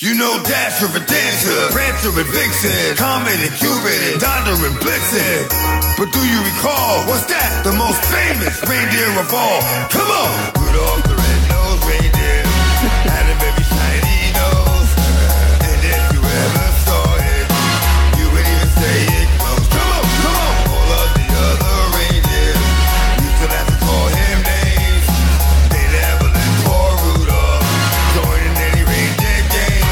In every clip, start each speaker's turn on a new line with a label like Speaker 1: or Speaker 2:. Speaker 1: You know Dasher and Dancer, Prancer and Vixen, Comet and Cupid, and Donder and Blitzen. But do you recall, what's that? The most famous reindeer of all. Come on! Rudolph the red-nosed reindeer had a very shiny nose. And if you ever saw it, you would even say it glows. Come on, come on! All of the other reindeer used to have to call him names. They never let poor Rudolph join in any reindeer game.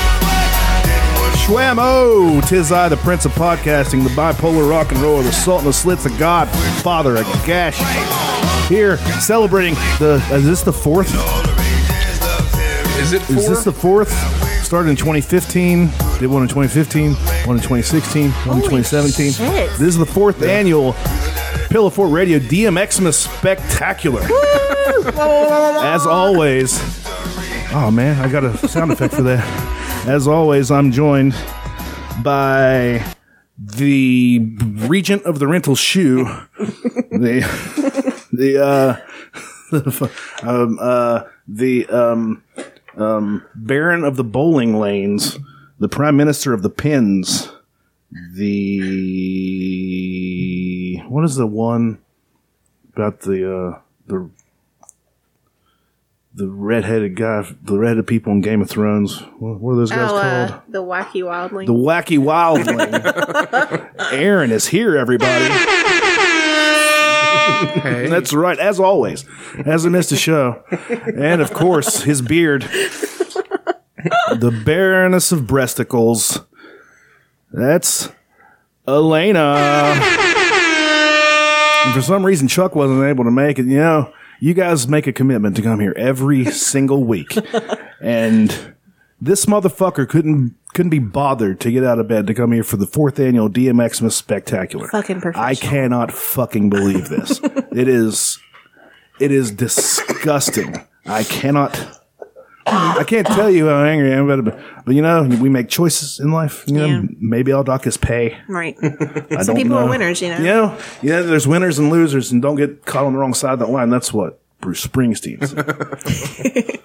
Speaker 1: Didn't want to
Speaker 2: Schwammo! Tis I, the Prince of Podcasting, the bipolar rock and roller, the Sultan of Slits, the God, Father, a Gash. Here, celebrating the. Is this the fourth?
Speaker 3: Is it
Speaker 2: Is this the fourth? Started in 2015, did one in 2015, one in 2016, one in
Speaker 4: Holy
Speaker 2: 2017.
Speaker 4: shit.
Speaker 2: This is the fourth annual Pillow Fort Radio DMXmas Spectacular. As always, oh man, I got a sound effect for that. As always, I'm joined by the regent of the rental shoe, the the uh, um, uh, the um, um, Baron of the bowling lanes, the Prime Minister of the pins, the what is the one about the uh, the the redheaded guy, the redheaded people in Game of Thrones? What what are those guys
Speaker 4: Oh,
Speaker 2: called?
Speaker 4: uh, the wacky wildling.
Speaker 2: The wacky wildling. Aaron is here, everybody.
Speaker 3: Hey.
Speaker 2: That's right, as always. Hasn't missed a show. And of course, his beard. The Baroness of Breasticles. That's Elena. And for some reason, Chuck wasn't able to make it. You know, you guys make a commitment to come here every single week. And this motherfucker couldn't couldn't be bothered to get out of bed to come here for the fourth annual DMX Miss Spectacular.
Speaker 4: Fucking
Speaker 2: I
Speaker 4: professional.
Speaker 2: cannot fucking believe this. it is it is disgusting. I cannot I can't tell you how angry I am about it, but, but you know, we make choices in life. You know,
Speaker 4: Yeah.
Speaker 2: maybe I'll dock his pay.
Speaker 4: right.
Speaker 2: I
Speaker 4: Some
Speaker 2: don't
Speaker 4: people are
Speaker 2: know.
Speaker 4: winners, you know.
Speaker 2: You know, you know, there's winners and losers, and don't get caught on the wrong side of that line. That's what Bruce Springsteen's.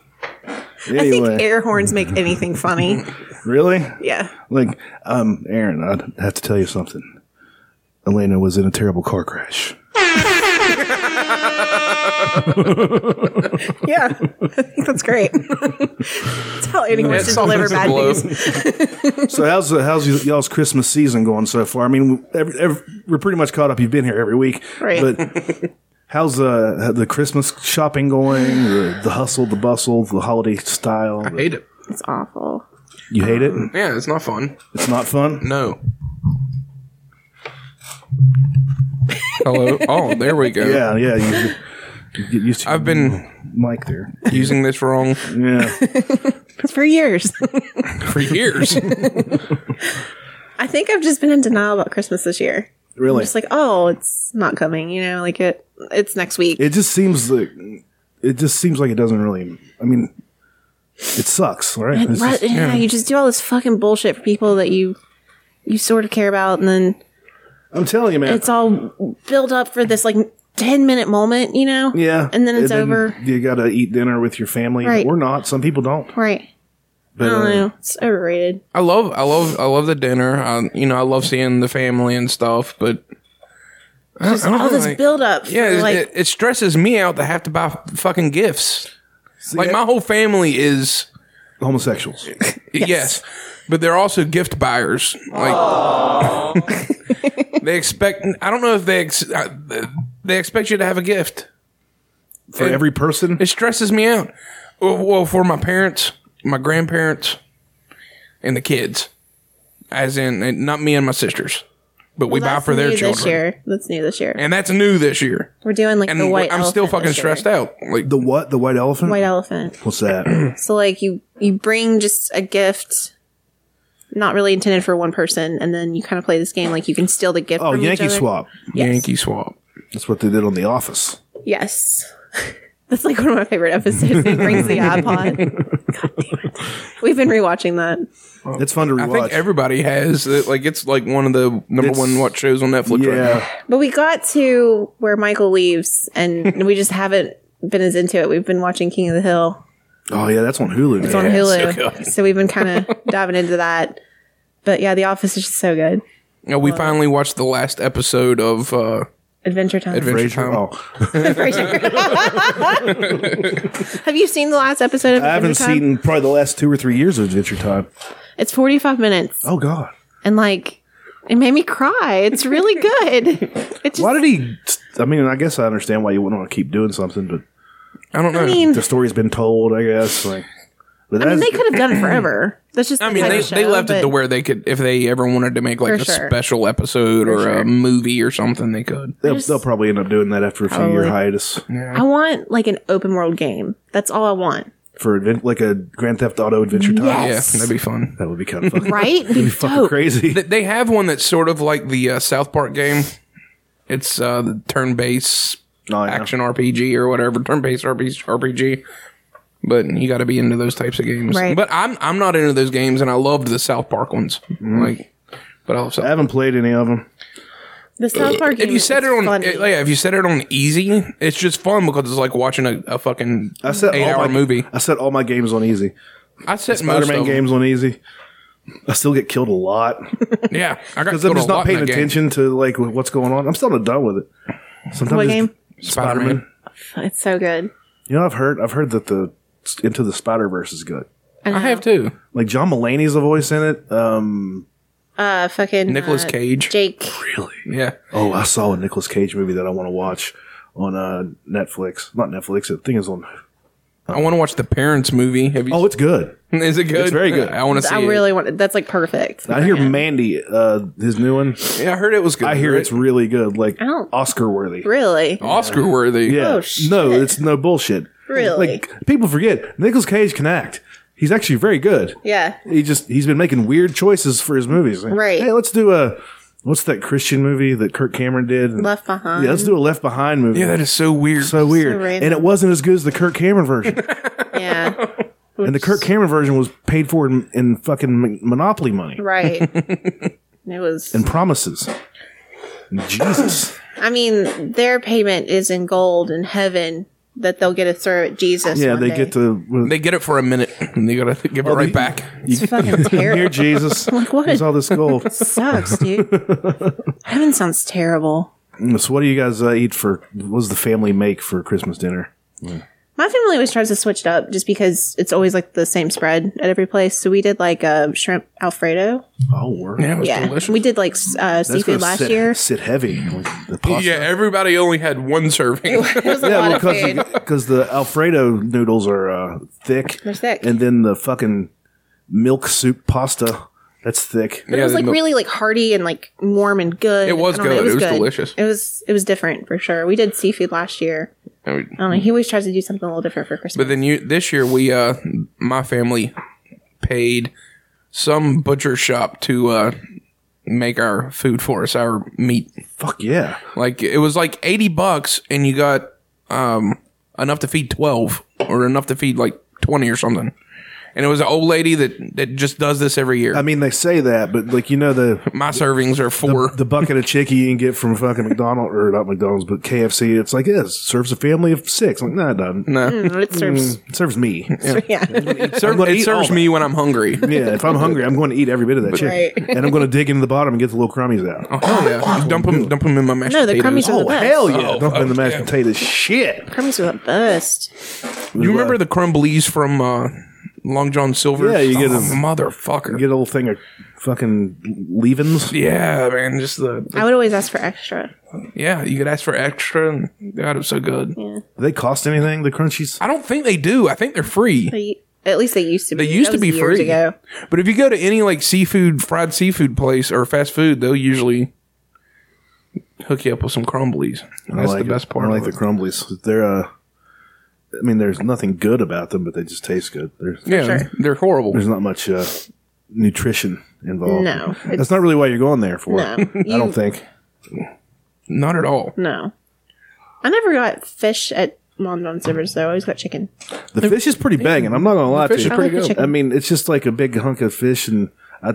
Speaker 4: I think
Speaker 2: anyway,
Speaker 4: air horns make anything funny.
Speaker 2: really?
Speaker 4: Yeah.
Speaker 2: Like, um, Aaron, I have to tell you something. Elena was in a terrible car crash.
Speaker 4: Yeah. I think that's great. that's how anyone should deliver bad news.
Speaker 2: So how's how's y- y'all's Christmas season going so far? I mean, every, every, we're pretty much caught up. You've been here every week,
Speaker 4: Right.
Speaker 2: But how's uh, the Christmas shopping going? The, the hustle, the bustle, the holiday style.
Speaker 3: I hate it.
Speaker 4: It's awful.
Speaker 2: You hate it?
Speaker 3: Yeah, it's not fun.
Speaker 2: It's not fun.
Speaker 3: No. Hello. Oh, there we go.
Speaker 2: Yeah, yeah. You, you get used to
Speaker 3: I've been
Speaker 2: Mike there.
Speaker 3: using this wrong
Speaker 2: Yeah.
Speaker 4: For years.
Speaker 3: for years.
Speaker 4: I think I've just been in denial about Christmas this year.
Speaker 2: Really?
Speaker 4: Just like, oh, it's not coming, you know, like it it's next week.
Speaker 2: it just seems like it just seems like it doesn't really. I mean, it sucks, right? It's
Speaker 4: Right,
Speaker 2: just-
Speaker 4: yeah, you just do all this fucking bullshit for people that you you sort of care about, and then
Speaker 2: I'm telling you, man.
Speaker 4: it's all built up for this like ten minute moment, you know?
Speaker 2: yeah,
Speaker 4: and then it's over.
Speaker 2: You gotta eat dinner with your family,
Speaker 4: Right.
Speaker 2: or not. Some people don't.
Speaker 4: Right?
Speaker 2: But,
Speaker 4: I don't
Speaker 2: uh,
Speaker 4: know. It's overrated.
Speaker 3: I love, I love, I love the dinner. I, you know, I love seeing the family and stuff, but I don't- I don't
Speaker 4: All
Speaker 3: know,
Speaker 4: this
Speaker 3: like-
Speaker 4: build up.
Speaker 3: Yeah,
Speaker 4: for,
Speaker 3: it's-
Speaker 4: like
Speaker 3: it, it stresses me out to have to buy f- fucking gifts. like
Speaker 2: I-
Speaker 3: my whole family is
Speaker 2: homosexuals.
Speaker 3: yes. but they're also gift buyers. Like they expect. I don't know if they ex, uh, they expect you to have a gift.
Speaker 2: For
Speaker 3: And-
Speaker 2: every person,
Speaker 3: It stresses me out. Well, well, for my parents, my grandparents, and the kids, as in and not me and my sisters, but we buy
Speaker 4: that's
Speaker 3: for their
Speaker 4: new
Speaker 3: children,
Speaker 4: This year, that's new this year.
Speaker 3: and that's new this year.
Speaker 4: We're doing like
Speaker 3: And
Speaker 4: the white.
Speaker 3: I'm still
Speaker 4: elephant
Speaker 3: fucking
Speaker 4: this year.
Speaker 3: stressed out. Like
Speaker 2: the what? The white elephant?
Speaker 4: White elephant.
Speaker 2: What's that?
Speaker 4: So like you you bring just a gift. Not really intended for one person, and then you kind of play this game like you can steal the gift.
Speaker 2: oh,
Speaker 4: from each
Speaker 2: Yankee
Speaker 4: other.
Speaker 2: swap.
Speaker 4: Yes.
Speaker 3: Yankee swap.
Speaker 2: That's what they did on The Office.
Speaker 4: Yes. That's like one of my favorite episodes. He brings the iPod. God damn it. We've been rewatching that.
Speaker 2: It's fun to
Speaker 3: Oh, I
Speaker 2: rewatch.
Speaker 3: think everybody has it. Like it's like one of the number
Speaker 2: It's-
Speaker 3: one what shows on Netflix right now.
Speaker 2: yeah,
Speaker 4: But we got to where Michael leaves and we just haven't been as into it. We've been watching King of the Hill.
Speaker 2: Oh yeah, that's on Hulu.
Speaker 4: It's on
Speaker 3: Yeah, it's so
Speaker 4: Hulu.
Speaker 3: good.
Speaker 4: So, we've been kind of diving into that. But yeah, The Office is just so good.
Speaker 3: Yeah, we finally watched the last episode of uh,
Speaker 4: Adventure Time.
Speaker 3: Adventure
Speaker 2: Frasier.
Speaker 3: Time.
Speaker 2: Oh,
Speaker 4: Have you seen the last episode of
Speaker 2: I haven't
Speaker 4: Adventure Time?
Speaker 2: seen probably the last two or three years of Adventure Time.
Speaker 4: It's 45 minutes.
Speaker 2: Oh God,
Speaker 4: And like, it made me cry. It's really good. It just,
Speaker 2: why did he? I mean, I guess I understand why you wouldn't want to keep doing something, but
Speaker 3: I don't know.
Speaker 4: I mean,
Speaker 2: the story's been told. I guess like, but
Speaker 4: I
Speaker 2: that's-
Speaker 4: mean, they could have done it forever. That's just.
Speaker 3: I mean, they, they left it to where they could, if they ever wanted to make like
Speaker 4: For
Speaker 3: a
Speaker 4: sure.
Speaker 3: special episode or
Speaker 4: sure.
Speaker 3: a movie or something, they could.
Speaker 2: they'll,
Speaker 4: just-
Speaker 2: they'll probably end up doing that after a few year
Speaker 4: Probably.
Speaker 2: hiatus
Speaker 4: I want like an open world game. That's all I want.
Speaker 2: for advent, like a Grand Theft Auto Adventure Time.
Speaker 4: Yes.
Speaker 3: Yeah, that'd be fun.
Speaker 2: That would be kind of fucking,
Speaker 4: Right? Oh,
Speaker 2: be fucking
Speaker 4: Dope.
Speaker 2: crazy.
Speaker 3: Th- They have one that's sort of like the uh, South Park game. It's uh, the turn-based
Speaker 2: No, I know.
Speaker 3: action RPG or whatever, turn-based RPG. RPG. But you got to be into those types of games.
Speaker 4: Right.
Speaker 3: But I'm I'm not into those games, and I loved the South Park ones.
Speaker 4: Mm-hmm.
Speaker 3: Like, but I love South
Speaker 2: I haven't played any of them.
Speaker 4: The South Park game.
Speaker 3: If you set
Speaker 4: is
Speaker 3: it on,
Speaker 4: funny.
Speaker 3: it- yeah, if you set it on easy, it's just fun because it's like watching a, a fucking
Speaker 2: I set all
Speaker 3: eight-hour
Speaker 2: my-
Speaker 3: movie.
Speaker 2: I set all my games on easy.
Speaker 3: I set
Speaker 2: Spider
Speaker 3: most
Speaker 2: Man
Speaker 3: of them.
Speaker 2: games on easy. I still get killed a lot
Speaker 3: Yeah, I got
Speaker 2: because I'm
Speaker 3: killed
Speaker 2: just not
Speaker 3: a lot in
Speaker 2: paying
Speaker 3: that game.
Speaker 2: attention to like wh- what's going on. I'm still not done with it. Sometimes
Speaker 4: What
Speaker 2: it's-
Speaker 4: game?
Speaker 3: Spider-Man.
Speaker 4: it's so good.
Speaker 2: You know, I've heard I've heard that the Into the Spider Verse is good.
Speaker 3: I have too.
Speaker 2: Like John Mulaney's a voice in it. Um,
Speaker 4: Uh, fucking
Speaker 3: Nicolas
Speaker 4: uh,
Speaker 3: Cage.
Speaker 4: Jake.
Speaker 2: really?
Speaker 3: Yeah,
Speaker 2: Oh, I saw a Nicolas Cage movie that I want to watch on uh, Netflix. Not Netflix. The thing is on.
Speaker 3: I want to watch the Parents movie. Have you?
Speaker 2: Oh, it's good.
Speaker 3: is it good?
Speaker 2: it's very good.
Speaker 3: I want to see.
Speaker 4: I
Speaker 3: it.
Speaker 4: really want. That's like perfect.
Speaker 2: I hear Mandy, uh, his new one.
Speaker 3: Yeah, I heard it was good.
Speaker 2: I hear it's really good, like
Speaker 4: I don't-
Speaker 2: Oscar worthy.
Speaker 4: Oh. Really,
Speaker 2: Oh.
Speaker 3: Oscar worthy.
Speaker 2: Yeah.
Speaker 4: Oh, shit.
Speaker 2: No, it's no bullshit.
Speaker 4: Really?
Speaker 2: Like people forget, Nicolas Cage can act. He's actually very good.
Speaker 4: yeah.
Speaker 2: He just he's been making weird choices for his movies. Like,
Speaker 4: Right.
Speaker 2: Hey, let's do a what's that Christian movie that Kirk Cameron did?
Speaker 4: Left Behind.
Speaker 2: Yeah, let's do a Left Behind movie.
Speaker 3: Yeah, that is so weird.
Speaker 2: so weird.
Speaker 4: random.
Speaker 2: and it wasn't as good as the Kirk Cameron version.
Speaker 4: Yeah,
Speaker 2: and the Kirk Cameron version was paid for in, in fucking mon- Monopoly money
Speaker 4: right. it was.
Speaker 2: and promises. Jesus.
Speaker 4: I mean, their payment is in gold in heaven that they'll get to throw at Jesus.
Speaker 2: Yeah,
Speaker 4: one
Speaker 2: they
Speaker 4: day.
Speaker 2: get to
Speaker 3: they get it for a minute, and they gotta give it right
Speaker 2: Oh, the-
Speaker 3: back.
Speaker 4: It's fucking
Speaker 2: near
Speaker 4: terrible.
Speaker 2: Jesus.
Speaker 4: Like, what?
Speaker 2: Here's all this gold.
Speaker 4: Sucks, dude. heaven sounds terrible.
Speaker 2: So, what do you guys uh, eat for? What does the family make for Christmas dinner?
Speaker 4: My family always tries to switch it up just because it's always like the same spread at every place. So we did like a shrimp alfredo.
Speaker 2: Oh, work.
Speaker 3: Yeah, it was
Speaker 4: Yeah,
Speaker 3: delicious.
Speaker 4: we did like s- uh, seafood last
Speaker 2: sit,
Speaker 4: year.
Speaker 2: Sit heavy. The pasta.
Speaker 3: yeah, everybody only had one serving.
Speaker 4: It was a lot of food.
Speaker 2: because because the Alfredo noodles are uh, thick.
Speaker 4: They're thick.
Speaker 2: And then the fucking milk soup pasta. That's thick.
Speaker 4: But it was
Speaker 3: the
Speaker 4: like
Speaker 3: milk-
Speaker 4: really like hearty and like warm and good.
Speaker 3: It was
Speaker 4: I don't know,
Speaker 3: good. It was delicious.
Speaker 4: It was it was different for sure. We did seafood last year. I don't know. He always tries to do something a little different for Christmas.
Speaker 3: But then you this year we uh my family paid some butcher shop to uh make our food for us, our meat.
Speaker 2: Fuck yeah.
Speaker 3: Like it was like eighty bucks and you got um enough to feed twelve or enough to feed like twenty or something. And it was an old lady that that just does this every year.
Speaker 2: I mean, they say that, but like you know the
Speaker 3: my servings are four.
Speaker 2: Um, the bucket of chicken you can get from fucking McDonald's or not McDonald's, but KFC. It's like yeah, it serves a family of six. I'm like nah, it doesn't.
Speaker 3: no.
Speaker 4: Mm, it serves.
Speaker 2: It serves me.
Speaker 3: Mm.
Speaker 4: Yeah.
Speaker 3: It, serves-
Speaker 2: gonna
Speaker 3: it
Speaker 2: eat all
Speaker 3: serves
Speaker 2: that.
Speaker 3: me when I'm hungry.
Speaker 2: Yeah, if I'm hungry, I'm going to eat every bit of that chicken,
Speaker 4: Right.
Speaker 2: and I'm going to dig into the bottom and get the little crummies out. Oh,
Speaker 3: Oh yeah. dump them dump 'em in my mashed
Speaker 4: No, the
Speaker 3: potatoes.
Speaker 4: crummies are the best.
Speaker 2: hell yeah! Oh, Dump
Speaker 3: fuck
Speaker 2: in the mashed
Speaker 3: yeah.
Speaker 2: potatoes. Shit.
Speaker 4: Crumbs were the best.
Speaker 3: You remember the crumblies from uh, Long John Silver's?
Speaker 2: Yeah, you get
Speaker 3: Oh,
Speaker 2: them-
Speaker 3: motherfucker.
Speaker 2: Get a little thing of fucking leavings.
Speaker 3: yeah, man, just the, the-
Speaker 4: I would always ask for extra.
Speaker 3: yeah. You could ask for extra, and God, it was so good.
Speaker 2: Do they cost anything? The crunchies.
Speaker 3: I don't think they do. I think they're free.
Speaker 4: They, at least they used to be.
Speaker 3: They used
Speaker 4: That
Speaker 3: to
Speaker 4: was
Speaker 3: be
Speaker 4: years
Speaker 3: free.
Speaker 4: ago.
Speaker 3: But if you go to any like seafood, fried seafood place or fast food, they'll usually hook you up with some crumblies. And
Speaker 2: I
Speaker 3: That's
Speaker 2: like
Speaker 3: the best
Speaker 2: it.
Speaker 3: part.
Speaker 2: I like
Speaker 3: of
Speaker 2: the
Speaker 3: it.
Speaker 2: crumblies. They're. uh I mean, there's nothing good about them, but they just taste good. There's,
Speaker 3: yeah,
Speaker 4: sure.
Speaker 3: they're horrible.
Speaker 2: there's not much uh, nutrition involved.
Speaker 4: No,
Speaker 2: that's not really why you're going there for.
Speaker 4: No,
Speaker 2: I don't think.
Speaker 3: Not at all.
Speaker 4: No, I never got fish at Long John Silver's though. I always got chicken.
Speaker 2: The fish is pretty banging. I'm not gonna lie to
Speaker 3: fish is
Speaker 2: you.
Speaker 3: pretty
Speaker 4: I like the
Speaker 3: good.
Speaker 4: chicken.
Speaker 2: I mean, it's just like a big hunk of fish, and I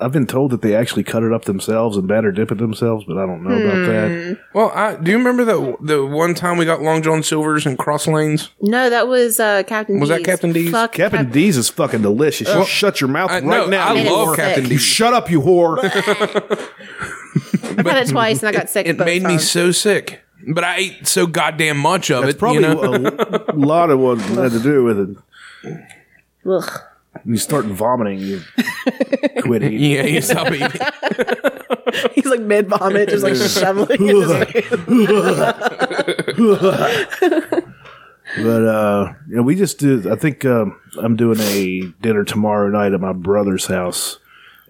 Speaker 2: I've been told that they actually cut it up themselves and batter dip it themselves, but I don't know about that.
Speaker 3: Well, I, do you remember the the one time we got Long John Silver's and Cross Lanes?
Speaker 4: No, that was uh, Captain.
Speaker 3: Was that
Speaker 4: D's.
Speaker 3: Captain D's?
Speaker 4: Fuck
Speaker 2: Captain
Speaker 4: Cap-
Speaker 2: D's is fucking delicious. You shut your mouth
Speaker 3: I,
Speaker 2: right
Speaker 3: no,
Speaker 2: now.
Speaker 3: I
Speaker 2: you
Speaker 3: love
Speaker 2: whore.
Speaker 3: Captain
Speaker 2: You
Speaker 3: D's.
Speaker 2: shut up, you whore.
Speaker 4: I had it twice and I got sick.
Speaker 3: It
Speaker 4: both
Speaker 3: made me
Speaker 4: times.
Speaker 3: so sick, but I ate so goddamn much of
Speaker 2: That's
Speaker 3: it. You
Speaker 2: probably
Speaker 3: know?
Speaker 2: a lot of what had to do with it.
Speaker 4: Ugh.
Speaker 2: When you start vomiting, you quit eating.
Speaker 3: yeah, you stop eating.
Speaker 5: He's like mid vomit, just like shoveling. It just, like,
Speaker 2: But uh, you know, we just did. I think um, I'm doing a dinner tomorrow night at my brother's house,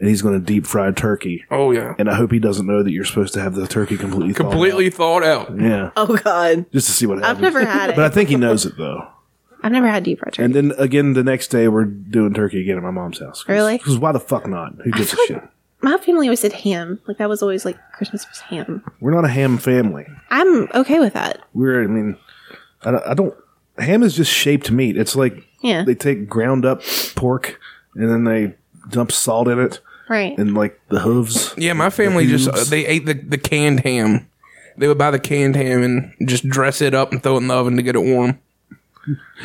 Speaker 2: and he's going to deep fry turkey.
Speaker 3: Oh yeah,
Speaker 2: And Oh, I hope he doesn't know that you're supposed to have the turkey completely thawed
Speaker 3: completely thawed out.
Speaker 2: out. Yeah,
Speaker 5: oh god,
Speaker 2: just to see what happens.
Speaker 4: I've never had
Speaker 2: But I
Speaker 4: it.
Speaker 2: think he knows it though.
Speaker 4: I've never had deep fried turkey.
Speaker 2: And then again, the next day we're doing turkey again at my mom's house. Cause,
Speaker 4: Really?
Speaker 2: Because why the fuck not? Who gives a shit?
Speaker 4: My family always did ham. Like that was always like Christmas was ham.
Speaker 2: We're not a ham family.
Speaker 4: I'm okay with that.
Speaker 2: We're. I mean, I don't. I don't ham is just shaped meat. It's like
Speaker 4: Yeah.
Speaker 2: they take ground up pork and then they dump salt in it.
Speaker 4: Right.
Speaker 2: and like the hooves.
Speaker 3: Yeah, my family
Speaker 2: The
Speaker 3: just uh,
Speaker 2: hooves.
Speaker 3: they ate the, the canned ham. They would buy the canned ham and just dress it up and throw it in the oven to get it warm.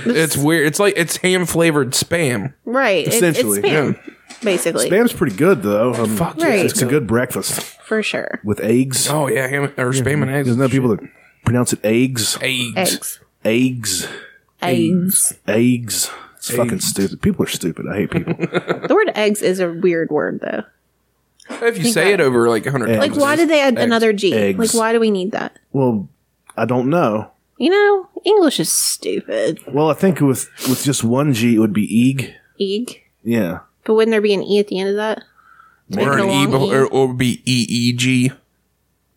Speaker 3: it's weird. It's like it's ham flavored spam.
Speaker 4: right. It-
Speaker 2: Essentially,
Speaker 4: it's spam, basically.
Speaker 2: Spam's pretty good though. Um,
Speaker 3: Fuck
Speaker 4: Right.
Speaker 2: It's a good breakfast
Speaker 4: For sure.
Speaker 2: with eggs.
Speaker 3: Oh yeah, ham or spam and eggs.
Speaker 2: Isn't that people that pronounce it eggs?
Speaker 3: eggs?
Speaker 4: Eggs.
Speaker 2: Eggs.
Speaker 4: Eggs.
Speaker 2: Eggs. It's fucking stupid. People are stupid. I hate people.
Speaker 4: The word eggs is a weird word though.
Speaker 3: If you say it over like a hundred times,
Speaker 4: Like why did they add another G?
Speaker 2: Eggs.
Speaker 4: Like why do we need that?
Speaker 2: well, I don't know.
Speaker 4: You know, English is stupid.
Speaker 2: Well, I think with with just one G, it would be egg.
Speaker 4: Eeg.
Speaker 2: Yeah.
Speaker 4: But wouldn't there be an E at the end of that?
Speaker 3: or an
Speaker 4: Taking
Speaker 3: e,
Speaker 4: a long E.
Speaker 3: or, or be e e g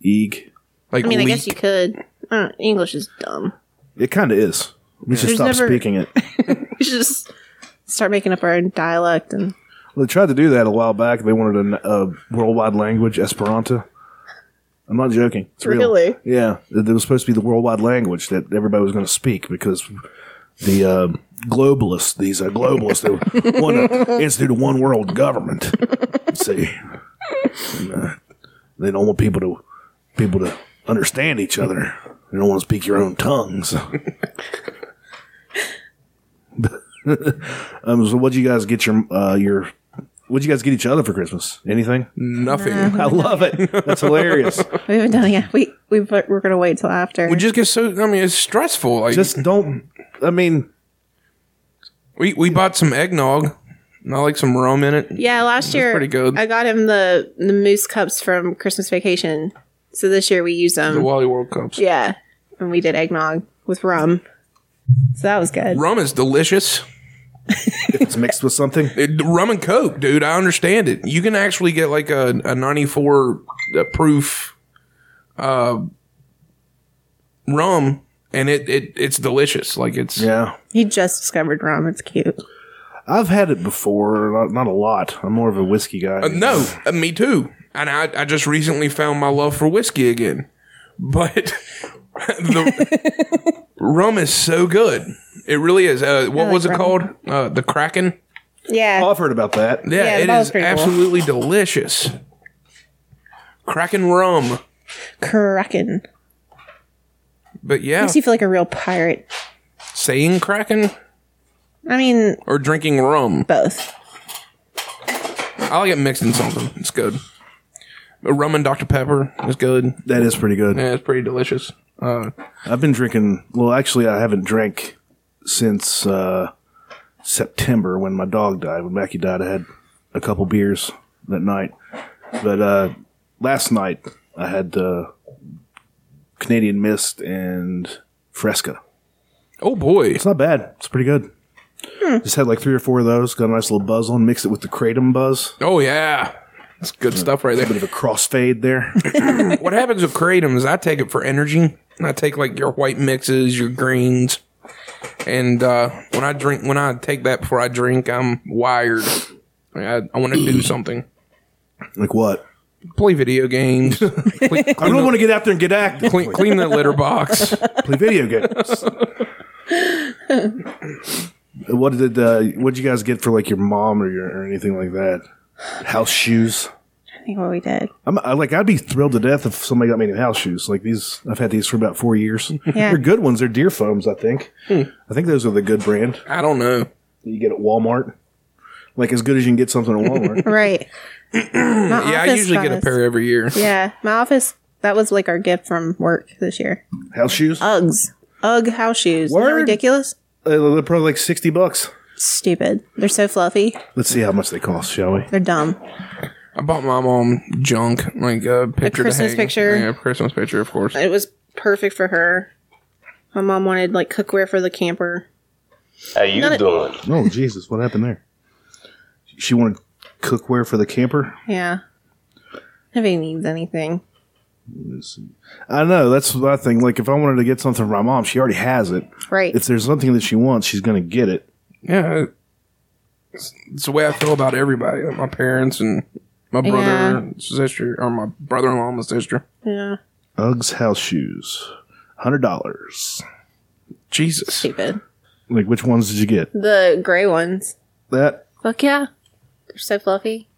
Speaker 2: Egg.
Speaker 3: like
Speaker 4: I mean,
Speaker 3: leak.
Speaker 4: I guess you could. Uh, English is dumb.
Speaker 2: It kind of is. We should
Speaker 4: There's
Speaker 2: stop
Speaker 4: never-
Speaker 2: speaking it.
Speaker 4: We should just start making up our own dialect and
Speaker 2: Well, they tried to do that a while back. They wanted a, a worldwide language, Esperanto. I'm not joking. It's real.
Speaker 5: Really?
Speaker 2: Yeah. It it was supposed to be the worldwide language that everybody was going to speak because the uh, globalists, these uh, globalists, they want to institute a one world government. See, And, uh, they don't want people to people to understand each other. They don't want to speak your own tongues. um, so, what'd you guys get your uh, your What'd you guys get each other for Christmas? Anything?
Speaker 3: nothing.
Speaker 2: I love it. That's hilarious.
Speaker 4: we haven't done it yet. We we we're gonna wait till after.
Speaker 3: We just get so. I mean, it's stressful. Like
Speaker 2: Just don't. I mean,
Speaker 3: we we bought some eggnog, not like some rum in it.
Speaker 4: Yeah, last year
Speaker 3: pretty good.
Speaker 4: I got him the the moose cups from Christmas vacation. So this year we used
Speaker 3: The
Speaker 4: them.
Speaker 3: Wally World Cups.
Speaker 4: yeah, and we did eggnog with rum. So that was good.
Speaker 3: Rum is delicious.
Speaker 2: if it's mixed with something,
Speaker 3: It- rum and coke, dude. I understand it. You can actually get like a, a 94 proof uh, rum, and it, it it's delicious. Like it's
Speaker 2: yeah.
Speaker 4: He just discovered rum. It's cute.
Speaker 2: I've had it before, not, not a lot. I'm more of a whiskey guy.
Speaker 3: Uh, no, uh, me too. And I, I just recently found my love for whiskey again. But the rum is so good. It really is. Uh, what was it called? Uh, the Kraken.
Speaker 4: Yeah,
Speaker 2: Oh,
Speaker 3: Oh.
Speaker 2: I've heard about that.
Speaker 3: Yeah,
Speaker 4: Yeah,
Speaker 3: it
Speaker 4: that was
Speaker 3: is
Speaker 4: pretty cool.
Speaker 3: absolutely delicious. Kraken rum.
Speaker 4: kraken.
Speaker 3: But yeah,
Speaker 4: Makes you feel like a real pirate.
Speaker 3: saying Kraken
Speaker 4: I mean,
Speaker 3: or drinking rum.
Speaker 4: both.
Speaker 3: I like it mixed in something. It's good. Uh, Rum and Dr. Pepper is good.
Speaker 2: That is pretty good.
Speaker 3: Yeah, it's pretty delicious. Uh,
Speaker 2: I've been drinking. Well, actually, I haven't drank since uh, September when my dog died. When Mackie died, I had a couple beers that night. But uh, last night, I had uh, Canadian Mist and Fresca.
Speaker 3: oh boy.
Speaker 2: It's not bad. It's pretty good.
Speaker 3: Hmm.
Speaker 2: Just had like three or four of those. Got a nice little buzz on. Mixed it with the kratom buzz.
Speaker 3: Oh yeah. That's good stuff right there.
Speaker 2: Bit of a crossfade there.
Speaker 3: What happens with kratom is I take it for energy. And I take like your white mixes, your greens, and uh, when I drink, when I take that before I drink, I'm wired. I, I want to do something.
Speaker 2: like what?
Speaker 3: Play video games. clean,
Speaker 2: I don't want to get out there and get active.
Speaker 3: clean, clean the litter box.
Speaker 2: Play video games. what did uh, what did you guys get for like your mom or your or anything like that? House shoes.
Speaker 4: I think what we did.
Speaker 2: I'm I, like, I'd be thrilled to death if somebody got me new house shoes. Like these, I've had these for about four years.
Speaker 4: Yeah.
Speaker 2: They're good ones. They're deer foams, I think. I think those are the good brand
Speaker 3: I don't know.
Speaker 2: that you get at Walmart. Like as good as you can get something at Walmart.
Speaker 4: Right.
Speaker 3: Yeah, I usually get a pair every year.
Speaker 4: Yeah, my office. That was like our gift from work this year.
Speaker 2: house shoes.
Speaker 4: Uggs. Ugg house shoes. Isn't that
Speaker 2: Word.
Speaker 4: ridiculous?
Speaker 2: Uh, they're probably like sixty bucks.
Speaker 4: Stupid. They're so fluffy.
Speaker 2: Let's see how much they cost, shall we?
Speaker 4: They're dumb.
Speaker 3: I bought my mom junk, like a picture. to
Speaker 4: Christmas
Speaker 3: hang.
Speaker 4: picture.
Speaker 3: Yeah, Christmas picture, of course.
Speaker 4: It was perfect for her. My mom wanted like cookware for the camper.
Speaker 6: How you
Speaker 4: None of-
Speaker 6: doing?
Speaker 2: Oh Jesus, what happened there? She wanted cookware for the camper.
Speaker 4: Yeah. Nobody needs anything.
Speaker 2: I know that's my thing. Like if I wanted to get something for my mom, she already has it.
Speaker 4: Right.
Speaker 2: If there's something that she wants, she's gonna get it.
Speaker 3: Yeah, it's, it's the way I feel about everybody. Like my parents and my brother,
Speaker 4: Yeah.
Speaker 3: and sister, or my brother-in-law, and my sister.
Speaker 4: yeah.
Speaker 2: Uggs house shoes, hundred dollars.
Speaker 3: Jesus,
Speaker 4: Stupid.
Speaker 2: Like which ones did you get?
Speaker 4: The gray ones.
Speaker 2: That
Speaker 4: Fuck yeah. They're so fluffy.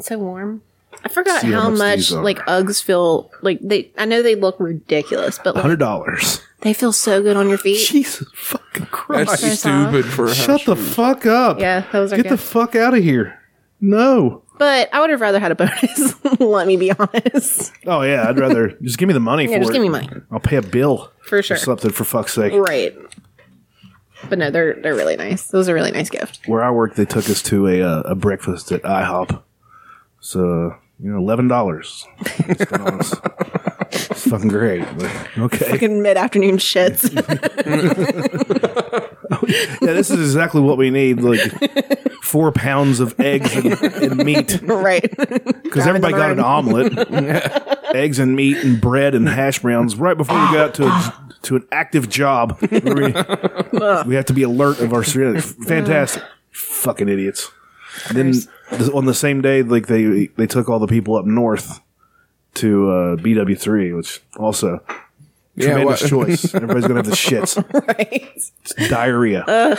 Speaker 4: So warm. I forgot
Speaker 2: See how
Speaker 4: how
Speaker 2: much
Speaker 4: much
Speaker 2: these are.
Speaker 4: like Uggs feel like they I know they look ridiculous, but like,
Speaker 2: hundred dollars.
Speaker 4: they feel so good on your feet.
Speaker 2: Jesus fucking Christ!
Speaker 3: that's
Speaker 4: so
Speaker 3: stupid for a
Speaker 2: Shut
Speaker 3: house.
Speaker 2: the fuck up.
Speaker 4: Yeah, those are
Speaker 2: Get
Speaker 4: good.
Speaker 2: the fuck out of here. No.
Speaker 4: but I would have rather had a bonus. Let me be honest.
Speaker 2: Oh yeah, I'd rather just give me the money for
Speaker 4: Yeah, just
Speaker 2: it.
Speaker 4: give me money.
Speaker 2: I'll pay a bill
Speaker 4: For sure.
Speaker 2: or something for fuck's sake.
Speaker 4: Right. But no, they're they're really nice. Those are really nice gift.
Speaker 2: Where I work, they took us to a uh, a breakfast at IHOP. So you know, eleven dollars. it's fucking great. Like, okay.
Speaker 4: Fucking mid afternoon shits.
Speaker 2: Yeah, this is exactly what we need. Like four pounds of eggs and, and meat.
Speaker 4: right.
Speaker 2: because everybody got an omelet, eggs and meat and bread and hash browns right before we go out to a, to an active job. where we, we have to be alert of our surroundings. Fantastic, fucking idiots. And then th- on the same day, like they they took all the people up north to uh, BW three, which also. Tremendous
Speaker 3: what-
Speaker 2: choice. Everybody's gonna have the shits.
Speaker 4: Right.
Speaker 2: It's diarrhea.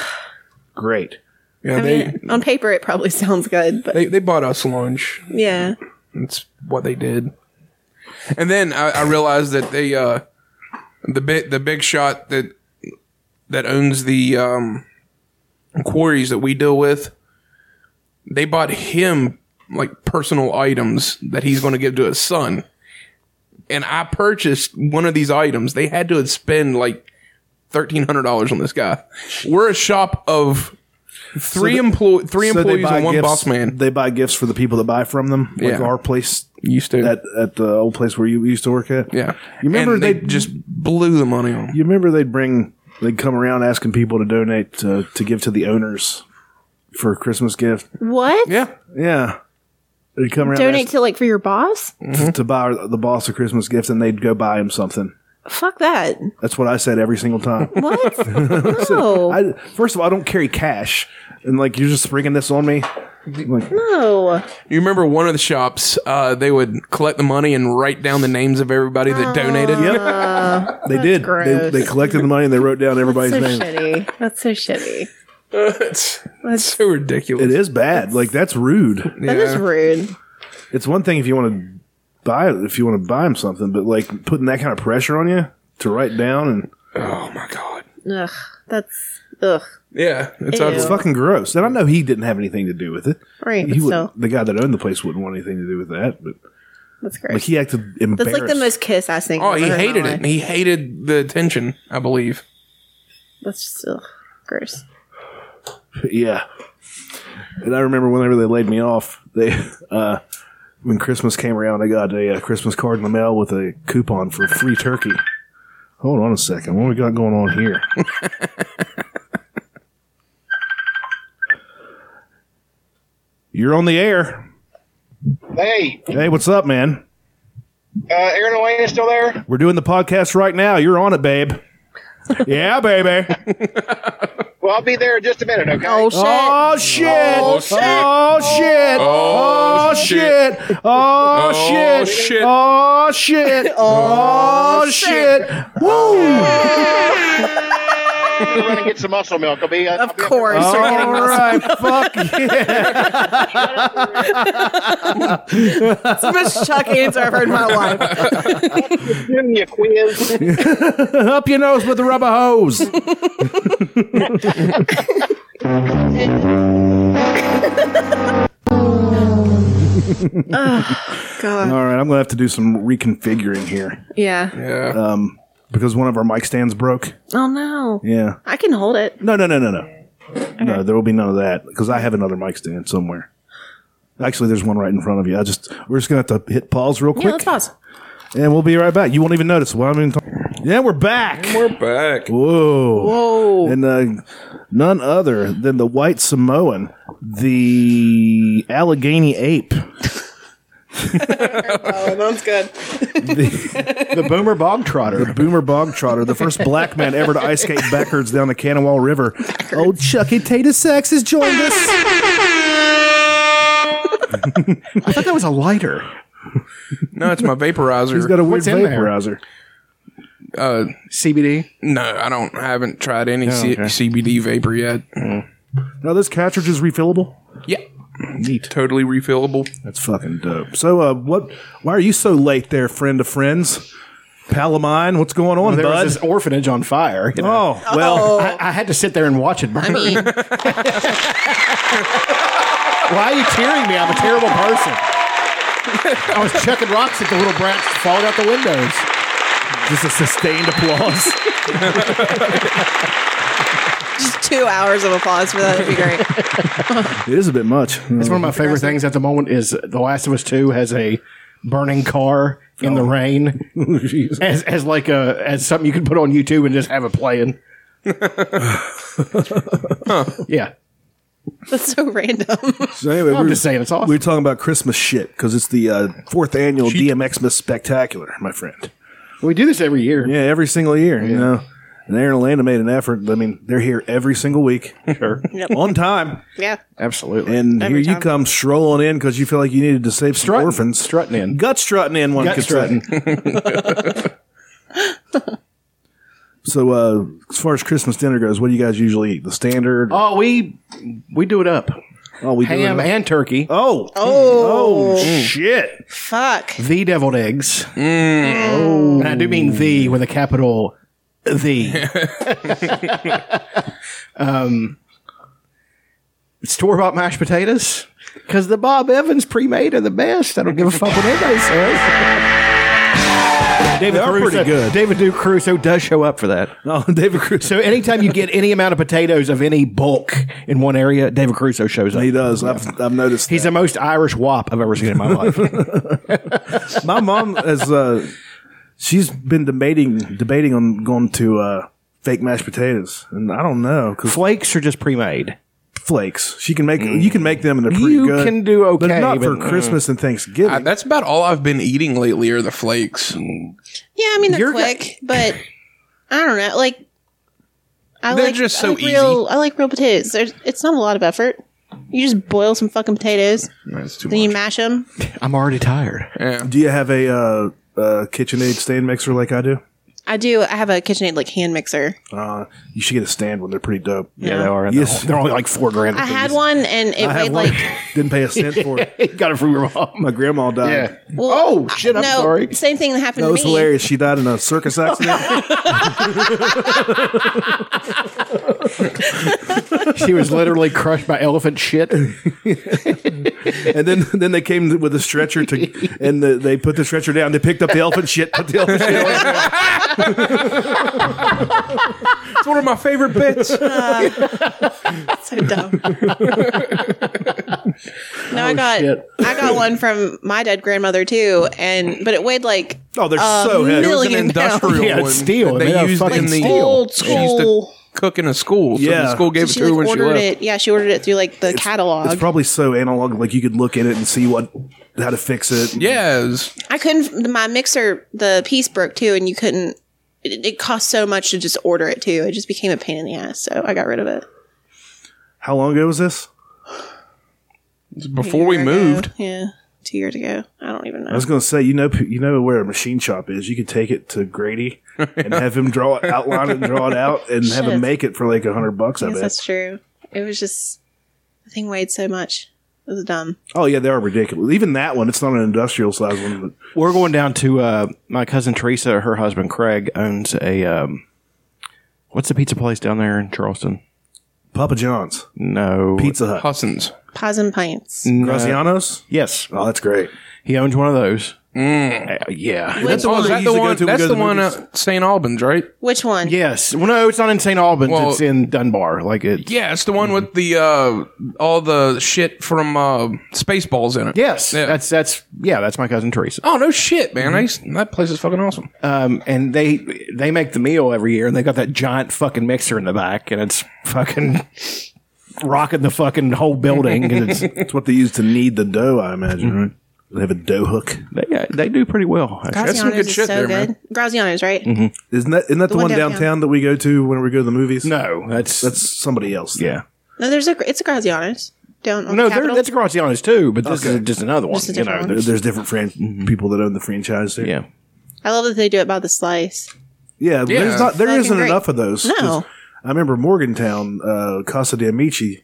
Speaker 2: Great.
Speaker 3: Yeah,
Speaker 4: I
Speaker 3: they,
Speaker 4: mean, on paper it probably sounds good, but
Speaker 3: they they bought us lunch.
Speaker 4: yeah.
Speaker 3: That's what they did. And then I, I realized that they uh the big the big shot that that owns the um quarries that we deal with, they bought him like personal items that he's gonna give to his son. And I purchased one of these items. They had to spend like thirteen hundred dollars on this guy. We're a shop of three
Speaker 2: they-
Speaker 3: employ three
Speaker 2: So they
Speaker 3: employees
Speaker 2: buy
Speaker 3: and one
Speaker 2: gifts-
Speaker 3: boss man.
Speaker 2: They buy gifts for the people that buy from them. Like
Speaker 3: Yeah.
Speaker 2: our place
Speaker 3: Used to
Speaker 2: at, at the old place where you used to work at.
Speaker 3: Yeah.
Speaker 2: You remember
Speaker 3: And
Speaker 2: they,
Speaker 3: they, just blew the money on. 'em.
Speaker 2: You remember they'd bring they'd come around asking people to donate uh, to give to the owners for a Christmas gift.
Speaker 4: What?
Speaker 3: Yeah.
Speaker 2: Yeah. They'd come around
Speaker 4: Donate
Speaker 2: asking
Speaker 4: to like for your boss?
Speaker 2: to-, buy the boss a Christmas gift and they'd go buy him something.
Speaker 4: Fuck that.
Speaker 2: That's what I said every single time.
Speaker 4: What? no.
Speaker 2: I, first of all, I don't carry cash. And like you're just springing this on me. Like
Speaker 4: no.
Speaker 3: You remember one of the shops, uh, they would collect the money and write down the names of everybody that donated.
Speaker 2: they did. They,
Speaker 4: gross.
Speaker 2: they collected the money and they wrote down everybody's
Speaker 4: So
Speaker 2: name.
Speaker 4: shitty. That's so shitty.
Speaker 3: it's, it's so ridiculous.
Speaker 2: It is bad. Like that's rude.
Speaker 4: That is rude.
Speaker 2: it's one thing if you want to buy if you want to buy him something, but like putting that kind of pressure on you to write down and
Speaker 3: Oh my god.
Speaker 4: Ugh. That's ugh.
Speaker 3: Yeah. It's
Speaker 4: Ew.
Speaker 3: ugly.
Speaker 2: fucking gross. And I know he didn't have anything to do with it.
Speaker 4: Right,
Speaker 2: He
Speaker 4: but
Speaker 2: would,
Speaker 4: still.
Speaker 2: the guy that owned the place wouldn't want anything to do with that. But
Speaker 4: That's
Speaker 2: like
Speaker 4: gross.
Speaker 2: he acted
Speaker 4: That's
Speaker 2: embarrassed.
Speaker 4: like the most kiss ass thing.
Speaker 3: Oh,
Speaker 4: I've
Speaker 3: he
Speaker 4: ever heard in my
Speaker 3: hated it.
Speaker 4: life.
Speaker 3: He hated the attention, I believe.
Speaker 4: That's just ugh, gross.
Speaker 2: yeah. And I remember whenever they laid me off, they uh, when Christmas came around, I got a, uh Christmas card in the mail with a coupon for free turkey. Hold on a second. What we got going on here? You're on the air.
Speaker 7: Hey, uh,
Speaker 2: Hey, what's up, man?
Speaker 7: Aaron Wayne is still there?
Speaker 2: We're doing the podcast right now. You're on it, babe. yeah, baby.
Speaker 7: Well, I'll be there in just a minute, okay?
Speaker 4: Oh shit.
Speaker 2: Oh shit! Oh shit! Oh shit! Oh shit! Oh shit!
Speaker 3: shit.
Speaker 2: Oh shit! Oh shit! Woo!
Speaker 7: I'm gonna run and get some muscle milk. I'll be. uh, I'll
Speaker 4: Of
Speaker 7: be up-
Speaker 4: course.
Speaker 2: All
Speaker 4: you're getting this.
Speaker 2: right, fuck yeah.
Speaker 5: That's the best Chuck answer I've heard in my life.
Speaker 7: Give me a quiz.
Speaker 2: Up your nose with the rubber hose.
Speaker 4: God.
Speaker 2: All right, I'm gonna have to do some reconfiguring here
Speaker 4: Yeah.
Speaker 3: Yeah.
Speaker 2: because one of our mic stands broke.
Speaker 4: Oh no.
Speaker 2: Yeah.
Speaker 4: I can hold it.
Speaker 2: No, no, no, no, no. No, there will be none of that because I have another mic stand somewhere. Actually, there's one right in front of you. I just we're just gonna have to hit pause real quick,
Speaker 4: Yeah, let's pause.
Speaker 2: and we'll be right back. You won't even notice. Why I'm even talking. Yeah, we're back.
Speaker 3: We're back.
Speaker 2: Whoa. Whoa. And uh, none other than the white Samoan, the Allegheny ape.
Speaker 5: Oh, that's good.
Speaker 6: The Boomer Bog Trotter.
Speaker 2: Boomer Bog Trotter, the first black man ever to ice skate backwards down the Kanawha River. Old Chucky Tater Sachs has joined us.
Speaker 6: I thought that was a lighter.
Speaker 3: No, it's my vaporizer.
Speaker 2: He's got a weird
Speaker 6: What's in there?
Speaker 2: vaporizer.
Speaker 6: CBD.
Speaker 3: no, I don't. I haven't tried
Speaker 2: Oh,
Speaker 3: any C- CBD vapor yet.
Speaker 2: Now, this cartridge is refillable.
Speaker 3: Yeah. Neat. Totally refillable.
Speaker 2: That's fucking dope. So, uh, what? Why are you so late there, friend of friends? Pal of mine, what's going on,
Speaker 6: Oh, There
Speaker 2: bud?
Speaker 6: was this orphanage on fire. you know.
Speaker 2: oh, well,
Speaker 6: I, I had to sit there and watch it burn.
Speaker 4: I mean,
Speaker 6: Why are you cheering me? I'm a terrible person. I was chucking rocks at the little brats falling out the windows.
Speaker 2: just a sustained applause.
Speaker 5: Just two hours of applause for that would be great.
Speaker 4: Oh.
Speaker 2: it is a bit much.
Speaker 6: It's one of my favorite things at the moment is The Last of Us Two has a burning car in
Speaker 2: Oh.
Speaker 6: the rain as, as like a as something you can put on YouTube and just have it playing. yeah,
Speaker 4: that's so random.
Speaker 2: So anyway,
Speaker 6: I'm just saying it's awesome.
Speaker 2: We're talking about Christmas shit because it's the uh, fourth annual DMX Spectacular, my friend.
Speaker 6: we do this every year.
Speaker 2: Yeah, every single year, you know. And Aaron Atlanta made an effort. I mean, they're here every single week
Speaker 6: Sure,
Speaker 2: on time.
Speaker 4: Yeah.
Speaker 6: absolutely.
Speaker 2: And
Speaker 4: Every
Speaker 2: here you
Speaker 4: time.
Speaker 2: come strolling in because you feel like you needed to save some
Speaker 6: Strutting.
Speaker 2: orphans.
Speaker 6: Strutting in.
Speaker 2: Gut strutting in, one
Speaker 6: Gut
Speaker 2: could
Speaker 6: strutting.
Speaker 2: say. So, uh, as far as Christmas dinner goes, what do you guys usually eat? The standard?
Speaker 6: Oh, we we do it up.
Speaker 2: Oh, we
Speaker 6: Ham
Speaker 2: it-
Speaker 6: and turkey.
Speaker 2: Oh. Oh. shit.
Speaker 5: Fuck.
Speaker 6: The deviled eggs. And I do mean the with a capital the. um, Store bought mashed potatoes because the Bob Evans pre made are the best. I don't give a fuck what anybody says. David
Speaker 2: They are pretty good.
Speaker 6: David Duke Crusoe does show up for that.
Speaker 2: Oh, David Cruz.
Speaker 6: So anytime you get any amount of potatoes of any bulk in one area, David Crusoe shows up.
Speaker 2: He does. I've, I've noticed.
Speaker 6: He's the most Irish wop I've ever seen in my life.
Speaker 2: my mom has uh she's been debating debating on going to uh fake mashed potatoes and i don't know because
Speaker 6: Flakes are just pre-made.
Speaker 2: flakes she can make you can make them and they're pretty
Speaker 6: You
Speaker 2: good
Speaker 6: can do
Speaker 2: but
Speaker 6: okay,
Speaker 2: not for
Speaker 6: but- uh,
Speaker 2: christmas and thanksgiving
Speaker 3: I, that's about all I've been eating lately are the flakes.
Speaker 4: Yeah, I mean they're
Speaker 6: You're
Speaker 4: quick, but I don't know. Like, I
Speaker 3: They're
Speaker 4: like
Speaker 3: just
Speaker 4: I
Speaker 3: so
Speaker 4: like real. I like real potatoes. There's, it's not a lot of effort. You just boil some fucking potatoes,
Speaker 3: That's too
Speaker 4: then you
Speaker 3: much.
Speaker 4: mash them.
Speaker 6: I'm already tired.
Speaker 2: do you have a uh uh, KitchenAid stand mixer like I do.
Speaker 4: I do. I have a KitchenAid like hand mixer.
Speaker 2: Uh, you should get a stand one; they're pretty dope.
Speaker 6: Yeah, they are.
Speaker 2: Yes.
Speaker 6: They're only like four grand.
Speaker 4: I had one, and it
Speaker 2: I have
Speaker 4: weighed
Speaker 2: one.
Speaker 4: like
Speaker 2: Didn't pay a cent for it.
Speaker 6: Got it from your mom.
Speaker 2: My grandma died.
Speaker 6: Yeah.
Speaker 4: Well,
Speaker 6: oh shit! I'm
Speaker 4: Uh, no.
Speaker 6: sorry.
Speaker 4: Same thing that happened
Speaker 2: That
Speaker 4: to
Speaker 2: was
Speaker 4: me.
Speaker 2: hilarious. She died in a circus accident.
Speaker 6: She was literally crushed by elephant shit.
Speaker 2: and then, then they came with a stretcher to, and the, they put the stretcher down. They picked up the elephant shit, put the elephant shit on the
Speaker 3: It's one of my favorite bits.
Speaker 4: So dumb. no, I got
Speaker 6: shit.
Speaker 4: I got one from my dead grandmother too, and but it weighed like
Speaker 2: Oh, they're
Speaker 4: Uh,
Speaker 2: so heavy.
Speaker 3: It was an
Speaker 4: Million
Speaker 3: industrial
Speaker 4: pounds.
Speaker 6: Yeah,
Speaker 3: one.
Speaker 6: it's steel.
Speaker 3: that
Speaker 6: Made out
Speaker 3: They
Speaker 6: of
Speaker 3: used
Speaker 6: fucking
Speaker 3: in the
Speaker 6: steel.
Speaker 4: old
Speaker 3: She used to
Speaker 4: school.
Speaker 3: cook in a school. So
Speaker 2: Yeah.
Speaker 3: the school gave
Speaker 4: So she
Speaker 3: it to her
Speaker 4: like
Speaker 3: when she
Speaker 4: ordered it.
Speaker 3: left.
Speaker 4: Yeah, she ordered it through like the catalog.
Speaker 2: It's probably so analog. Like you could look at it and see what how to fix it.
Speaker 3: Yes.
Speaker 4: I couldn't. My mixer, the piece broke too, and you couldn't. It, it cost so much to just order it too. It just became a pain in the ass, so I got rid of it.
Speaker 2: How long ago was this?
Speaker 3: Before we
Speaker 4: Year ago.
Speaker 3: moved.
Speaker 4: yeah, two years ago. I don't even know.
Speaker 2: I was gonna say you know you know where a machine shop is. You could take it to Grady and have him draw it, outline it, and draw it out, and have
Speaker 4: Shit.
Speaker 2: him make it for like a hundred bucks. I
Speaker 4: Yes,
Speaker 2: bet.
Speaker 4: that's true. It was just the thing weighed so much. It was dumb.
Speaker 2: Oh yeah, they are ridiculous. Even that one, it's not an industrial size one. But
Speaker 6: We're going down to uh, my cousin Teresa. Her husband Craig owns a um, what's the pizza place down there in Charleston?
Speaker 2: Papa John's,
Speaker 6: No,
Speaker 2: Pizza Hut,
Speaker 3: Hussins.
Speaker 4: Paws and pints.
Speaker 2: Graziano's.
Speaker 6: Yes,
Speaker 2: Oh, that's great.
Speaker 6: he owns one of those.
Speaker 3: Mm.
Speaker 6: Uh, yeah.
Speaker 4: Which
Speaker 3: Oh,
Speaker 4: one?
Speaker 3: is that
Speaker 2: we used to
Speaker 3: the
Speaker 2: go to
Speaker 3: one?
Speaker 2: when we go
Speaker 3: That's
Speaker 2: to
Speaker 3: the
Speaker 2: the
Speaker 3: one
Speaker 2: movies.
Speaker 3: at St. Albans, right?
Speaker 4: Which one?
Speaker 6: Yes. Well, no, it's not in St. Albans.
Speaker 3: Well-
Speaker 6: it's in Dunbar. Like it.
Speaker 3: Yeah, it's the one with the uh, all the shit from uh, Spaceballs in it.
Speaker 6: Yes.
Speaker 3: Yeah.
Speaker 6: That's that's yeah. That's my cousin Teresa.
Speaker 3: Oh no shit, man! I used- that place is fucking awesome.
Speaker 6: Um, and they they make the meal every year, and they got that giant fucking mixer in the back, and it's fucking rocking the fucking whole building. And it's
Speaker 2: It's what they use to knead the dough, I imagine. Right? They have a dough hook.
Speaker 6: they, uh, they do pretty well. Actually.
Speaker 3: That's some
Speaker 4: Graziano's
Speaker 3: good
Speaker 4: is
Speaker 3: shit there, man. Mm-hmm.
Speaker 4: Graziano's, right?
Speaker 2: Isn't that isn't that the,
Speaker 4: one
Speaker 2: one, downtown,
Speaker 4: downtown.
Speaker 2: that we go to when we go to the movies?
Speaker 6: No, that's
Speaker 2: that's somebody else.
Speaker 6: yeah.
Speaker 4: No, there's a. It's a Graziano's. Down on
Speaker 6: No,
Speaker 4: the
Speaker 6: they're,
Speaker 4: Capitol.
Speaker 6: that's Graziano's too, but this
Speaker 2: Okay.
Speaker 6: is just another one.
Speaker 4: Just a
Speaker 6: you
Speaker 4: different
Speaker 6: know,
Speaker 4: one.
Speaker 2: There- there's different fran- people that own the franchise. There.
Speaker 6: Mm-hmm. yeah.
Speaker 4: I love that they do it by the slice.
Speaker 2: yeah,
Speaker 3: Yeah.
Speaker 2: There's not there
Speaker 4: Fucking
Speaker 2: isn't
Speaker 4: great.
Speaker 2: enough of those. 'cause
Speaker 4: No.
Speaker 2: I remember Morgantown, uh, Casa de Amici.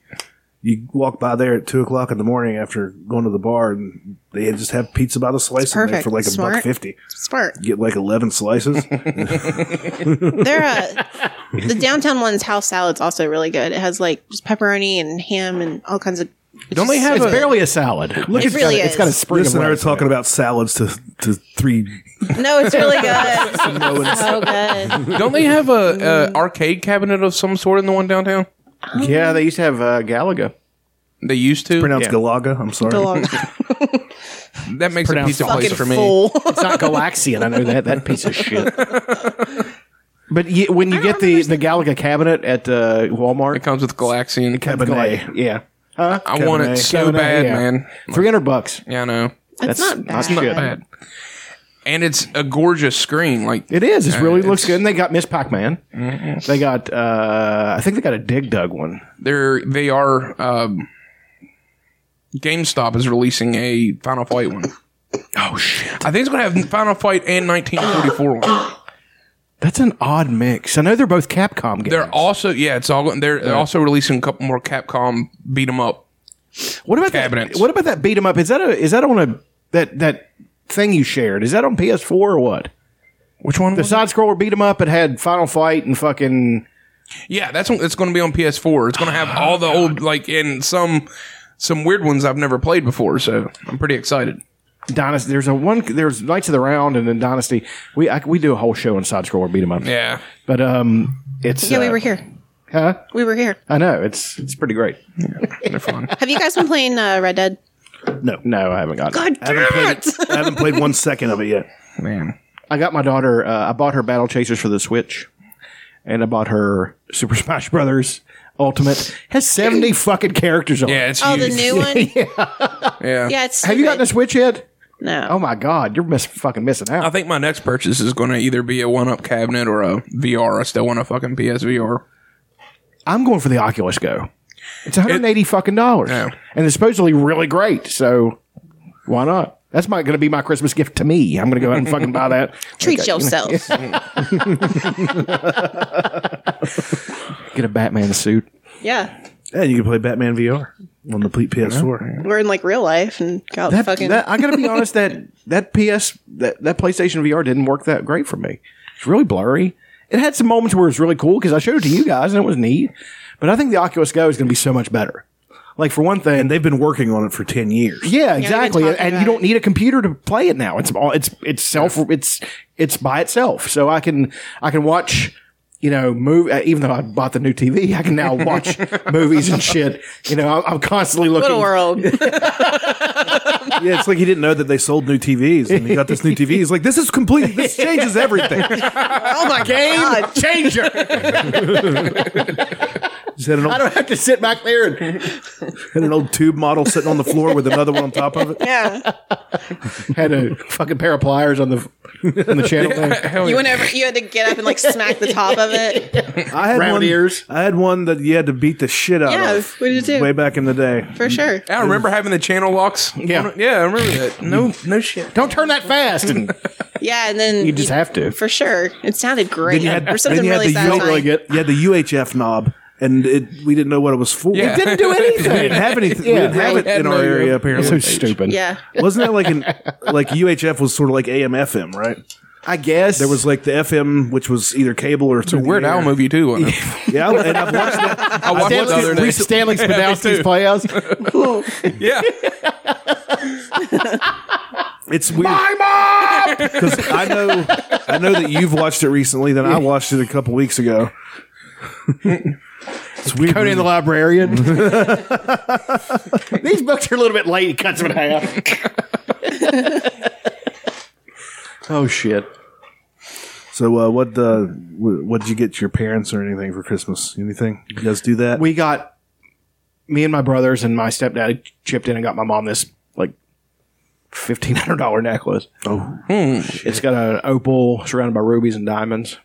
Speaker 2: You walk by there at two o'clock in the morning after going to the bar, and they just have pizza by the slice in there
Speaker 4: perfect.
Speaker 2: for like a buck
Speaker 4: Smart.
Speaker 2: fifty.
Speaker 4: Smart.
Speaker 2: Get like eleven slices.
Speaker 4: They're uh, the downtown one's house salad's also really good. It has like just pepperoni and ham and all kinds of.
Speaker 3: Don't they have
Speaker 6: It's
Speaker 3: a
Speaker 6: barely a salad. Look,
Speaker 4: It really
Speaker 6: got, a- It's got a
Speaker 4: is.
Speaker 6: spring
Speaker 2: Listen,
Speaker 6: of
Speaker 2: I was
Speaker 6: lettuce in
Speaker 2: talking
Speaker 6: it.
Speaker 2: about salads to to three.
Speaker 4: No, it's really good. so good.
Speaker 3: don't they have a, a arcade cabinet of some sort in the one downtown?
Speaker 6: Yeah, they used to have uh, Galaga.
Speaker 3: They used to.
Speaker 2: Pronounced
Speaker 6: Yeah.
Speaker 2: Galaga. I'm sorry.
Speaker 4: The long
Speaker 3: that makes a
Speaker 6: pronounced
Speaker 3: pizza place
Speaker 4: fucking
Speaker 3: for me.
Speaker 4: fool.
Speaker 6: It's not Galaxian. I know that that piece of shit. But you, when you get the the Galaga cabinet at uh,
Speaker 3: It
Speaker 6: Walmart,
Speaker 3: comes with Galaxian.
Speaker 2: Cabernet.
Speaker 6: Galaga- yeah,
Speaker 3: I want it so
Speaker 6: Cabernet,
Speaker 3: bad,
Speaker 6: yeah.
Speaker 3: man.
Speaker 6: three hundred bucks.
Speaker 3: Yeah, I know.
Speaker 4: That's, not bad.
Speaker 6: not shit.
Speaker 3: Bad. And it's a gorgeous screen. Like
Speaker 6: It is. It really looks
Speaker 3: it's-
Speaker 6: good. And they got Miss Pac Man. They got. Uh, I think they got a Dig Dug one.
Speaker 3: they're they are. Um, GameStop is releasing a Final Fight one.
Speaker 6: Oh shit!
Speaker 3: I think it's gonna have Final Fight and 1944 one.
Speaker 6: That's an odd mix. I know they're both Capcom games.
Speaker 3: They're also yeah, it's all they're, they're also releasing a couple more Capcom beat 'em up.
Speaker 6: what about that?
Speaker 3: cabinets.
Speaker 6: What about that beat 'em up? Is that a? Is that on a that that thing you shared? Is that on PS4 or what?
Speaker 3: Which one?
Speaker 6: The
Speaker 3: Was it?
Speaker 6: side scroller beat 'em up. It had Final Fight and fucking.
Speaker 3: Yeah, that's what- it's going to be on PS4. It's going to have all the old like and some some weird ones I've never played before. So I'm pretty excited.
Speaker 6: Dynasty. There's a one. There's Knights of the Round and then Dynasty. We I, we do a whole show on side scroller beat 'em up.
Speaker 3: Yeah,
Speaker 6: But um, it's
Speaker 4: Yeah, we
Speaker 6: uh,
Speaker 4: were here.
Speaker 6: Huh?
Speaker 4: We were here.
Speaker 6: I know it's it's pretty great.
Speaker 3: they're fun.
Speaker 4: Have you guys been playing uh, Red Dead?
Speaker 6: No, I haven't got. it.
Speaker 4: God
Speaker 2: I haven't played it. I haven't played one second of it yet.
Speaker 3: Man,
Speaker 6: I got my daughter. Uh, I bought her Battle Chasers for the Switch, and I bought her Super Smash Brothers Ultimate. Has seventy fucking characters on. it.
Speaker 3: yeah, it's
Speaker 4: Oh, the
Speaker 3: huge.
Speaker 4: new one. yeah.
Speaker 3: yeah.
Speaker 4: it's
Speaker 6: Have you gotten
Speaker 4: stupid.
Speaker 6: a Switch yet?
Speaker 4: No.
Speaker 6: Oh my god, you're miss, fucking missing
Speaker 3: I
Speaker 6: out.
Speaker 3: think my next purchase is going to either be a one-up cabinet or a VR. I still want a fucking PSVR.
Speaker 6: I'm going for the Oculus Go. It's 180 fucking dollars,
Speaker 3: Yeah.
Speaker 6: and it's supposedly really great. So why not? That's my going to be my Christmas gift to me. I'm going to go out and fucking buy that.
Speaker 4: Treat yourself.
Speaker 6: Get a Batman suit.
Speaker 4: yeah.
Speaker 2: Yeah, you can play Batman VR on the PS4.
Speaker 4: We're in like real life and got
Speaker 6: That,
Speaker 4: fucking.
Speaker 6: that- I gotta be honest that that PS that that PlayStation VR didn't work that great for me. It's really blurry. It had some moments where it was really cool because I showed it to you guys and it was neat. But I think the Oculus Go is gonna be so much better. Like for one thing,
Speaker 2: And they've been working on it for ten years.
Speaker 6: yeah, exactly.
Speaker 4: talking
Speaker 6: and
Speaker 4: about
Speaker 6: you don't
Speaker 4: it.
Speaker 6: need a computer to play it now. It's all it's it's self it's it's by itself. So I can I can watch you know move uh, even though I bought the new TV, I can now watch movies and shit. You know, I'm, I'm constantly looking.
Speaker 4: What a world.
Speaker 2: Yeah, it's like he didn't know that they sold new TVs, and he got this new TV. He's like, "This is complete. This changes everything."
Speaker 6: Oh my game changer.
Speaker 2: He's had an
Speaker 6: I
Speaker 2: old,
Speaker 6: don't have to sit back there and
Speaker 2: had an old tube model sitting on the floor with another one on top of it.
Speaker 4: yeah.
Speaker 6: had a fucking pair of pliers on the in the channel thing.
Speaker 3: Hell
Speaker 4: You
Speaker 3: yeah.
Speaker 4: went over. You had to get up and like smack the top of it.
Speaker 2: I had
Speaker 6: Round
Speaker 2: one.
Speaker 6: ears.
Speaker 2: I had one that you had to beat the shit out
Speaker 4: Yeah,
Speaker 2: of.
Speaker 4: we did too.
Speaker 2: Way back in the day.
Speaker 4: For sure.
Speaker 3: I remember having the channel locks.
Speaker 6: Yeah.
Speaker 3: yeah, I remember that. No, no shit.
Speaker 6: Don't turn that fast. And
Speaker 4: Yeah, and then
Speaker 6: you just have to.
Speaker 4: for sure. It sounded great.
Speaker 2: You had,
Speaker 4: or something
Speaker 2: then you had
Speaker 4: really
Speaker 2: the U-
Speaker 4: satisfying.
Speaker 2: You had the UHF knob, and it, we didn't know what it was for.
Speaker 3: Yeah.
Speaker 2: We didn't,
Speaker 6: Didn't do
Speaker 2: we didn't
Speaker 6: anything.
Speaker 2: have anything.
Speaker 6: Yeah.
Speaker 2: we didn't have
Speaker 4: Right.
Speaker 2: it in our
Speaker 3: No, you're-
Speaker 2: area.
Speaker 6: That's so
Speaker 2: Apparently,
Speaker 6: stupid.
Speaker 4: Yeah.
Speaker 2: wasn't that like an like UHF was sort of like AM/FM, right?
Speaker 6: I guess
Speaker 2: There was like the FM, which was either cable or it's
Speaker 3: The Weird Al movie too. Wasn't it?
Speaker 2: Yeah, and I've watched that.
Speaker 3: I watched it the other day.
Speaker 6: Stanley, Stanley Spadowski's
Speaker 3: too.
Speaker 6: Playhouse.
Speaker 3: Yeah,
Speaker 2: It's weird. Because I know, I know that you've watched it recently. Then I watched it a couple weeks ago. it's weird.
Speaker 6: Conan the Librarian. These books are a little bit late. He cuts them in half. oh shit!
Speaker 2: So, uh, what uh, wh- what did you get your parents or anything for Christmas? Anything you guys do that?
Speaker 6: We got me and my brothers and my stepdad chipped in and got my mom this like fifteen hundred dollar necklace. Oh, it's got an opal surrounded by rubies and diamonds.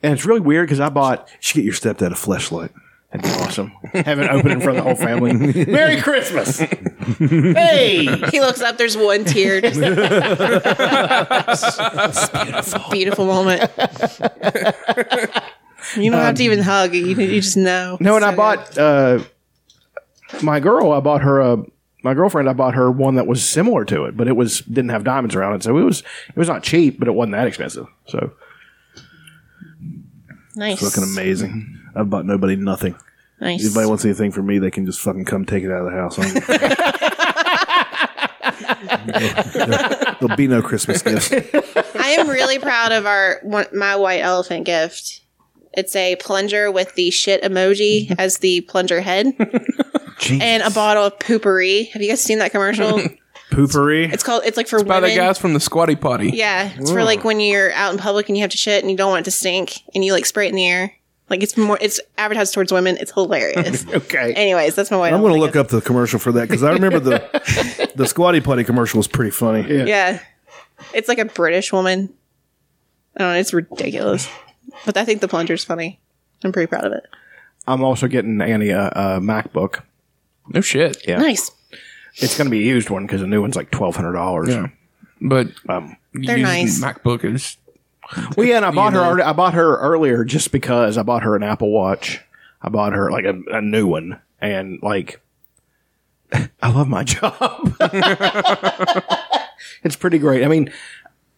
Speaker 6: And it's really weird because I bought.
Speaker 2: you should get your stepdad a flashlight.
Speaker 6: That'd be awesome. Have it open in front of the whole family. Merry Christmas! hey,
Speaker 4: He looks up. There's one tear. Just beautiful. beautiful moment. You don't have
Speaker 2: Um,
Speaker 4: to even hug. You, you just know.
Speaker 6: No, and
Speaker 4: It's
Speaker 6: I
Speaker 4: so
Speaker 6: bought uh, my girl. I bought her a my girlfriend. I bought her one that was similar to it, but it was didn't have diamonds around it, so it was it was not cheap, but it wasn't that expensive. So
Speaker 4: good. nice.
Speaker 2: Fucking amazing. I've bought nobody nothing.
Speaker 4: Nice.
Speaker 2: If anybody wants anything from me, they can just fucking come take it out of the house. I'm- There'll be no Christmas gifts.
Speaker 4: I am really proud of our one, my white elephant gift. It's a plunger with the shit emoji as the plunger head, and a bottle of poopery. Have you guys seen that commercial?
Speaker 2: Poopery.
Speaker 4: It's called. It's like for
Speaker 3: by the
Speaker 4: women.
Speaker 3: guys from the Squatty Potty.
Speaker 4: Yeah, it's for like when you're out in public and you have to shit and you don't want it to stink and you like spray it in the air. Like it's more. It's advertised towards women. It's hilarious.
Speaker 6: okay,
Speaker 4: Anyways, that's my white.
Speaker 2: I'm going to
Speaker 4: elephant
Speaker 2: look up the commercial for that because I remember the the squatty potty commercial was pretty funny.
Speaker 4: gift. Yeah, it's like a British woman. I don't know. It's ridiculous, but I think the plunger's funny. I'm pretty proud of it.
Speaker 6: I'm also getting Annie a, a MacBook.
Speaker 3: No shit.
Speaker 6: Yeah.
Speaker 4: Nice.
Speaker 6: It's going to be a used one because a new one's like twelve hundred dollars.
Speaker 3: Yeah. But
Speaker 6: Um,
Speaker 4: They're
Speaker 3: using
Speaker 4: nice.
Speaker 3: MacBook is
Speaker 6: well, yeah, and I bought her.
Speaker 3: know.
Speaker 6: already- I bought her earlier just because I bought her an Apple Watch. I bought her like a, a new one, and like I love my job. it's pretty great. I mean,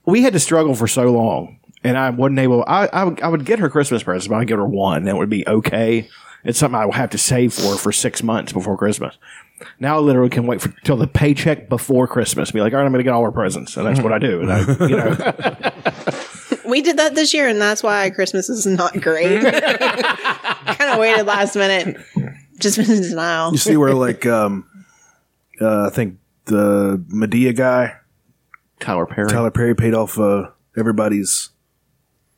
Speaker 6: we had to struggle for so long, and I wasn't able. I I would, I would get her Christmas presents, but I'd get her one, and it would be okay. It's something I would have to save for for six months before Christmas. Now I literally can wait for till the paycheck before Christmas. Be like, all right, I'm going to get all her presents, and that's what I do. And I, you know.
Speaker 4: We did that this year, and that's why Christmas is not great. kind of waited last minute. Just been in denial.
Speaker 2: You see where like um, uh, I think the Medea guy
Speaker 6: Tyler Perry.
Speaker 2: Tyler Perry paid off uh, everybody's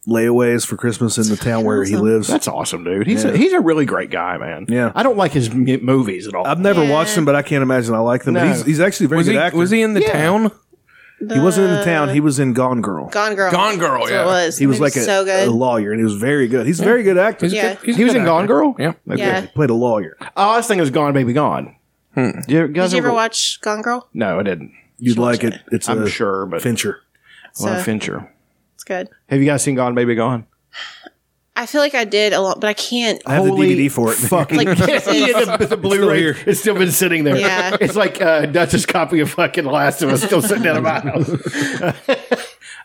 Speaker 2: layaways for Christmas in the town where he lives.
Speaker 6: That's awesome, dude. He's a, he's a really great guy, man.
Speaker 2: Yeah.
Speaker 6: I don't like his m- movies at all.
Speaker 2: I've never
Speaker 4: Yeah.
Speaker 2: watched him, but I can't imagine I like them. But
Speaker 6: No.
Speaker 2: He's, he's actually a very
Speaker 3: was
Speaker 2: good
Speaker 3: he
Speaker 2: actor.
Speaker 3: was he in the
Speaker 6: Yeah.
Speaker 3: town?
Speaker 2: He wasn't in the town. He was in Gone Girl.
Speaker 4: Uh, Gone Girl.
Speaker 3: Gone Girl,
Speaker 4: That's what
Speaker 3: yeah.
Speaker 4: it was.
Speaker 2: He was
Speaker 4: It
Speaker 2: like a,
Speaker 4: so good.
Speaker 2: a lawyer, and he was very good. He's a very good actor.
Speaker 3: He's a
Speaker 4: Yeah.
Speaker 3: good- he's a
Speaker 6: he was
Speaker 3: good
Speaker 6: in Gone
Speaker 3: actor.
Speaker 6: Girl.
Speaker 3: Yeah.
Speaker 6: Okay.
Speaker 4: Yeah.
Speaker 2: He played a lawyer.
Speaker 6: Oh, I was thinking it was Gone Baby Gone. Did you guys
Speaker 4: Did you ever
Speaker 6: ever-
Speaker 4: watch Gone Girl?
Speaker 6: No, I didn't.
Speaker 2: You'd like it. It's
Speaker 6: I'm
Speaker 2: a
Speaker 6: sure, but
Speaker 2: Fincher.
Speaker 6: Laura
Speaker 4: So-
Speaker 6: Fincher.
Speaker 4: It's good.
Speaker 6: Have you guys seen Gone Baby Gone?
Speaker 4: I feel like I did a lot, but I can't.
Speaker 2: I have
Speaker 6: Holy
Speaker 2: the DVD for it.
Speaker 6: Fuck.
Speaker 4: Like,
Speaker 6: the, the Blu-ray. It's still, been sitting there.
Speaker 4: Yeah.
Speaker 6: It's like uh, Dutch's copy of fucking The Last of Us still sitting down in my house.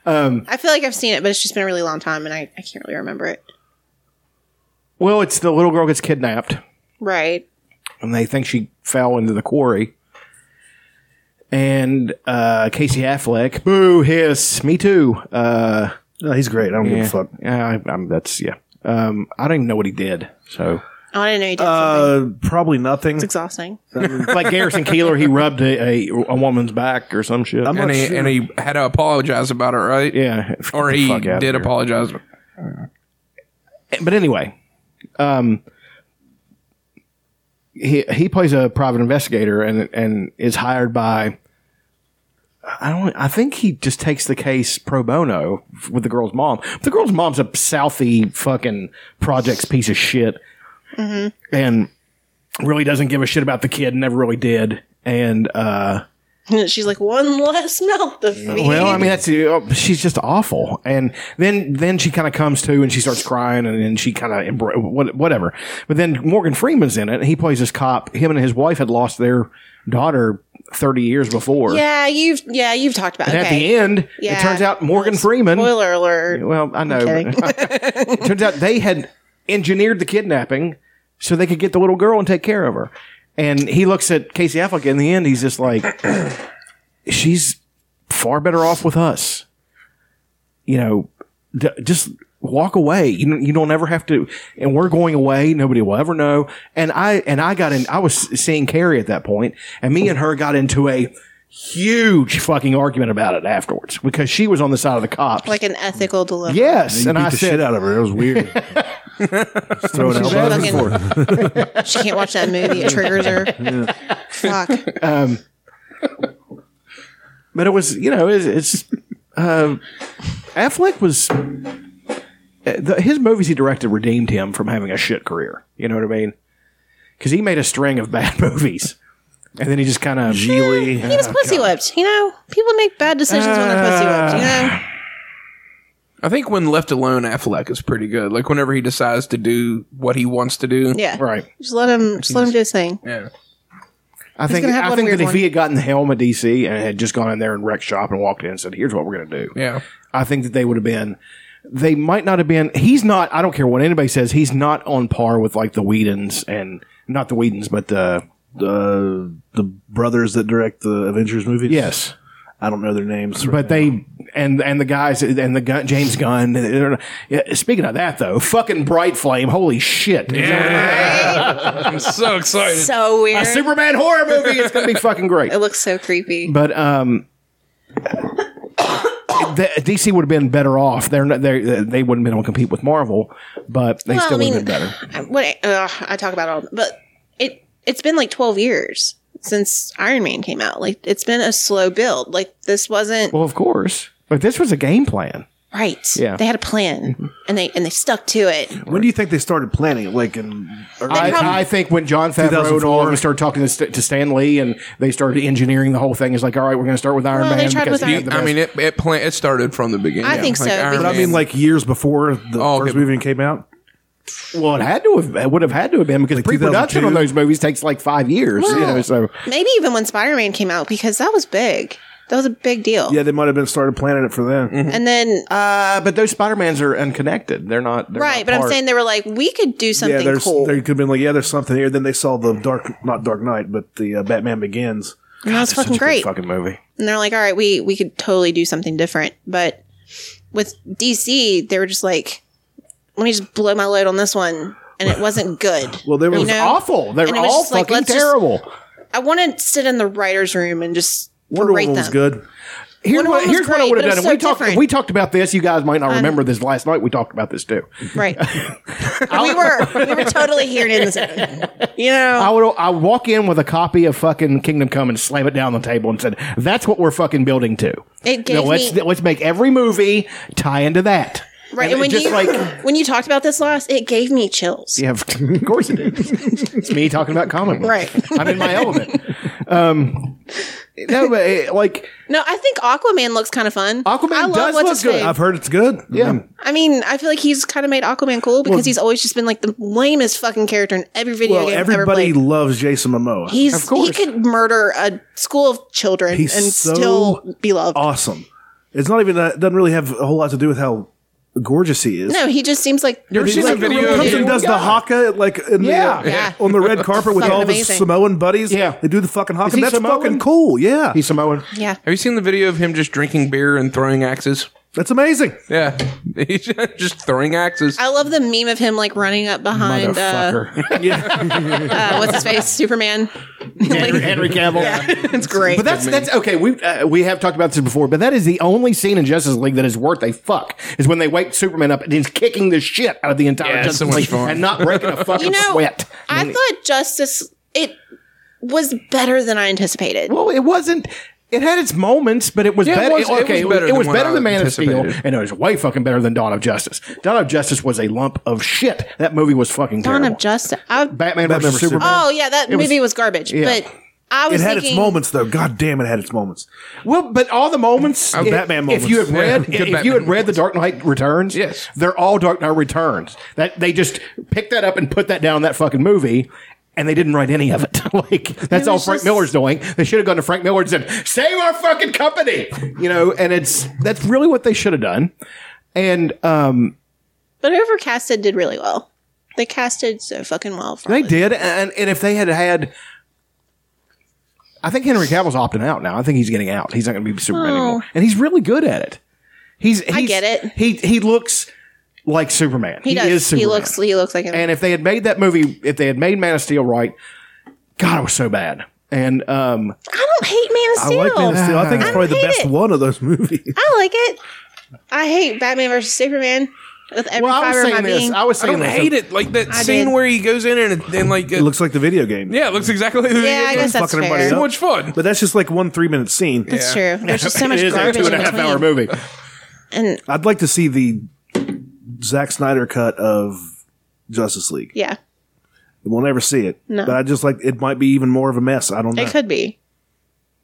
Speaker 4: I feel like I've seen it, but it's just been a really long time, and I, I can't really remember it.
Speaker 6: Well, it's the little girl gets kidnapped.
Speaker 4: Right.
Speaker 6: and they think she fell into the quarry. And uh, Casey Affleck, boo, hiss, me too. Uh,
Speaker 2: no, he's great. I don't give a fuck.
Speaker 6: yeah, I, I'm, that's yeah. Um, I don't even know what he did. So,
Speaker 4: Oh, I didn't know you did. something.
Speaker 2: Uh, probably nothing.
Speaker 4: It's exhausting.
Speaker 6: like Garrison Keeler, he rubbed a, a, a woman's back or some shit.
Speaker 2: I'm
Speaker 3: And
Speaker 2: not
Speaker 3: he,
Speaker 2: sure.
Speaker 3: and he had to apologize about it, right?
Speaker 6: yeah,
Speaker 3: Or
Speaker 6: Get the
Speaker 3: he
Speaker 6: fuck outta
Speaker 3: did
Speaker 6: here.
Speaker 3: apologize.
Speaker 6: but anyway, um, he he plays a private investigator and and is hired by I don't. I think he just takes the case pro bono with the girl's mom. But the girl's mom's a Southie fucking projects piece of shit, and really doesn't give a shit about the kid. Never really did. And uh,
Speaker 4: She's like one less mouth to feed.
Speaker 6: well, I mean, that's uh, she's just awful. And then then she kind of comes to and she starts crying and then she kind of embra- what, whatever. But then Morgan Freeman's in it. and He plays this cop. Him and his wife had lost their daughter thirty years before.
Speaker 4: yeah, you've yeah you've talked about.
Speaker 6: And
Speaker 4: okay.
Speaker 6: at the end,
Speaker 4: Yeah.
Speaker 6: it turns out Morgan Freeman.
Speaker 4: Spoiler alert.
Speaker 6: Well, I know.
Speaker 4: kidding.
Speaker 6: but- turns out they had engineered the kidnapping so they could get the little girl and take care of her. And he looks at Casey Affleck in the end. He's just like, she's far better off with us. You know, d- just walk away. You don't, you don't ever have to. And we're going away. Nobody will ever know. And I and I got in. I was seeing Carrie at that point, and me and her got into a huge fucking argument about it afterwards because she was on the side of the cops.
Speaker 4: like an ethical dilemma.
Speaker 6: Yes,
Speaker 2: You
Speaker 6: and
Speaker 2: beat
Speaker 6: I
Speaker 2: the
Speaker 6: said,
Speaker 2: shit out of her. It was weird. Just throwing out
Speaker 4: Fucking- she can't watch that movie. It triggers her. Fuck.
Speaker 6: but it was you know it's, it's uh, Affleck was uh, the, his movies he directed redeemed him from having a shit career. You know what I mean? Because he made a string of bad movies, and then he just uh, kind of
Speaker 2: Geely.
Speaker 4: He
Speaker 6: oh,
Speaker 4: was pussy whipped. You know, people make bad decisions when they're pussy whipped. You
Speaker 6: Ah.
Speaker 4: know,
Speaker 3: I think when left alone, Affleck is pretty good. Like whenever he decides to do what he wants to do.
Speaker 4: yeah.
Speaker 6: right.
Speaker 4: Just let him. Just let him do his thing.
Speaker 3: Yeah.
Speaker 6: I think
Speaker 4: gonna have
Speaker 6: I
Speaker 4: one
Speaker 6: think
Speaker 4: weird
Speaker 6: that if
Speaker 4: one.
Speaker 6: he had gotten the helm of DC and had just gone in there and wrecked shop and walked in and said, "Here's what we're gonna do,"
Speaker 3: Yeah.
Speaker 6: I think that they would have been. They might not have been. He's not. I don't care what anybody says. He's not on par with like the Whedons and not the Whedons, but the
Speaker 2: Uh, the brothers that direct the Avengers movies.
Speaker 6: yes,
Speaker 2: I don't know their names. right
Speaker 6: but they and and the guys and the gun, James Gunn. they're- yeah, Speaking of that, though, fucking Bright Flame. Holy shit!
Speaker 3: I'm so excited.
Speaker 4: So weird.
Speaker 6: A Superman horror movie. It's gonna be fucking great.
Speaker 4: it looks so creepy.
Speaker 6: But um, the, DC would have been better off. They're not. They they wouldn't have been able to compete with Marvel, but they
Speaker 4: Well,
Speaker 6: still
Speaker 4: I
Speaker 6: would
Speaker 4: mean-
Speaker 6: have been better.
Speaker 4: I- what uh, I talk about all, but it it's been like twelve years since Iron Man came out. Like it's been a slow build. Like this wasn't
Speaker 6: Well, of course. But this was a game plan.
Speaker 4: right.
Speaker 6: yeah. Mm-hmm.
Speaker 4: they had a plan and they and they stuck to it.
Speaker 2: now. When do you think they started planning? it? Like in early-
Speaker 6: I,
Speaker 4: probably-
Speaker 6: I think when John Favreau and
Speaker 2: 2004.
Speaker 6: all of them started talking to, St- to Stan Lee and they started engineering the whole thing, it's like, all right, we're going to start with Iron
Speaker 4: Well, they
Speaker 6: Man.
Speaker 4: tried
Speaker 6: because
Speaker 4: with
Speaker 6: he
Speaker 4: Iron-
Speaker 6: had the
Speaker 3: I
Speaker 6: best-
Speaker 3: mean, it it, plan- it started from the beginning.
Speaker 4: I think so,
Speaker 3: Iron
Speaker 4: because-
Speaker 2: but I mean,
Speaker 3: Man.
Speaker 2: like years before the
Speaker 3: Oh,
Speaker 2: first
Speaker 3: okay.
Speaker 2: movie came out.
Speaker 6: well, it had to have, it would have had to have been because pre-production
Speaker 2: 2002.
Speaker 6: on those movies takes like five years. you know,
Speaker 4: Well-
Speaker 6: so
Speaker 4: Maybe even when Spider Man came out because that was big. That was a big deal.
Speaker 2: Yeah, they might have been started planning it for then.
Speaker 4: And then
Speaker 6: uh, but those Spider Mans are unconnected. They're not they're
Speaker 4: right,
Speaker 6: not
Speaker 4: but I'm
Speaker 6: part-
Speaker 4: saying they were like, we could do
Speaker 2: Yeah,
Speaker 4: something
Speaker 2: there's
Speaker 4: cool.
Speaker 2: there could have been like yeah, there's something here. Then they saw the dark, not Dark Knight, but the uh, Batman Begins.
Speaker 4: and that was
Speaker 2: Such a
Speaker 4: fucking
Speaker 2: good
Speaker 4: great.
Speaker 2: fucking movie.
Speaker 4: and they're like, all right, we we could totally do something different. But with DC, they were just like, let me just blow my load on this one, and it wasn't good.
Speaker 2: Well, there
Speaker 4: You
Speaker 2: was
Speaker 4: know?
Speaker 6: awful. They're
Speaker 4: And it was
Speaker 6: all
Speaker 4: just like,
Speaker 6: fucking
Speaker 4: let's just-
Speaker 6: terrible.
Speaker 4: I want to sit in the writers' room and just
Speaker 2: Wonder
Speaker 4: berate
Speaker 2: Woman was
Speaker 4: them.
Speaker 2: good.
Speaker 6: Here's
Speaker 4: Wonder
Speaker 6: what,
Speaker 4: Woman was
Speaker 6: here's what I
Speaker 4: great,
Speaker 6: would
Speaker 4: but
Speaker 6: have
Speaker 4: it
Speaker 6: done.
Speaker 4: was
Speaker 6: And we
Speaker 4: so
Speaker 6: talked.
Speaker 4: different.
Speaker 6: We talked about this. You guys might not remember this last night. We talked about this too.
Speaker 4: right? we were we were totally here in the zone. You know,
Speaker 6: I would I would walk in with a copy of fucking Kingdom Come and slam it down on the table and said, "That's what we're fucking building to."
Speaker 4: It gave
Speaker 6: Now let's
Speaker 4: me-
Speaker 6: let's make every movie tie into that.
Speaker 4: right? And,
Speaker 6: And
Speaker 4: when
Speaker 6: just
Speaker 4: you
Speaker 6: like-
Speaker 4: when you talked about this last, it gave me chills.
Speaker 6: Yeah, of course it is. it's me talking about comic books.
Speaker 4: Right.
Speaker 6: I'm in my element. Um, no, but eh, like
Speaker 4: No, I think Aquaman looks kind of fun.
Speaker 6: Aquaman
Speaker 4: I love
Speaker 6: does
Speaker 4: what's
Speaker 6: look
Speaker 4: his
Speaker 6: good.
Speaker 4: name.
Speaker 2: I've heard it's good. Mm.
Speaker 6: yeah,
Speaker 4: I mean, I feel like he's kind of made Aquaman cool because he's always just been like the lamest fucking character in every video
Speaker 2: Well,
Speaker 4: game I've ever
Speaker 2: everybody
Speaker 4: played.
Speaker 2: loves Jason Momoa.
Speaker 4: He's
Speaker 6: Of course.
Speaker 4: he could murder a school of children
Speaker 2: He's
Speaker 4: and
Speaker 2: so
Speaker 4: still be loved.
Speaker 2: awesome. It's not even that doesn't really have a whole lot to do with how gorgeous he is.
Speaker 4: No, he just seems like
Speaker 3: ever seen
Speaker 4: like,
Speaker 3: the video
Speaker 4: a real
Speaker 3: of
Speaker 2: Comes
Speaker 3: him
Speaker 4: dude.
Speaker 2: and does the haka like in
Speaker 6: Yeah.
Speaker 2: the, uh,
Speaker 4: Yeah.
Speaker 2: on the red carpet with
Speaker 4: Fucking
Speaker 2: all
Speaker 4: amazing.
Speaker 2: his Samoan buddies.
Speaker 6: Yeah.
Speaker 2: they do the fucking haka.
Speaker 6: he
Speaker 2: That's
Speaker 6: Samoan?
Speaker 2: fucking cool. Yeah,
Speaker 6: he's Samoan.
Speaker 4: Yeah,
Speaker 3: Have you seen the video of him just drinking beer and throwing axes?
Speaker 2: that's amazing.
Speaker 3: Yeah, he's just throwing axes.
Speaker 4: I love the meme of him like running up behind uh,
Speaker 6: Motherfucker.
Speaker 4: uh, what's his face Superman.
Speaker 6: Henry, Henry Cavill.
Speaker 4: it's great.
Speaker 6: But that's that's okay. We uh, we have talked about this before, but that is the only scene in Justice League that is worth a fuck. Is when they wake Superman up and he's kicking the shit out of the entire
Speaker 3: Yeah, it's
Speaker 6: Justice
Speaker 3: so much
Speaker 6: League
Speaker 3: fun.
Speaker 6: and not breaking a fucking
Speaker 4: you know,
Speaker 6: sweat.
Speaker 4: I thought Justice it was better than I anticipated.
Speaker 6: Well, it wasn't. It had its moments, but it was
Speaker 3: Yeah, it
Speaker 6: better.
Speaker 3: was- it was
Speaker 6: okay, it was
Speaker 3: better
Speaker 6: better,
Speaker 3: than
Speaker 6: than,
Speaker 3: what I
Speaker 6: Man of Steel,
Speaker 3: anticipated.
Speaker 6: and it was way fucking better than Dawn of Justice. Dawn of Justice was a lump of shit. That movie was fucking
Speaker 4: Dawn
Speaker 6: terrible.
Speaker 4: of Justice. I,
Speaker 2: Batman
Speaker 6: Batman, versus
Speaker 2: versus
Speaker 6: Superman.
Speaker 4: oh yeah, that
Speaker 6: was-
Speaker 4: movie was garbage.
Speaker 6: yeah.
Speaker 4: But I
Speaker 2: It
Speaker 4: was
Speaker 2: had
Speaker 4: thinking,
Speaker 2: its moments, though. God damn, it had its moments.
Speaker 6: Well, but all the moments,
Speaker 2: Oh,
Speaker 6: if,
Speaker 2: Batman
Speaker 6: If you had
Speaker 2: moments.
Speaker 6: read,
Speaker 3: Yeah,
Speaker 6: if
Speaker 3: good
Speaker 6: you had
Speaker 3: Batman
Speaker 6: read the Dark Knight Returns,
Speaker 3: Yes.
Speaker 6: they're all Dark Knight Returns. That they just picked that up and put that down in that fucking movie. And they didn't write any of it. like that's all
Speaker 4: was
Speaker 6: Frank
Speaker 4: just-
Speaker 6: Miller's doing. They should have gone to Frank Miller and said, "Save our fucking company," you know. And it's that's really what they should have done. And um,
Speaker 4: but whoever casted did really well. They casted so fucking well. For
Speaker 6: They
Speaker 4: it.
Speaker 6: did, and and if they had had, I think Henry Cavill's opting out now. I think he's getting out. He's not going to be Superman anymore, and he's really good at it. He's, he's
Speaker 4: Oh. get it.
Speaker 6: He he looks like Superman.
Speaker 4: He,
Speaker 6: He,
Speaker 4: does.
Speaker 6: is Superman.
Speaker 4: he looks. He looks like him.
Speaker 6: And if they had made that movie, if they had made Man of Steel right, God, it was so bad. And um,
Speaker 4: I don't hate Man of
Speaker 2: I
Speaker 4: Steel.
Speaker 2: like Man of Steel. I think it's
Speaker 4: I
Speaker 2: probably the
Speaker 4: hate
Speaker 2: best
Speaker 4: it.
Speaker 2: one of those movies.
Speaker 4: I like it. I hate Batman versus Superman with every
Speaker 6: well, I was
Speaker 4: fiber of my
Speaker 6: saying this.
Speaker 4: being.
Speaker 6: I was
Speaker 3: I
Speaker 6: saying
Speaker 3: don't
Speaker 6: this.
Speaker 3: hate it. Like that
Speaker 4: I
Speaker 3: scene
Speaker 4: did.
Speaker 3: where he goes in and, and like uh,
Speaker 2: It looks like the video game.
Speaker 3: yeah, it looks exactly. like the
Speaker 4: yeah, I
Speaker 3: video
Speaker 4: guess
Speaker 3: game.
Speaker 4: that's
Speaker 2: fucking everybody
Speaker 4: fair.
Speaker 3: so
Speaker 2: up.
Speaker 3: much fun.
Speaker 2: But that's just like one three minute scene.
Speaker 4: That's
Speaker 3: Yeah.
Speaker 4: true. There's just so
Speaker 6: It
Speaker 4: much
Speaker 6: is a
Speaker 4: garbage
Speaker 6: two and a
Speaker 4: in
Speaker 6: half hour
Speaker 4: between.
Speaker 6: movie.
Speaker 4: And
Speaker 2: I'd like to see the Zack Snyder cut of Justice League.
Speaker 4: yeah,
Speaker 2: We'll never see it.
Speaker 4: No.
Speaker 2: But I just like it might be even more of a mess. I don't know.
Speaker 4: it could be.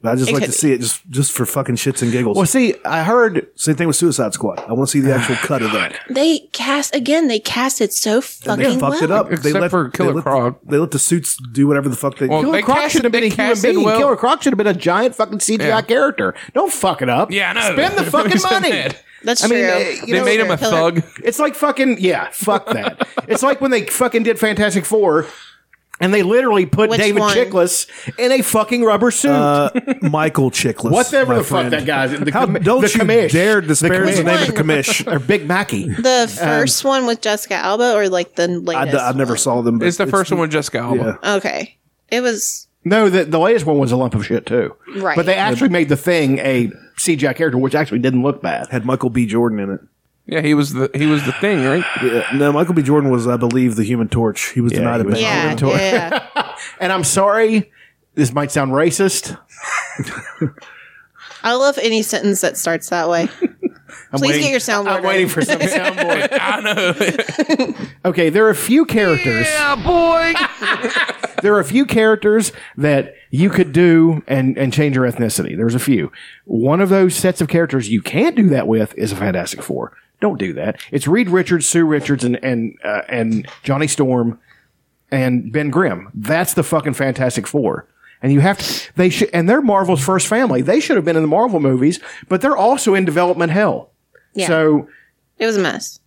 Speaker 2: But I just
Speaker 4: it
Speaker 2: like to
Speaker 4: could
Speaker 2: see it just just for fucking shits and giggles.
Speaker 6: Well, see, I heard
Speaker 2: Same thing with Suicide Squad. I want to see the actual cut of that.
Speaker 4: They cast again. They cast it so
Speaker 2: And
Speaker 4: fucking
Speaker 2: they fucked
Speaker 4: well.
Speaker 2: it up. they
Speaker 3: Except
Speaker 2: let,
Speaker 3: for Killer
Speaker 2: they let,
Speaker 3: Croc.
Speaker 2: They let the suits do whatever the fuck they.
Speaker 3: Well,
Speaker 6: Killer
Speaker 3: They
Speaker 6: Croc
Speaker 3: casted-
Speaker 6: should have been
Speaker 3: they
Speaker 6: a human
Speaker 3: casted
Speaker 6: being.
Speaker 3: well.
Speaker 6: Killer Croc should have been a giant fucking CGI
Speaker 3: Yeah.
Speaker 6: character. Don't fuck it up.
Speaker 3: Yeah, I know.
Speaker 6: Spend the fucking
Speaker 3: Said
Speaker 6: money.
Speaker 3: that.
Speaker 4: That's
Speaker 6: I
Speaker 4: true.
Speaker 6: mean, uh, you
Speaker 3: They
Speaker 6: know,
Speaker 3: made him a
Speaker 4: Killer-
Speaker 3: thug.
Speaker 6: It's like fucking yeah, fuck that. it's like when they fucking did Fantastic Four, and they literally put
Speaker 4: Which
Speaker 6: David
Speaker 4: one?
Speaker 6: Chiklis in a fucking rubber suit.
Speaker 2: Michael Chiklis.
Speaker 6: Whatever
Speaker 2: Uh, my
Speaker 6: the fuck
Speaker 2: friend.
Speaker 6: that guy's. The,
Speaker 2: How,
Speaker 6: commi-
Speaker 2: don't
Speaker 6: the
Speaker 2: you
Speaker 6: commish.
Speaker 2: dare disparage the,
Speaker 4: commish.
Speaker 2: name of the
Speaker 4: Which
Speaker 2: commish.
Speaker 4: one?
Speaker 6: or Big Mackey.
Speaker 4: the first one with Jessica Alba, or like the
Speaker 2: I,
Speaker 4: latest.
Speaker 2: I never
Speaker 4: one?
Speaker 2: saw them. But
Speaker 3: It's the first one with Jessica Alba.
Speaker 4: Okay, it was
Speaker 6: No, the, the latest one was a lump of shit too.
Speaker 4: Right.
Speaker 6: But they actually made the thing a CGI character, which actually didn't look bad.
Speaker 2: had Michael B. Jordan in it.
Speaker 3: Yeah. he was the he was the thing, right?
Speaker 2: Yeah, no, Michael B. Jordan was, I believe, the Human Torch. He was denied
Speaker 6: he
Speaker 2: a
Speaker 6: was-
Speaker 4: yeah,
Speaker 6: Tour.
Speaker 4: yeah.
Speaker 6: And I'm sorry, this might sound racist.
Speaker 4: I love any sentence that starts that way.
Speaker 6: I'm
Speaker 4: Please
Speaker 6: waiting-
Speaker 4: get your sound.
Speaker 6: I'm waiting for some soundboard.
Speaker 3: I know.
Speaker 6: Okay, there are a few characters.
Speaker 3: boy.
Speaker 6: There are a few characters that you could do and and change your ethnicity. There's a few. One of those sets of characters you can't do that with is a Fantastic Four. Don't do that. It's Reed Richards, Sue Richards, and and uh, and Johnny Storm, and Ben Grimm. That's the fucking Fantastic Four. And you have to. They should. And they're Marvel's first family. They should have been in the Marvel movies, but they're also in development hell.
Speaker 4: Yeah.
Speaker 6: So
Speaker 4: It was a mess.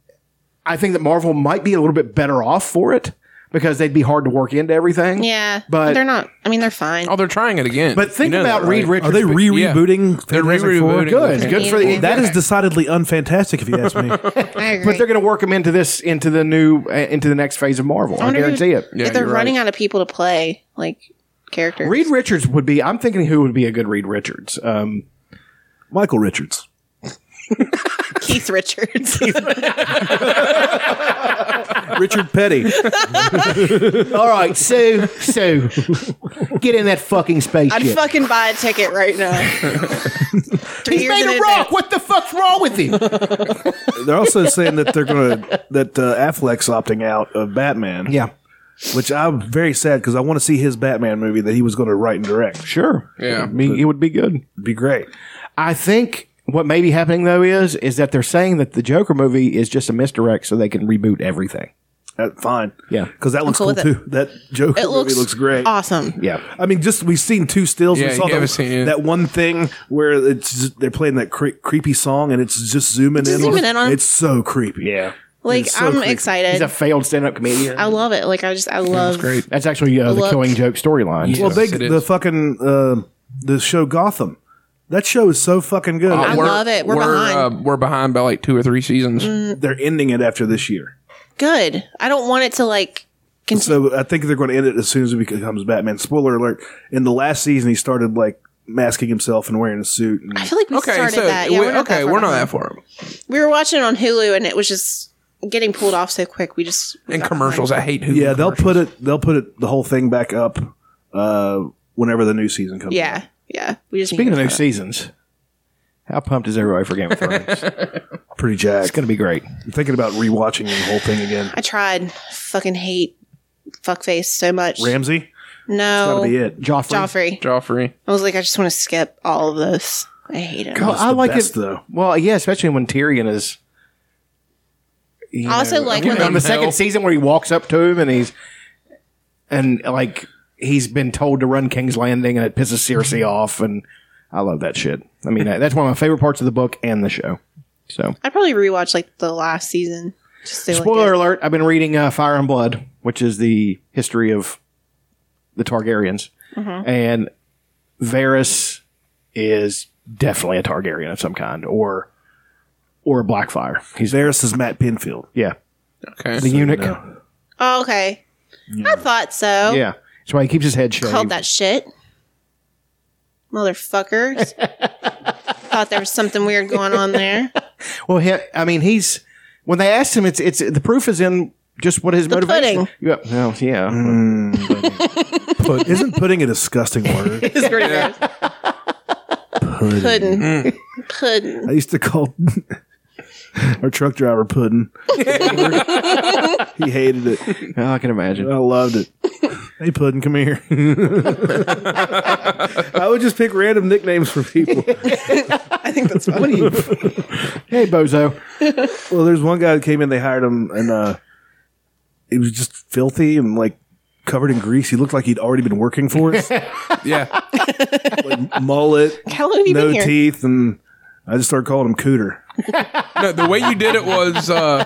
Speaker 6: I think that Marvel might be a little bit better off for it because they'd be hard to work into everything.
Speaker 4: Yeah,
Speaker 6: But-
Speaker 4: they're not. I mean, they're fine.
Speaker 3: Oh, they're trying it again.
Speaker 6: But think
Speaker 3: You know
Speaker 6: about
Speaker 3: that,
Speaker 6: Reed
Speaker 3: right?
Speaker 2: Are
Speaker 6: Richards.
Speaker 2: they re
Speaker 3: Yeah.
Speaker 2: rebooting?
Speaker 3: They're re-rebooting.
Speaker 6: Good, good for the.
Speaker 2: That is decidedly unfantastic, if you ask me.
Speaker 4: I agree.
Speaker 6: But they're going to work them into this, into the new, uh, into the next phase of Marvel. I,
Speaker 4: wonder who-
Speaker 6: guarantee it.
Speaker 3: Yeah,
Speaker 4: if they're
Speaker 3: you're
Speaker 4: running out of people to play, like characters.
Speaker 6: Reed Richards would be. I'm thinking who would be a good Reed Richards. Um,
Speaker 2: Michael Richards.
Speaker 4: Keith Richards.
Speaker 2: Richard Petty.
Speaker 6: all right, so so get in that fucking spaceship.
Speaker 4: I'd fucking buy a ticket right now. Three
Speaker 6: He's
Speaker 4: years
Speaker 6: made
Speaker 4: in
Speaker 6: a rock.
Speaker 4: advance.
Speaker 6: What the fuck's wrong with him?
Speaker 2: They're also saying that they're going to that uh, Affleck's opting out of Batman.
Speaker 6: yeah,
Speaker 2: which I'm very sad because I want to see his Batman movie that he was going to write and direct.
Speaker 6: sure.
Speaker 3: Yeah.
Speaker 6: I mean, it would be good.
Speaker 2: It'd be great.
Speaker 6: I think what may be happening though is is that they're saying that the Joker movie is just a misdirect, so they can reboot everything.
Speaker 2: That, fine.
Speaker 6: Yeah.
Speaker 2: because that looks
Speaker 4: cool
Speaker 2: cool,
Speaker 4: with it.
Speaker 2: too. That Joker
Speaker 4: It looks,
Speaker 2: movie looks great.
Speaker 4: Awesome.
Speaker 6: Yeah.
Speaker 2: I mean, just we've seen two stills.
Speaker 3: Yeah,
Speaker 2: we saw
Speaker 3: you haven't
Speaker 2: that,
Speaker 3: seen it.
Speaker 2: that one thing where it's just, they're playing that cre- creepy song and it's just zooming in.
Speaker 4: zooming
Speaker 2: on,
Speaker 4: in on it.
Speaker 2: It's so creepy.
Speaker 6: Yeah.
Speaker 4: Like
Speaker 2: so
Speaker 4: I'm
Speaker 2: creepy.
Speaker 6: He's
Speaker 4: excited.
Speaker 6: a failed stand-up comedian.
Speaker 4: I love it. Like I just I love.
Speaker 3: great.
Speaker 6: That's actually uh, the
Speaker 4: Look.
Speaker 6: killing joke storyline.
Speaker 3: Yeah.
Speaker 2: Well, they,
Speaker 3: Yes, it
Speaker 2: the
Speaker 3: is.
Speaker 2: fucking uh, the show Gotham. That show is so fucking good.
Speaker 4: I
Speaker 3: Uh, We're-
Speaker 4: love it. We're, behind. Mm,
Speaker 3: uh, we're behind by like two or three seasons.
Speaker 2: they're ending it after this year,
Speaker 4: Good. I don't want it to like. Continue.
Speaker 2: so I think they're going to end it as soon as it becomes Batman. Spoiler alert: in the last season, he started like masking himself and wearing a suit. And,
Speaker 4: I feel like we
Speaker 3: Okay,
Speaker 4: started
Speaker 3: so
Speaker 4: that. Yeah,
Speaker 3: we-
Speaker 4: we're not
Speaker 3: okay,
Speaker 4: that far
Speaker 3: we're not
Speaker 4: behind.
Speaker 3: that far.
Speaker 4: We were watching it on Hulu, and it was just getting pulled off so quick. We just we
Speaker 3: And
Speaker 4: got
Speaker 3: commercials, I hate who.
Speaker 2: yeah, they'll put it. They'll put it the whole thing back up uh, whenever the new season comes.
Speaker 4: behind.
Speaker 2: out.
Speaker 4: Yeah, yeah, we just
Speaker 6: Speaking
Speaker 4: need
Speaker 6: of
Speaker 4: to-
Speaker 6: new seasons, how pumped is everybody for Game of Thrones? it's
Speaker 2: Pretty jacked.
Speaker 6: going to be great.
Speaker 2: I'm thinking about rewatching the whole thing again.
Speaker 4: I tried. Fucking hate fuckface so much.
Speaker 2: Ramsey,
Speaker 4: no,
Speaker 2: that'll
Speaker 4: Oh.
Speaker 2: be it.
Speaker 6: Joffrey.
Speaker 4: Joffrey.
Speaker 3: Joffrey.
Speaker 4: I was like, I just want to skip all of this. I hate it.
Speaker 6: Well, Oh, I
Speaker 2: the
Speaker 6: like
Speaker 2: best,
Speaker 6: it
Speaker 2: though.
Speaker 6: Well, yeah, especially when Tyrion is. you
Speaker 4: I also
Speaker 6: know,
Speaker 4: like
Speaker 6: on
Speaker 4: when they,
Speaker 6: the second season where he walks up to him and he's and like he's been told to run King's Landing and it pisses Cersei
Speaker 4: Mm-hmm.
Speaker 6: off and I love that shit. I mean, that- that's one of my favorite parts of the book and the show. So,
Speaker 4: I'd probably rewatch like the last season. Just to, like,
Speaker 6: spoiler alert: I've been reading uh, Fire and Blood, which is the history of the Targaryens,
Speaker 4: Mm-hmm.
Speaker 6: and Varys is definitely a Targaryen of some kind, or or a Blackfire. He's
Speaker 2: Varys is Matt Pinfield.
Speaker 6: yeah,
Speaker 3: Okay.
Speaker 6: the eunuch.
Speaker 4: Oh, okay. I thought so.
Speaker 6: Yeah, that's why he keeps his head shaved.
Speaker 4: Oh. Called that shit. Motherfuckers. thought there was something weird going on there.
Speaker 6: Well, he, I mean, he's when they asked him, it's it's the proof is in just what his
Speaker 4: The
Speaker 6: motivation.
Speaker 4: pudding.
Speaker 6: Yeah, well, yeah.
Speaker 2: Put, isn't putting a disgusting word?
Speaker 4: It's pretty gross. Puddin.
Speaker 2: Mm-hmm.
Speaker 4: Puddin.
Speaker 2: I used to call our truck driver Puddin. he hated it.
Speaker 6: Oh, I can imagine.
Speaker 2: I loved it. Hey, Puddin, come here. I would just pick random nicknames for people.
Speaker 5: I think that's
Speaker 6: What are you? hey, bozo.
Speaker 2: Well, there's one guy that came in. They hired him, and uh, he was just filthy and like covered in grease. He looked like he'd already been working for us.
Speaker 3: Yeah.
Speaker 2: Mullet,
Speaker 4: How long have you
Speaker 2: no
Speaker 4: been here?
Speaker 2: teeth, and I just started calling him Cooter.
Speaker 3: No, the way you did it was uh,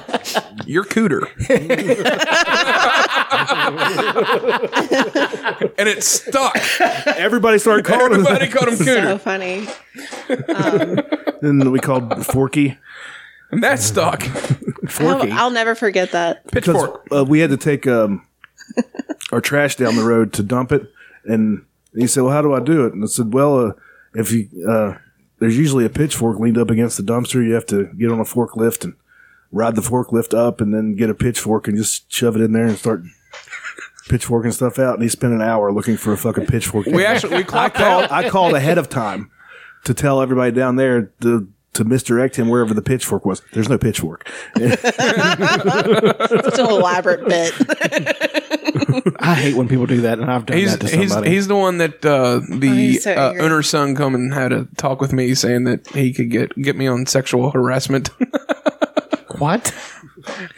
Speaker 3: your cooter. and it stuck.
Speaker 2: Everybody started calling him.
Speaker 3: Everybody
Speaker 2: That.
Speaker 3: called him
Speaker 4: So
Speaker 3: cooter.
Speaker 4: funny.
Speaker 2: And we called Forky
Speaker 3: And that stuck.
Speaker 4: I'll, I'll never forget that.
Speaker 2: because
Speaker 3: Pitchfork.
Speaker 2: uh, we had to take um, our trash down the road to dump it. And he said, "Well, how do I do it?" And I said, "Well, uh, if you uh, there's usually a pitchfork leaned up against the dumpster. You have to get on a forklift and ride the forklift up, and then get a pitchfork and just shove it in there and start." Pitchforking stuff out, and he spent an hour looking for a fucking pitchfork.
Speaker 3: We actually we
Speaker 2: I
Speaker 3: clocked
Speaker 2: called,
Speaker 3: out.
Speaker 2: I called ahead of time to tell everybody down there to to misdirect him wherever the pitchfork was. There's no pitchfork.
Speaker 4: It's an elaborate bit.
Speaker 6: I hate when people do that, and I've done
Speaker 3: He's
Speaker 6: that to
Speaker 3: he's
Speaker 6: somebody.
Speaker 3: he's the one that uh, the
Speaker 4: he's so
Speaker 3: uh,
Speaker 4: angry.
Speaker 3: owner's son come and had a talk with me saying that he could get get me on sexual harassment.
Speaker 6: what?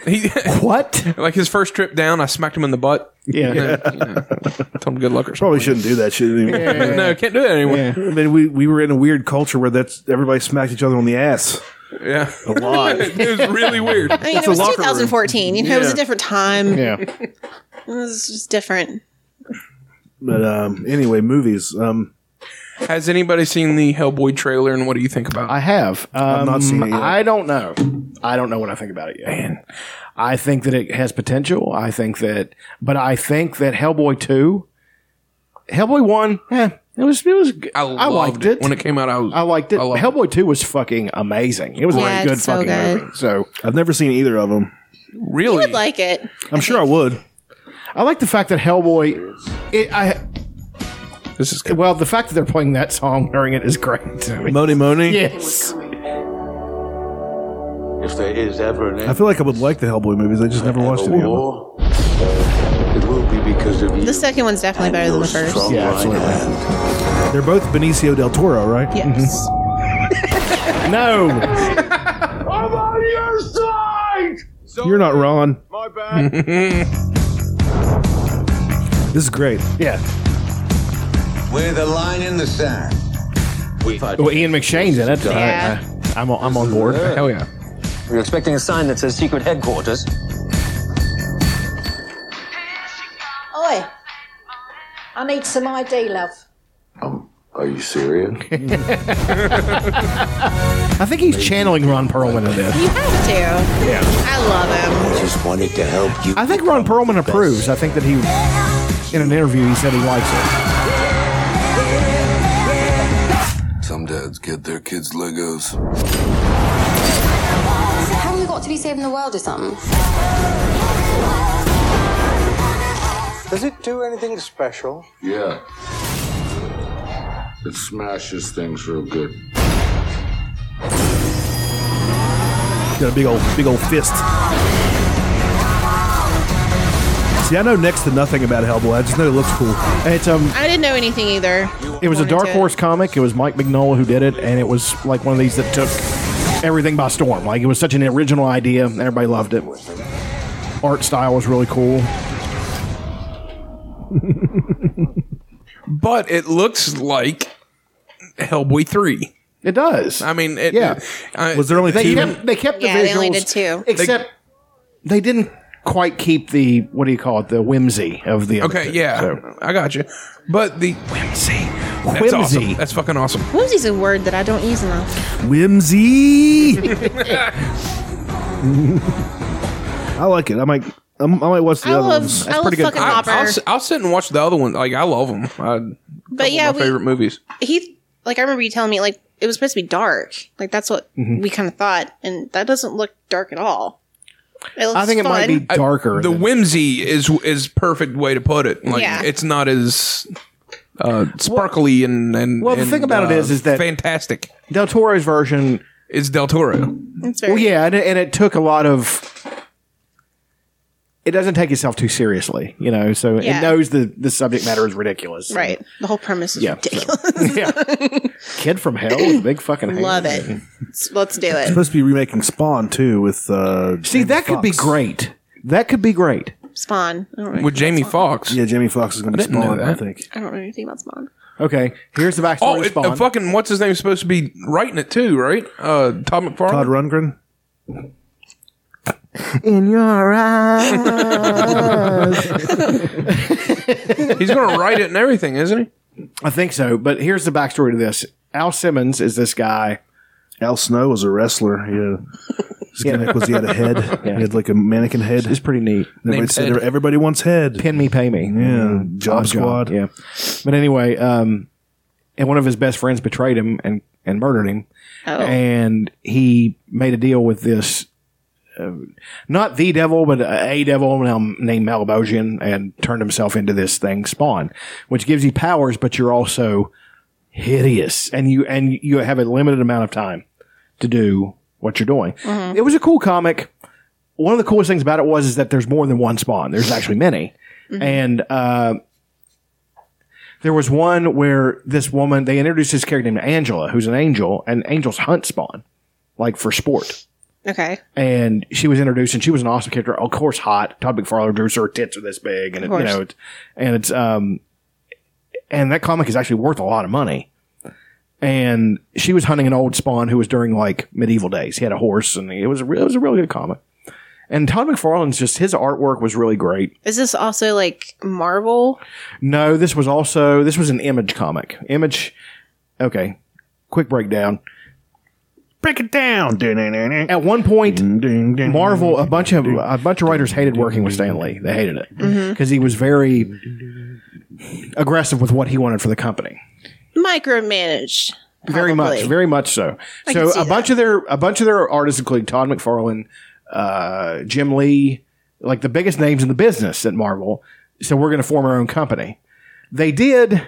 Speaker 3: he,
Speaker 6: What?
Speaker 3: like his first trip down, I smacked him in the butt.
Speaker 6: Yeah.
Speaker 3: And, you know, told him good luck or something.
Speaker 2: Probably shouldn't do that shit anymore.
Speaker 3: No, can't do that anymore. Yeah.
Speaker 2: I mean, we, we were in a weird culture where that's everybody smacked each other on the ass a lot.
Speaker 3: it was really weird.
Speaker 4: I mean,
Speaker 2: It's
Speaker 4: it
Speaker 2: a
Speaker 4: was
Speaker 2: locker room.
Speaker 4: 2014. You know, it was a different time.
Speaker 6: Yeah.
Speaker 4: It was just different.
Speaker 2: but um, anyway, movies. Um,
Speaker 3: Has anybody seen the Hellboy trailer and what do you think about it?
Speaker 6: I have. Um, I've
Speaker 2: not seen it yet.
Speaker 6: I don't know. I don't know what I think about it yet. Man. I think that it has potential. I think that, but I think that Hellboy two, Hellboy one, eh, it was it was. g- I,
Speaker 3: loved
Speaker 6: liked it.
Speaker 3: when it came out. I was
Speaker 6: I liked it.
Speaker 3: loved
Speaker 6: Hellboy two was fucking amazing. It was
Speaker 4: Yeah,
Speaker 6: a good
Speaker 4: it's so
Speaker 6: fucking
Speaker 4: good.
Speaker 6: movie. So
Speaker 2: I've never seen either of them.
Speaker 3: really.
Speaker 4: I would like it.
Speaker 2: I'm sure I would.
Speaker 6: I like the fact that Hellboy. It, I
Speaker 3: this is good.
Speaker 6: well, the fact that they're playing that song during it is great. I mean,
Speaker 2: Moni Moni.
Speaker 6: yes.
Speaker 8: If there is ever an
Speaker 2: I
Speaker 8: end
Speaker 2: feel like I would like the Hellboy movies. I just never
Speaker 8: of
Speaker 2: watched
Speaker 8: a
Speaker 2: any of them.
Speaker 8: war, uh, it will be because of you.
Speaker 4: The second one's definitely better than the first.
Speaker 8: Yeah,
Speaker 2: They're both Benicio del Toro, right?
Speaker 4: Yes.
Speaker 2: Mm-hmm.
Speaker 6: No.
Speaker 8: I'm on your side!
Speaker 2: You're not Ron.
Speaker 8: My bad.
Speaker 2: This is great.
Speaker 6: yeah.
Speaker 9: We're the line in the sand. We fight.
Speaker 6: Well, Ian McShane's in it.
Speaker 4: Yeah.
Speaker 6: I, am I'm on board.
Speaker 3: Hell yeah.
Speaker 10: We're expecting a sign that says secret headquarters.
Speaker 11: Oi, I need some ID, love.
Speaker 8: Um, Are you serious?
Speaker 6: I think he's channeling Ron Perlman in this.
Speaker 4: You have to. Yeah. I love him.
Speaker 9: I just wanted to help you.
Speaker 6: I think Ron Perlman approves. I think that he, in an interview, he said he likes it.
Speaker 8: Some dads get their kids Legos.
Speaker 11: Have you got to be saving the world or something?
Speaker 10: Does it do anything special?
Speaker 8: Yeah. It smashes things real good.
Speaker 2: Got a big old, big old fist. See, I know next to nothing about Hellboy. I just know it looks cool.
Speaker 6: It's um,
Speaker 4: I didn't know anything either.
Speaker 6: It was a
Speaker 4: Wanted
Speaker 6: Dark
Speaker 4: to-
Speaker 6: Horse comic. It was Mike Mignola who did it, and it was like one of these that took everything by storm. Like it was such an original idea, and everybody loved it. Art style was really cool.
Speaker 3: But it looks like Hellboy 3.
Speaker 6: It does.
Speaker 3: I mean, it,
Speaker 6: Yeah.
Speaker 3: I-
Speaker 2: Was there only
Speaker 6: They
Speaker 2: two?
Speaker 6: kept, they kept the
Speaker 4: Yeah,
Speaker 6: visuals,
Speaker 4: they only did two.
Speaker 6: except they, didn't quite keep the what do you call it? The whimsy of the other
Speaker 3: Okay,
Speaker 6: two.
Speaker 3: yeah,
Speaker 6: So,
Speaker 3: I got you. But the whimsy, that's
Speaker 6: Whimsy.
Speaker 3: awesome. That's fucking awesome.
Speaker 4: Whimsy's a word that I don't use enough.
Speaker 2: Whimsy. I like it. I might, um, I might watch the
Speaker 4: I
Speaker 2: other
Speaker 4: love-
Speaker 2: ones.
Speaker 4: I love fucking
Speaker 3: I,
Speaker 4: Hopper.
Speaker 3: will sit and watch the other one. Like I love them. I,
Speaker 4: But yeah,
Speaker 3: my favorite
Speaker 4: we,
Speaker 3: movies.
Speaker 4: he like I remember you telling me like it was supposed to be dark. Like that's what
Speaker 6: Mm-hmm.
Speaker 4: we kind of thought, and that doesn't look dark at all. It looks
Speaker 6: I think it might
Speaker 4: fun.
Speaker 6: be darker.
Speaker 3: The whimsy is is perfect way to put it. Like
Speaker 4: Yeah.
Speaker 3: it's not as uh, sparkly and and
Speaker 6: well, the
Speaker 3: and,
Speaker 6: thing about it
Speaker 3: uh,
Speaker 6: is- is that-
Speaker 3: fantastic.
Speaker 6: Del Toro's version
Speaker 3: It's Del Toro.
Speaker 4: It's very
Speaker 6: Well, yeah, and it, and it took a lot of. It doesn't take itself too seriously, you know. So
Speaker 4: Yeah.
Speaker 6: it knows the the subject matter is ridiculous.
Speaker 4: right. The whole premise is
Speaker 6: Yeah, so-
Speaker 4: ridiculous.
Speaker 6: yeah. Kid from Hell, with a big fucking hand.
Speaker 4: Love it. S- Let's do it.
Speaker 2: supposed to be remaking Spawn too with. Uh,
Speaker 6: See, that could be great. That could be great.
Speaker 4: Spawn. I don't, know,
Speaker 3: with Jamie Foxx.
Speaker 2: Yeah, Jamie Foxx is going to be
Speaker 3: didn't know
Speaker 2: Spawn. I
Speaker 3: that.
Speaker 2: think.
Speaker 4: I don't know anything about Spawn.
Speaker 6: Okay, here's the backstory.
Speaker 3: Oh,
Speaker 6: of
Speaker 3: it,
Speaker 6: Spawn.
Speaker 3: uh, fucking what's his name is supposed to be writing it too, right? Uh, Todd McFarlane.
Speaker 2: Todd Rundgren.
Speaker 6: in your eyes.
Speaker 3: He's gonna write it and everything, isn't he?
Speaker 6: I think so. But here's the backstory to this. Al Simmons is this guy.
Speaker 2: Al Snow was a wrestler. Yeah. His gimmick was he had a head. He had like a mannequin head.
Speaker 6: It's pretty neat.
Speaker 2: Everybody,
Speaker 3: Named
Speaker 2: said,
Speaker 3: Ted.
Speaker 2: everybody wants head.
Speaker 6: Pin me, pay me.
Speaker 2: yeah, Job
Speaker 6: Odd
Speaker 2: Squad.
Speaker 6: Yeah. But anyway, um, and one of his best friends betrayed him and, and murdered him.
Speaker 4: Oh.
Speaker 6: And he made a deal with this, uh, not the devil, but a devil now named Malbosian and turned himself into this thing, Spawn, which gives you powers, but you're also hideous. And you, and you have a limited amount of time to do what you're doing. It was a cool comic. One of the coolest things about it was is that there's more than one Spawn. There's actually many. And, uh, there was one where this woman they introduced this character named Angela, who's an angel, and angels hunt spawn, like for sport.
Speaker 4: Okay.
Speaker 6: And she was introduced, and she was an awesome character. Of course, hot. Todd McFarlane drew her tits are this big, and it, you
Speaker 4: course.
Speaker 6: know, it's, and it's um, and that comic is actually worth a lot of money. And she was hunting an old spawn who was during like medieval days. He had a horse, and it was a re- it was a really good comic. And Todd McFarlane's just his artwork was really great.
Speaker 4: Is this also like Marvel?
Speaker 6: No, this was also this was an image comic. Image. Okay, quick breakdown.
Speaker 2: Break it down. Dun, dun, dun, dun.
Speaker 6: At one point,
Speaker 2: Dun, dun.
Speaker 6: Marvel a bunch of a bunch of writers hated working with Stan Lee. They hated it
Speaker 4: Mm-hmm.
Speaker 6: because he was very aggressive with what he wanted for the company.
Speaker 4: Micromanaged.
Speaker 6: Very much,
Speaker 4: probably.
Speaker 6: very much so.
Speaker 4: I
Speaker 6: so
Speaker 4: can see
Speaker 6: a bunch of their a bunch of their artists, including Todd McFarlane, uh, Jim Lee, like the biggest names in the business at Marvel. So we're going to form our own company. They did,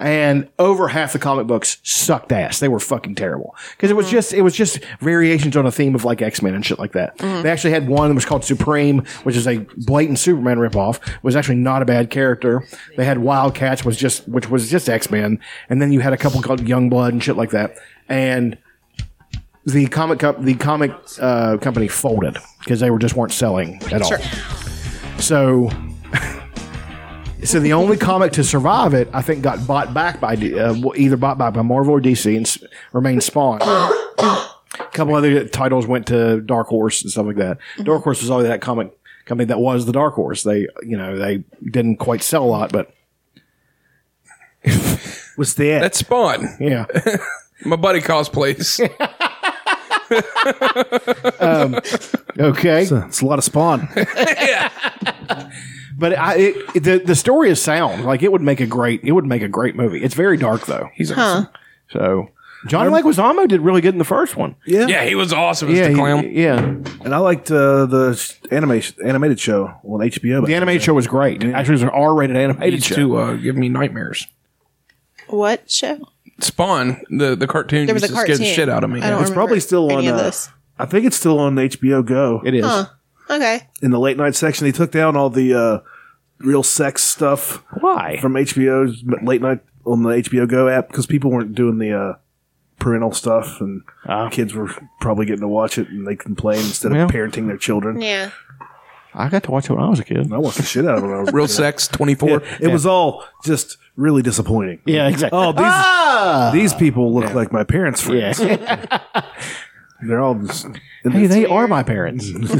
Speaker 6: and over half the comic books sucked ass. They were fucking terrible because it was just it was just variations on a theme of like X Men and shit like that. They actually had one that was called Supreme, which is a blatant Superman ripoff. Was actually not a bad character. They had Wildcats, was just which was just X Men, and then you had a couple called Youngblood and shit like that. And the comic co- the comic uh, company folded because they were just weren't selling at all. So, so the only comic to survive it, I think, got bought back by D- uh, either bought back by Marvel or DC and s- remained Spawn. A couple other titles went to Dark Horse and stuff like that. Dark Horse was always that comic company that was the Dark Horse. They, you know, they didn't quite sell a lot, but
Speaker 2: What's that?
Speaker 3: That's Spawn.
Speaker 6: yeah.
Speaker 3: My buddy cosplays.
Speaker 6: Okay.
Speaker 2: It's a- it's a lot of Spawn.
Speaker 6: But I, it, the the story is sound. Like it would make a great it would make a great movie. It's very dark though.
Speaker 3: He's awesome.
Speaker 6: So John Leguizamo did really good in the first one.
Speaker 2: Yeah.
Speaker 3: Yeah, he was awesome as
Speaker 6: yeah,
Speaker 3: the
Speaker 6: he-
Speaker 3: clown.
Speaker 6: yeah.
Speaker 2: And I liked uh, the sh- anime sh- animated show on HBO. back
Speaker 6: The
Speaker 2: then.
Speaker 6: animated show was great. Actually, it was an R rated
Speaker 3: He
Speaker 6: animated
Speaker 3: used
Speaker 6: show.
Speaker 3: to uh, give me nightmares.
Speaker 4: What show?
Speaker 3: Spawn, the the cartoon
Speaker 4: There was
Speaker 3: used
Speaker 4: a
Speaker 3: to scare the
Speaker 4: cartoon.
Speaker 3: shit out of me.
Speaker 4: I don't
Speaker 2: it's probably still on.
Speaker 4: any of
Speaker 2: uh,
Speaker 4: this.
Speaker 2: I think it's still on HBO Go. It is
Speaker 4: Huh. Okay.
Speaker 2: in the late night section. They took down all the uh, real sex stuff. Why from HBO's late night on the HBO Go app because people weren't doing the uh, parental stuff and kids were probably getting to watch it and they complained instead
Speaker 6: Ah. Well.
Speaker 2: of parenting their children.
Speaker 4: Yeah.
Speaker 6: I got to watch it when I was a kid.
Speaker 2: I watched the shit out of it. When I was
Speaker 3: Real sex, twenty four.
Speaker 2: Yeah, it was all just really disappointing.
Speaker 6: Yeah, exactly.
Speaker 2: Oh, these
Speaker 6: Ah,
Speaker 2: these people look like my parents' friends. They're all just,
Speaker 6: Hey, they are my parents.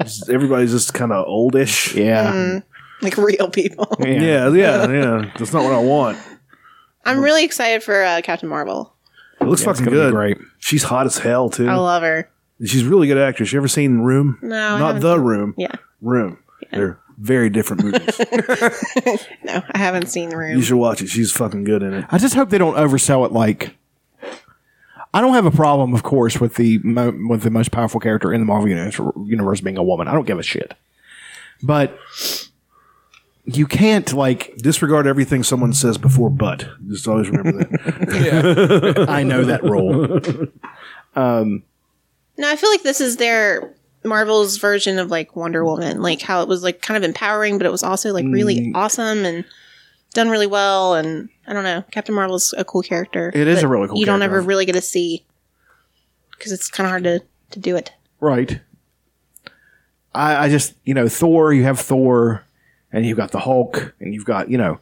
Speaker 2: just- everybody's just kind of oldish.
Speaker 6: Yeah.
Speaker 4: Like real people.
Speaker 2: yeah, yeah, yeah, That's not what I want.
Speaker 4: I'm really excited for uh, Captain Marvel.
Speaker 2: It looks fucking good. Right. She's hot as hell too.
Speaker 4: I love her.
Speaker 2: She's a really good actress. You ever seen Room?
Speaker 4: No, I
Speaker 2: not
Speaker 4: haven't
Speaker 2: The Room.
Speaker 4: Yeah.
Speaker 2: Room. They're very different movies.
Speaker 4: No, I haven't seen the room.
Speaker 2: you should watch it. She's fucking good in it.
Speaker 6: I just hope they don't oversell it. Like, I don't have a problem, of course, with the mo- with the most powerful character in the Marvel universe, universe being a woman. I don't give a shit. But you can't like
Speaker 2: disregard everything someone says before but. Just always remember that.
Speaker 6: I know that rule. Um,
Speaker 4: No, I feel like this is their Marvel's version of like Wonder Woman, like how it was like kind of empowering, but it was also like really
Speaker 6: Mm.
Speaker 4: awesome and done really well. And I don't know, Captain Marvel's a cool character.
Speaker 6: It is
Speaker 4: but
Speaker 6: a really cool
Speaker 4: You don't
Speaker 6: character.
Speaker 4: ever really get to see because it's kind of hard to to do it.
Speaker 6: right. I, I just you know Thor. You have Thor, and you've got the Hulk, and you've got you know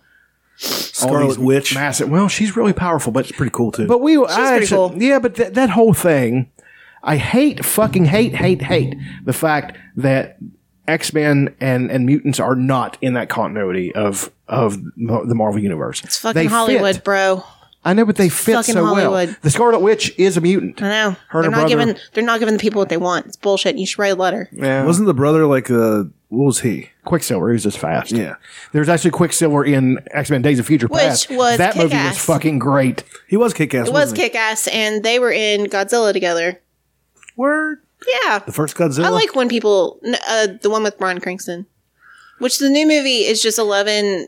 Speaker 2: Scarlet Witch.
Speaker 6: Massive. Well, she's really powerful, but
Speaker 2: Pretty cool too.
Speaker 6: But we, I actually, yeah, but that that whole thing, I hate, fucking hate, hate, hate the fact that X Men and and mutants are not in that continuity of of mo- the Marvel universe. It's
Speaker 4: Fucking Hollywood, bro.
Speaker 6: I know, but they fit
Speaker 4: fucking
Speaker 6: so well.
Speaker 4: Hollywood.
Speaker 6: The Scarlet Witch is a mutant.
Speaker 4: I know.
Speaker 6: Her
Speaker 4: they're
Speaker 6: and
Speaker 4: not
Speaker 6: her brother.
Speaker 4: giving they're not giving the people what they want. It's bullshit. You should write a letter.
Speaker 6: Yeah.
Speaker 2: Wasn't the brother like uh what was he?
Speaker 6: Quicksilver. He was just fast.
Speaker 2: Yeah.
Speaker 6: There's actually Quicksilver in X Men Days of Future
Speaker 4: Which
Speaker 6: Past.
Speaker 4: was
Speaker 6: that movie was
Speaker 4: kick-ass.
Speaker 6: fucking great.
Speaker 2: He was kick ass.
Speaker 4: It was kick ass, and they were in Godzilla together.
Speaker 2: Word.
Speaker 4: Yeah.
Speaker 2: The first Godzilla.
Speaker 4: I like when people, n- uh, the one with Ron Cranston, which the new movie is just Eleven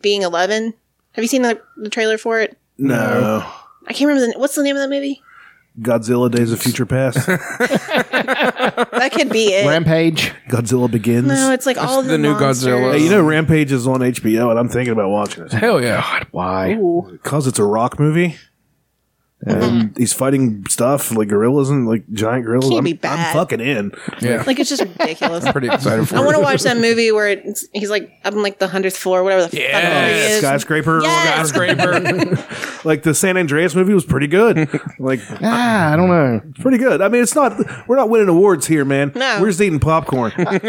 Speaker 4: being Eleven. Have you seen the, the trailer for it?
Speaker 2: No.
Speaker 4: I can't remember the, what's the name of that movie.
Speaker 2: Godzilla Days of Future Past.
Speaker 4: That could be it.
Speaker 6: Rampage.
Speaker 2: Godzilla Begins.
Speaker 4: no, it's like all of the,
Speaker 3: the new
Speaker 4: monsters.
Speaker 3: Godzilla.
Speaker 2: Hey, you know Rampage is on HBO and I'm thinking about watching it.
Speaker 3: Hell yeah.
Speaker 6: Why?
Speaker 4: Ooh.
Speaker 2: Because it's a rock movie. And he's fighting stuff like gorillas and like giant gorillas.
Speaker 4: Mm-hmm. Can't
Speaker 2: I'm,
Speaker 4: be
Speaker 2: I'm
Speaker 4: bad.
Speaker 2: fucking in.
Speaker 3: Yeah.
Speaker 4: Like it's just ridiculous. I
Speaker 3: Pretty excited for it.
Speaker 4: want to watch that movie where it's, he's like up on like the hundredth floor, whatever the fuck floor he is.
Speaker 2: Skyscraper.
Speaker 4: Yes.
Speaker 3: Skyscraper.
Speaker 2: Like the San Andreas movie was pretty good. like
Speaker 6: Ah, I don't know.
Speaker 2: it's pretty good. I mean, it's not. We're not winning awards here, man.
Speaker 4: No.
Speaker 2: We're just eating popcorn.
Speaker 6: See, I get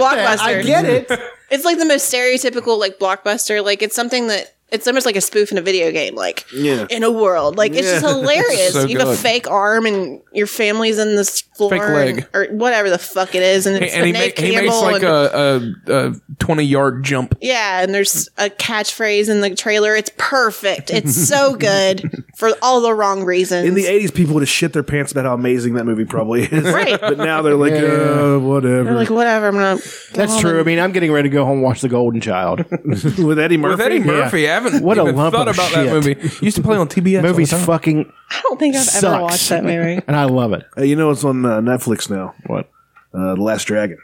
Speaker 4: that. I Blockbuster. get
Speaker 6: it.
Speaker 4: It's like the most stereotypical like blockbuster. Like it's something that it's almost like a spoof in a video game. Like
Speaker 2: Yeah.
Speaker 4: in a world, like it's just
Speaker 2: Yeah.
Speaker 4: hilarious.
Speaker 3: So
Speaker 4: you have a
Speaker 3: good.
Speaker 4: fake arm and your family's in this floor
Speaker 3: Fake leg.
Speaker 4: and- or whatever the fuck it is, and it's
Speaker 3: and he,
Speaker 4: Nate
Speaker 3: ma- he makes
Speaker 4: Campbell
Speaker 3: like
Speaker 4: and-
Speaker 3: a, a, a twenty yard jump.
Speaker 4: yeah, and there's a catchphrase in the trailer. It's perfect. It's so good for all the wrong reasons.
Speaker 2: In the '80s, people would have shit their pants about how amazing that movie probably is.
Speaker 4: Right.
Speaker 2: But now they're like, uh, whatever.
Speaker 4: They're like whatever. I'm gonna.
Speaker 6: That's true. I mean, I'm getting ready to go home and watch The Golden Child.
Speaker 2: with Eddie Murphy.
Speaker 3: With Eddie Murphy, I haven't
Speaker 6: What a
Speaker 3: even
Speaker 6: lump
Speaker 3: thought
Speaker 6: of
Speaker 3: about
Speaker 6: shit.
Speaker 3: that movie. Used to play on TBS.
Speaker 6: Movie's
Speaker 3: all the time.
Speaker 6: fucking
Speaker 4: I don't think I've ever
Speaker 6: sucks.
Speaker 4: watched that movie.
Speaker 6: and I love it.
Speaker 2: Hey, you know it's on uh, Netflix now.
Speaker 6: What?
Speaker 2: Uh, the Last Dragon.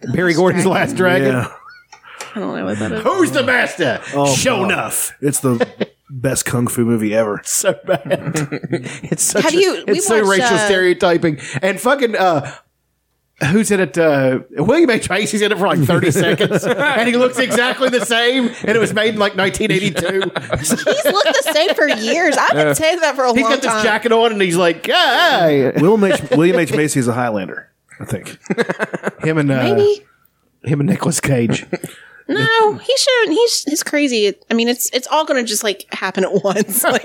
Speaker 6: Barry Gordon's Last Dragon.
Speaker 2: Yeah.
Speaker 4: I don't know what that is.
Speaker 6: Who's the master?
Speaker 2: Oh,
Speaker 6: Show
Speaker 2: God.
Speaker 6: enough.
Speaker 2: It's the best kung fu movie ever.
Speaker 6: So bad. it's such
Speaker 4: Have
Speaker 6: a-
Speaker 4: you- we
Speaker 6: it's so
Speaker 4: watched,
Speaker 6: racial
Speaker 4: uh,
Speaker 6: stereotyping and fucking uh Who's in it? Uh, William H. Tracy's in it for like 30 seconds. And he looks exactly the same. And it was made in like 1982.
Speaker 4: He's looked the same for years. I've been saying that for a
Speaker 6: he's
Speaker 4: long
Speaker 6: got this
Speaker 4: time.
Speaker 6: jacket on and he's like, "Hey."
Speaker 2: William H. William H. Macy is a Highlander, I think.
Speaker 6: Him and, uh,
Speaker 4: Maybe.
Speaker 6: him and Nicolas Cage.
Speaker 4: No, he shouldn't. He's he's crazy. I mean, it's it's all going to just like happen at once. Like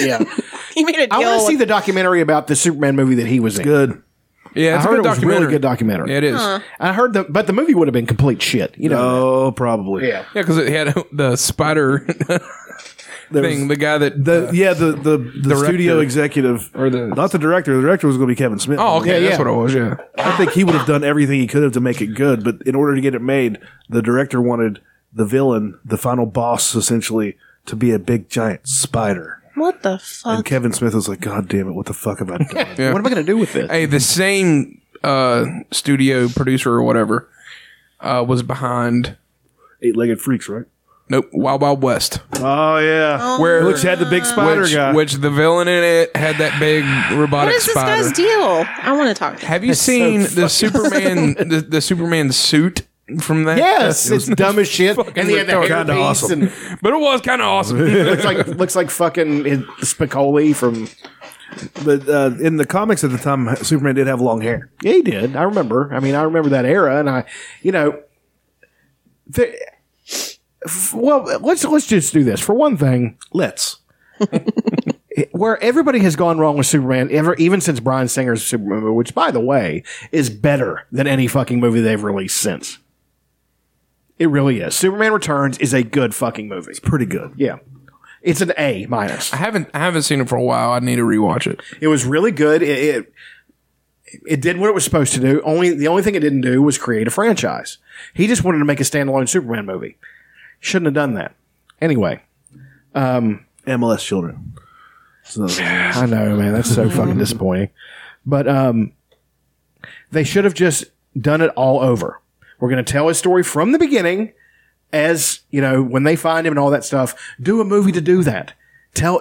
Speaker 6: yeah.
Speaker 4: he made a deal.
Speaker 6: I want to see
Speaker 4: with-
Speaker 6: the documentary about the Superman movie that he was in.
Speaker 3: Uh,
Speaker 2: Good.
Speaker 3: Yeah,
Speaker 6: I
Speaker 3: it's a good
Speaker 6: heard it was a
Speaker 3: documentary.
Speaker 6: really good documentary.
Speaker 3: Yeah, it is.
Speaker 6: I heard the, but the movie would have been complete shit. You know,
Speaker 2: Oh, probably.
Speaker 6: Yeah.
Speaker 3: Yeah, because it had uh, the spider thing. The guy that
Speaker 2: The,
Speaker 3: uh,
Speaker 2: yeah, the, the, the studio executive.
Speaker 3: Or the-
Speaker 2: not the director. The director was going to be Kevin Smith.
Speaker 3: Oh, okay,
Speaker 6: Yeah,
Speaker 3: that's
Speaker 6: yeah.
Speaker 3: what it was. Yeah,
Speaker 2: I think he would have done everything he could have to make it good, but in order to get it made, the director wanted the villain, the final boss, essentially, to be a big giant spider.
Speaker 4: What the
Speaker 2: And
Speaker 4: fuck?
Speaker 2: Kevin Smith was like, God damn it, what the fuck have I done?
Speaker 3: Yeah.
Speaker 6: What am I going to do with this?
Speaker 3: Hey, the same uh, studio producer or whatever uh, was behind
Speaker 2: Eight legged freaks, right?
Speaker 3: Nope, Wild Wild West,
Speaker 2: Oh yeah,
Speaker 3: Where-
Speaker 2: which had the big spider
Speaker 3: which,
Speaker 2: guy.
Speaker 3: which the villain in it had that big
Speaker 4: What
Speaker 3: robotic
Speaker 4: is this
Speaker 3: spider.
Speaker 4: guy's deal? I want to talk.
Speaker 3: Have you seen the Superman the, the Superman suit from that?
Speaker 6: Yes,
Speaker 3: It
Speaker 6: it's
Speaker 3: was-
Speaker 6: dumb as shit. And he had that
Speaker 3: retarded.
Speaker 6: hairpiece
Speaker 3: Kinda awesome.
Speaker 6: and
Speaker 3: Uh, but it was kind of awesome.
Speaker 6: looks like looks like fucking Spicoli from.
Speaker 2: but uh, in the comics at the time, Superman did have long hair.
Speaker 6: Yeah, he did. I remember. I mean, I remember that era, and I, you know, the, f- well, let's let's just do this for one thing.
Speaker 2: Let's.
Speaker 6: Where everybody has gone wrong with Superman, ever even since Brian Singer's Superman, movie, which by the way is better than any fucking movie they've released since. It really is. Superman Returns is a good fucking movie.
Speaker 2: Pretty good.
Speaker 6: Yeah, it's an A minus.
Speaker 3: I haven't I haven't seen it for a while. I need to rewatch it.
Speaker 6: It was really good. It, it it did what it was supposed to do. Only the only thing it didn't do was create a franchise. He just wanted to make a standalone Superman movie. Shouldn't have done that. Anyway,
Speaker 2: MLS children. It's another one.
Speaker 6: I know, man, that's so fucking disappointing. But um, they should have just done it all over. We're going to tell his story from the beginning, as you know, when they find him and all that stuff. Do a movie to do that. Tell.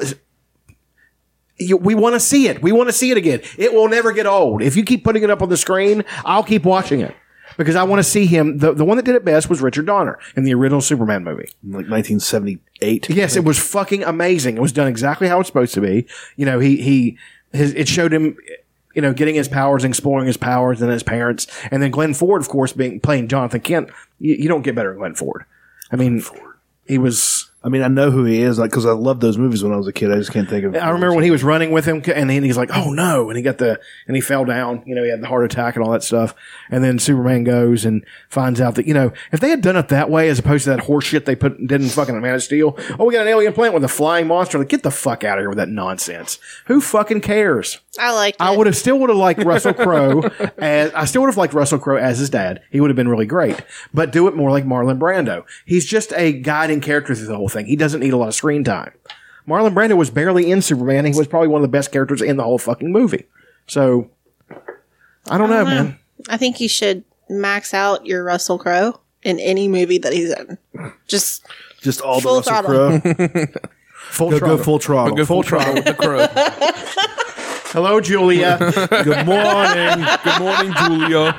Speaker 6: You, we want to see it. We want to see it again. It will never get old. If you keep putting it up on the screen, I'll keep watching it because I want to see him. The, the one that did it best was Richard Donner in the original Superman movie.
Speaker 2: like 1978.
Speaker 6: Yes, it was fucking amazing. It was done exactly how it's supposed to be. You know, he he his, it showed him you know getting his powers, and exploring his powers and his parents, and then Glenn Ford, of course, being playing Jonathan Kent. You, you don't get better than Glenn Ford. I mean, he was.
Speaker 2: I mean, I know who he is, like because I loved those movies when I was a kid. I just can't think of.
Speaker 6: I remember when he was running with him, and then he's like, "Oh no!" and he got the and he fell down. You know, he had the heart attack and all that stuff. And then Superman goes and finds out that you know if they had done it that way as opposed to that horse shit they put did in fucking Man of Steel. Oh, we got an alien plant with a flying monster. Like, get the fuck out of here with that nonsense. Who fucking cares?
Speaker 4: I liked it.
Speaker 6: I would have still would have liked Russell Crowe as I still would have liked Russell Crowe as his dad. He would have been really great. But do it more like Marlon Brando. He's just a guiding character through the whole thing. He doesn't need a lot of screen time. Marlon Brando was barely in Superman. He was probably one of the best characters in the whole fucking movie. So I don't, know, man.
Speaker 4: I think you should max out your Russell Crowe in any movie that he's in. Just
Speaker 2: just all the
Speaker 4: Full
Speaker 2: Russell
Speaker 4: throttle.
Speaker 2: Crowe.
Speaker 6: Full
Speaker 2: Go, go
Speaker 6: throttle.
Speaker 2: full throttle.
Speaker 3: Go full trial with the crow.
Speaker 6: Hello, Julia.
Speaker 2: Good morning.
Speaker 3: Good morning, Julia.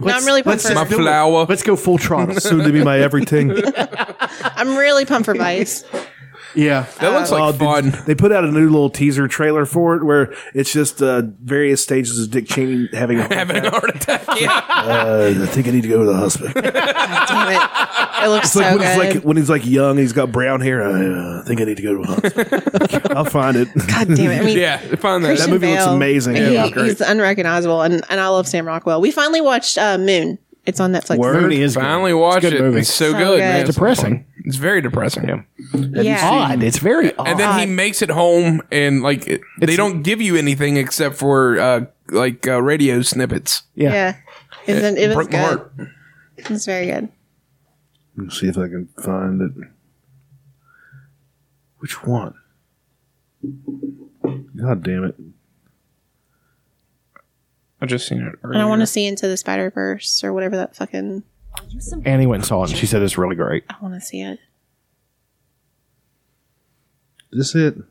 Speaker 4: no, I'm really pumped for.
Speaker 3: My flower.
Speaker 6: Let's go full throttle.
Speaker 2: Soon to be my everything.
Speaker 4: I'm really pumped for Vice.
Speaker 6: Yeah.
Speaker 3: That looks like
Speaker 2: Oh, dude,
Speaker 3: fun.
Speaker 2: They put out a new little teaser trailer for it where it's just uh, various stages of Dick Cheney having a heart
Speaker 3: Having a
Speaker 2: attack.
Speaker 3: heart attack. Yeah.
Speaker 2: Uh, I think I need to go to the hospital. It's
Speaker 4: Damn it! It looks so
Speaker 2: like, when,
Speaker 4: good.
Speaker 2: he's like when he's like young, and he's got brown hair. I uh, think I need to go to the hospital. I'll find it.
Speaker 4: God damn it! I mean,
Speaker 3: yeah. Find that.
Speaker 4: Christian
Speaker 2: movie looks
Speaker 4: Bale,
Speaker 2: amazing.
Speaker 4: he-
Speaker 2: Yeah, it was
Speaker 4: he's unrecognizable, and, and I love Sam Rockwell. We finally watched uh, Moon. It's on Netflix.
Speaker 6: Mooney is good.
Speaker 3: Finally
Speaker 6: It's a
Speaker 3: watch
Speaker 6: good
Speaker 3: it.
Speaker 6: Movie.
Speaker 3: It's so,
Speaker 4: So
Speaker 3: good,
Speaker 4: good.
Speaker 3: man. It's,
Speaker 6: depressing.
Speaker 3: it's very depressing. Yeah.
Speaker 4: Yeah.
Speaker 6: Odd. It's very odd.
Speaker 3: And then he makes it home, and like it, they don't give you anything except for uh, like uh, radio snippets.
Speaker 4: Yeah. It was, it was
Speaker 3: Broke my
Speaker 4: good.
Speaker 3: heart.
Speaker 4: It was very good.
Speaker 2: Let's see if I can find it. Which one? God damn it.
Speaker 3: I just seen it.
Speaker 4: And I want to see Into the Spider Verse or whatever that fucking.
Speaker 6: Annie went and saw it, and she said it's really great.
Speaker 4: I want to see it.
Speaker 2: Is this it?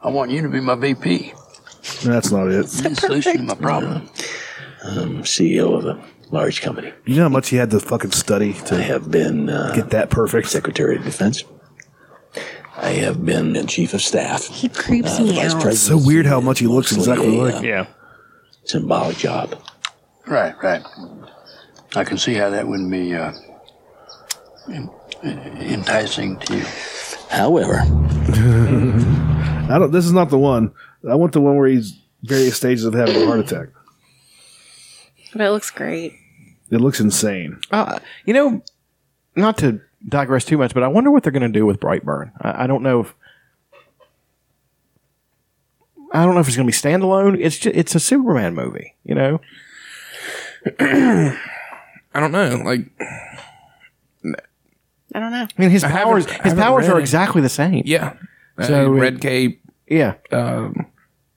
Speaker 8: I want you to be my VP.
Speaker 2: No, that's not it.
Speaker 8: You're the solution to my problem.
Speaker 12: I'm CEO of a large company.
Speaker 2: You know how much he had to fucking study
Speaker 12: I
Speaker 2: to
Speaker 12: have been uh,
Speaker 2: get that perfect?
Speaker 12: Secretary of Defense. I have been the Chief of Staff.
Speaker 4: He
Speaker 3: Uh,
Speaker 4: creeps me out.
Speaker 2: It's so weird how much he looks exactly
Speaker 12: Yeah.
Speaker 2: like.
Speaker 6: Yeah.
Speaker 12: Symbolic job.
Speaker 8: Right, right. I can see how that wouldn't be uh, en- enticing to you.
Speaker 12: However,
Speaker 2: I don't. This is not the one. I want the one where he's various stages of having a heart attack.
Speaker 4: But it looks great.
Speaker 2: It looks insane.
Speaker 6: Uh, you know, not to digress too much, but I wonder what they're going to do with Brightburn. I, I don't know if I don't know if it's going to be standalone. It's just, it's a Superman movie, you know.
Speaker 3: I don't know. Like
Speaker 4: I don't know.
Speaker 6: I mean, his
Speaker 3: I haven't-
Speaker 6: powers
Speaker 3: I
Speaker 6: his
Speaker 3: haven't
Speaker 6: powers
Speaker 3: read
Speaker 6: are
Speaker 3: it.
Speaker 6: exactly the same.
Speaker 3: Yeah.
Speaker 6: So,
Speaker 3: So red cape.
Speaker 6: Yeah.
Speaker 3: Um,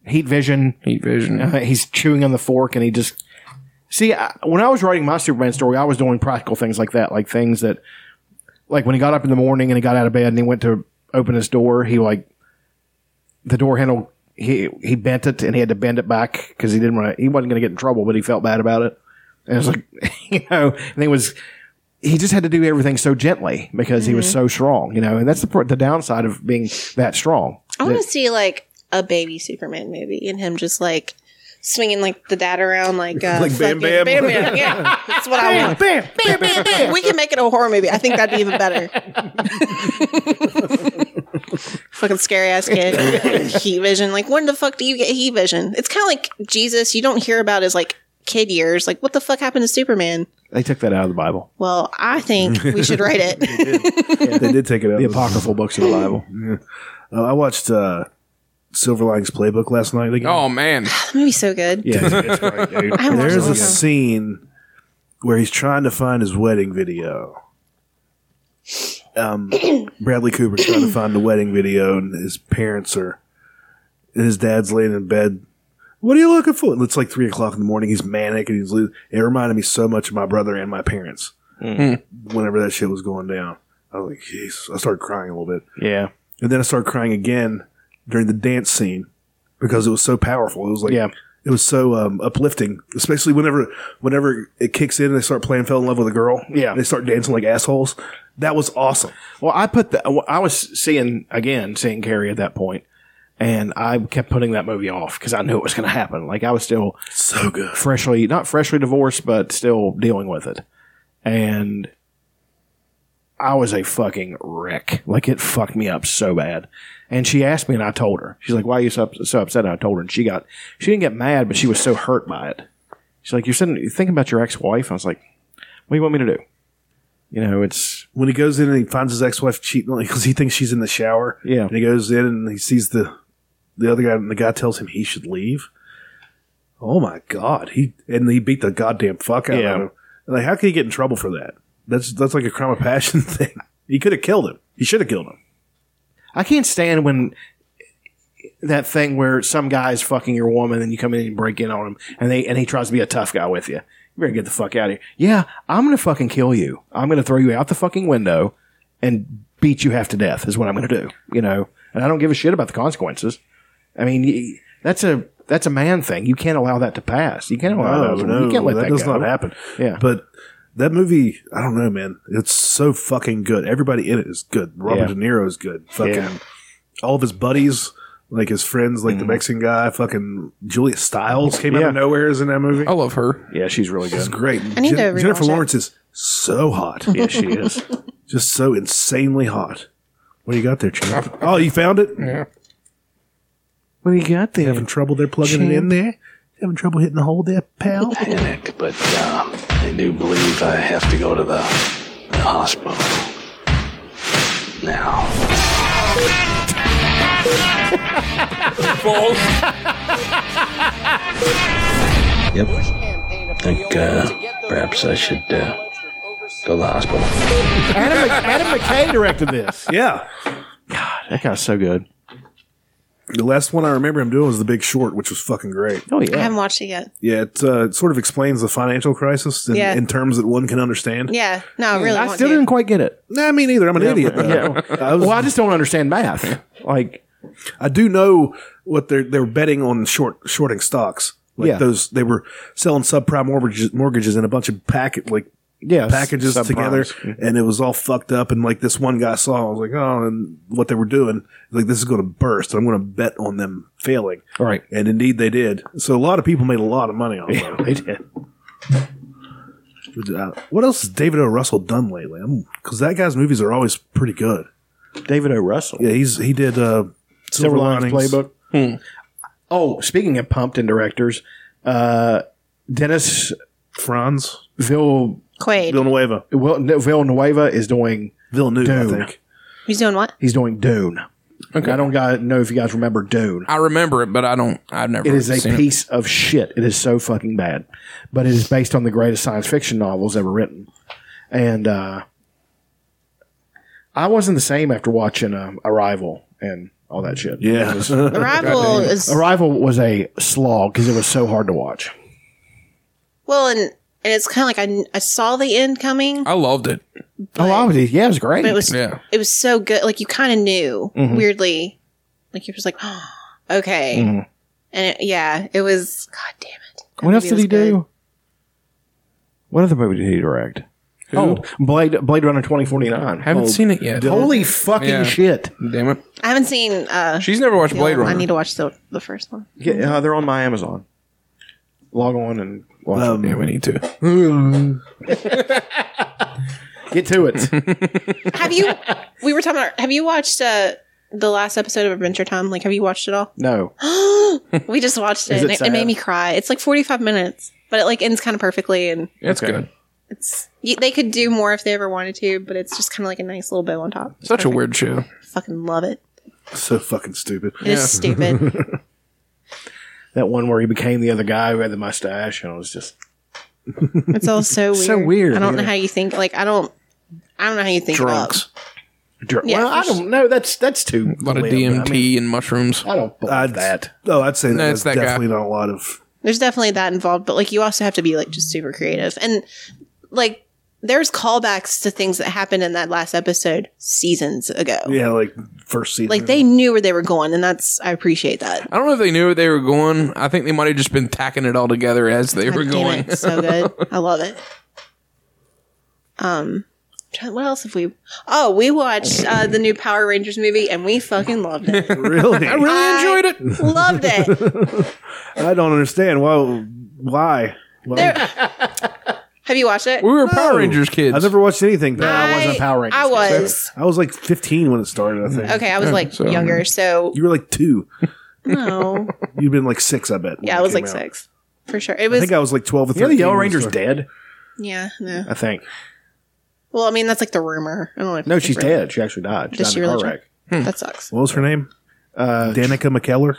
Speaker 6: heat vision.
Speaker 3: Heat vision.
Speaker 6: Uh, he's chewing on the fork, and he just see. I, when I was writing my Superman story, I was doing practical things like that, like things that, like when he got up in the morning and he got out of bed and he went to open his door, he like the door handle. He he bent it and he had to bend it back because he didn't want to. He wasn't going to get in trouble, but he felt bad about it. And it was like you know, and he was he just had to do everything so gently because he was so strong, you know. And that's the part- the downside of being that strong.
Speaker 4: I want
Speaker 6: That-
Speaker 4: to see like a baby Superman movie and him just like swinging like the dad around like uh,
Speaker 2: Like Bam Bam?
Speaker 4: fucking- Bam. Yeah, that's what I want.
Speaker 6: Bam,
Speaker 4: bam, bam, bam. We can make it a horror movie. I think that'd be even better. Fucking scary ass kid. heat vision. Like when the fuck do you get heat vision? It's kind of like Jesus. You don't hear about his like kid years. Like what the fuck happened to Superman?
Speaker 6: They took that out of the Bible.
Speaker 4: Well, I think we should write it.
Speaker 2: they did take it out. The
Speaker 6: apocryphal books of the Bible.
Speaker 2: I watched uh, Silver Linings Playbook last night. Again.
Speaker 3: Oh man.
Speaker 4: that movie's so good.
Speaker 2: Yeah, it's- it's great, dude.
Speaker 4: I haven't watched
Speaker 2: There's a
Speaker 4: it in a while.
Speaker 2: scene where he's trying to find his wedding video. Um, Bradley Cooper's trying to find the wedding video, and his parents are, and his dad's laying in bed. What are you looking for? And it's like three o'clock in the morning. He's manic, and he's. lo- It reminded me so much of my brother and my parents. Whenever that shit was going down, I was like, Jesus. I started crying a little bit.
Speaker 6: Yeah.
Speaker 2: And then I started crying again during the dance scene because it was so powerful. It was like,
Speaker 6: Yeah.
Speaker 2: it was so um, uplifting, especially whenever whenever it kicks in and they start playing "Fell in Love with a Girl."
Speaker 6: Yeah.
Speaker 2: they start dancing like assholes. That was awesome.
Speaker 6: Well, I put that. I was seeing again, seeing Carrie at that point, and I kept putting that movie off because I knew it was going to happen. Like I was still
Speaker 2: so good,
Speaker 6: freshly not freshly divorced, but still dealing with it, and I was a fucking wreck. Like it fucked me up so bad. And she asked me, and I told her. She's like, "Why are you so, ups- so upset?" And I told her, and she got she didn't get mad, but she was so hurt by it. She's like, "You're sitting, you're thinking about your ex-wife." I was like, "What do you want me to do?" You know, it's
Speaker 2: When he goes in and he finds his ex-wife cheating because he thinks she's in the shower.
Speaker 6: Yeah.
Speaker 2: and he goes in and he sees the the other guy, and the guy tells him he should leave. Oh my god! He and he beat the goddamn fuck out
Speaker 6: Yeah.
Speaker 2: of him. And like, how could he get in trouble for that? That's that's like a crime of passion thing. He could have killed him. He should have killed him.
Speaker 6: I can't stand when that thing where some guy's fucking your woman and you come in and you break in on him and they and he tries to be a tough guy with you. You better get the fuck out of here. Yeah, I'm gonna fucking kill you. I'm gonna throw you out the fucking window and beat you half to death is what I'm gonna do. You know, and I don't give a shit about the consequences. I mean, y- that's a that's a man thing. You can't allow that to pass. You can't allow
Speaker 2: No,
Speaker 6: that.
Speaker 2: no,
Speaker 6: you can't let
Speaker 2: that,
Speaker 6: that,
Speaker 2: does
Speaker 6: go.
Speaker 2: not happen.
Speaker 6: Yeah.
Speaker 2: but that movie, I don't know, man. It's so fucking good. Everybody in it is good. Robert
Speaker 6: Yeah.
Speaker 2: De Niro is good. Fucking
Speaker 6: Yeah.
Speaker 2: all of his buddies, like his friends, like the Mexican guy. Fucking Julia Stiles came out
Speaker 6: Mm. Yeah.
Speaker 2: of nowhere is in that movie.
Speaker 3: I love her.
Speaker 6: Yeah, she's really
Speaker 2: She's
Speaker 6: good.
Speaker 2: great.
Speaker 4: Oh. I need to
Speaker 2: Jen-
Speaker 4: rewatch
Speaker 2: Jennifer
Speaker 4: it.
Speaker 2: Lawrence is so hot.
Speaker 6: Yeah, she is.
Speaker 2: Just so insanely hot. What do you got there, champ? Oh, you found it.
Speaker 3: Yeah.
Speaker 6: What do you got there?
Speaker 2: Having trouble there plugging it in
Speaker 6: Champ.
Speaker 2: there. Having trouble hitting the hole there, pal.
Speaker 12: panic, but um, I do believe I have to go to the, the hospital now.
Speaker 3: Balls.
Speaker 12: Yep. Think uh, perhaps I should uh, go to the hospital.
Speaker 6: Adam, Mc- Adam McKay directed this.
Speaker 2: Yeah.
Speaker 6: That guy's so good.
Speaker 2: The last one I remember him doing was The Big Short, which was fucking great.
Speaker 6: Oh
Speaker 4: I
Speaker 6: yeah.
Speaker 4: haven't watched it yet.
Speaker 2: Yeah, it uh, sort of explains the financial crisis in,
Speaker 4: Yeah.
Speaker 2: in terms that one can understand.
Speaker 4: Yeah, no, I really.
Speaker 6: I
Speaker 4: want
Speaker 6: still
Speaker 4: to.
Speaker 6: didn't quite get it.
Speaker 2: Nah, me neither. I'm an idiot. though.
Speaker 6: Yeah. well, I just don't understand math. Like,
Speaker 2: I do know what they're they're betting on short shorting stocks. Like
Speaker 6: Yeah.
Speaker 2: those, they were selling subprime mortgages, mortgages in a bunch of packet like
Speaker 6: yeah,
Speaker 2: packages
Speaker 6: subprimes.
Speaker 2: together, and it was all fucked up. And like this one guy saw, I was like, oh, and what they were doing, like this is going to burst. I'm going to bet on them failing,
Speaker 6: All right.
Speaker 2: and indeed they did. So a lot of people made a lot of money off of it.
Speaker 6: They did.
Speaker 2: Uh, what else has David O. Russell done lately? Because that guy's movies are always pretty good.
Speaker 6: David O. Russell.
Speaker 2: Yeah, he's he did uh,
Speaker 6: Silver Linings Playbook.
Speaker 3: Hmm.
Speaker 6: Oh, speaking of pumped and directors, uh, Dennis
Speaker 2: Franz
Speaker 6: Vill,
Speaker 4: Quaid.
Speaker 2: Villanueva,
Speaker 6: Will, no, Villanueva is doing
Speaker 2: Villeneuve,
Speaker 6: Dune.
Speaker 2: I think.
Speaker 4: He's doing what?
Speaker 6: he's doing Dune.
Speaker 3: Okay.
Speaker 6: I don't got, know if you guys remember Dune.
Speaker 3: I remember it, but I don't. I've never.
Speaker 6: It is a
Speaker 3: seen
Speaker 6: piece of shit. It is so fucking bad, but it is based on the greatest science fiction novels ever written, and uh, I wasn't the same after watching um, Arrival and all that shit. Yeah,
Speaker 4: Arrival is-
Speaker 6: Arrival was a slog because it was so hard to watch.
Speaker 4: Well, and and it's kind of like I, kn- I saw the end coming.
Speaker 3: I loved it.
Speaker 6: oh, I was, yeah, it was great.
Speaker 4: But it was it was so good. Like you kind of knew
Speaker 6: Mhm.
Speaker 4: weirdly, like you're just like, okay,
Speaker 6: Mhm.
Speaker 4: and it, yeah, it was. God damn it! That
Speaker 6: What else
Speaker 4: movie
Speaker 6: did
Speaker 4: was
Speaker 6: he do? What other movie did he direct? Oh, Blade Blade Runner twenty forty nine.
Speaker 3: Haven't seen it yet.
Speaker 6: Holy fucking
Speaker 3: Yeah.
Speaker 6: shit!
Speaker 3: Damn it!
Speaker 4: good. I haven't seen. uh
Speaker 3: She's never watched
Speaker 4: the
Speaker 3: Blade
Speaker 4: old one. I
Speaker 3: Runner.
Speaker 4: need to watch the the first one.
Speaker 6: Get, uh, they're on my Amazon. Log on and watch
Speaker 3: Um,
Speaker 6: it.
Speaker 3: yeah, we need to.
Speaker 6: Get to it.
Speaker 4: Have you? we were talking. About, have you watched uh the last episode of Adventure Time? Like, have you watched it all?
Speaker 6: no.
Speaker 4: we just watched it.
Speaker 6: Is
Speaker 4: and
Speaker 6: it
Speaker 4: it, it made
Speaker 6: sad?
Speaker 4: me cry. It's like 45 minutes, but it like ends kind of perfectly and
Speaker 3: It's
Speaker 6: Okay.
Speaker 3: good.
Speaker 4: it's y- they could do more if they ever wanted to, but it's just kind of like a nice little bow on top. It's
Speaker 3: Such a
Speaker 4: perfect.
Speaker 3: weird show.
Speaker 4: Fucking love it.
Speaker 2: So fucking stupid.
Speaker 4: It is stupid.
Speaker 6: That one where he became the other guy who had the mustache, and it was just
Speaker 4: It's all so weird.
Speaker 6: So weird,
Speaker 4: I don't know
Speaker 6: yeah.
Speaker 4: how you think. Like I don't. I don't know how you think. About.
Speaker 6: Dr-
Speaker 4: Yeah,
Speaker 6: well, I
Speaker 4: for s-
Speaker 6: don't know. That's that's too
Speaker 3: A lot of
Speaker 6: glib.
Speaker 3: DMT
Speaker 6: I, mean,
Speaker 3: and mushrooms.
Speaker 6: I don't believe
Speaker 2: I'd-
Speaker 6: that.
Speaker 2: Oh, I'd say that
Speaker 3: That's
Speaker 2: that's
Speaker 3: that guy.
Speaker 2: definitely not a lot of.
Speaker 4: There's definitely that involved, but like you also have to be like just super creative and like there's callbacks to things that happened in that last episode seasons ago.
Speaker 2: Yeah, like first season.
Speaker 4: Like they knew where they were going, and that's I appreciate that.
Speaker 3: I don't know if they knew where they were going. I think they might have just been tacking it all together as they were
Speaker 4: God damn
Speaker 3: going.
Speaker 4: it, it's so good. I love it. Um, try- what else have we? Oh, we watched uh, the new Power Rangers movie, and we fucking loved it.
Speaker 2: really?
Speaker 3: I really enjoyed it.
Speaker 4: loved it.
Speaker 2: I don't understand. Why? Why? Why?
Speaker 4: Have you watched it?
Speaker 3: We were
Speaker 2: No.
Speaker 3: Power Rangers kids.
Speaker 2: I've never watched anything. No,
Speaker 4: I wasn't a Power Rangers I kid. was.
Speaker 2: I was like 15 when it started. I think.
Speaker 4: Okay, I was like
Speaker 2: So- um,
Speaker 4: younger, so
Speaker 2: You were like two.
Speaker 4: no.
Speaker 2: You've been like six, I bet. when
Speaker 4: Yeah,
Speaker 2: it
Speaker 4: I was
Speaker 2: came
Speaker 4: like
Speaker 2: out.
Speaker 4: six for sure. It
Speaker 2: I
Speaker 4: was.
Speaker 2: think I was like 12 or
Speaker 6: Yeah,
Speaker 2: 13.
Speaker 6: the Yellow
Speaker 2: when it
Speaker 6: Ranger's
Speaker 2: started.
Speaker 6: dead.
Speaker 4: yeah, no.
Speaker 6: I think.
Speaker 4: Well, I mean, that's like the rumor. I don't know. if
Speaker 6: No,
Speaker 4: it's
Speaker 6: she's
Speaker 4: real.
Speaker 6: dead. She actually died. She
Speaker 4: Did
Speaker 6: died
Speaker 4: she
Speaker 6: in a
Speaker 4: really?
Speaker 6: car
Speaker 4: die?
Speaker 6: wreck.
Speaker 4: That sucks.
Speaker 2: What was her name?
Speaker 6: Uh,
Speaker 2: Danica McKellar.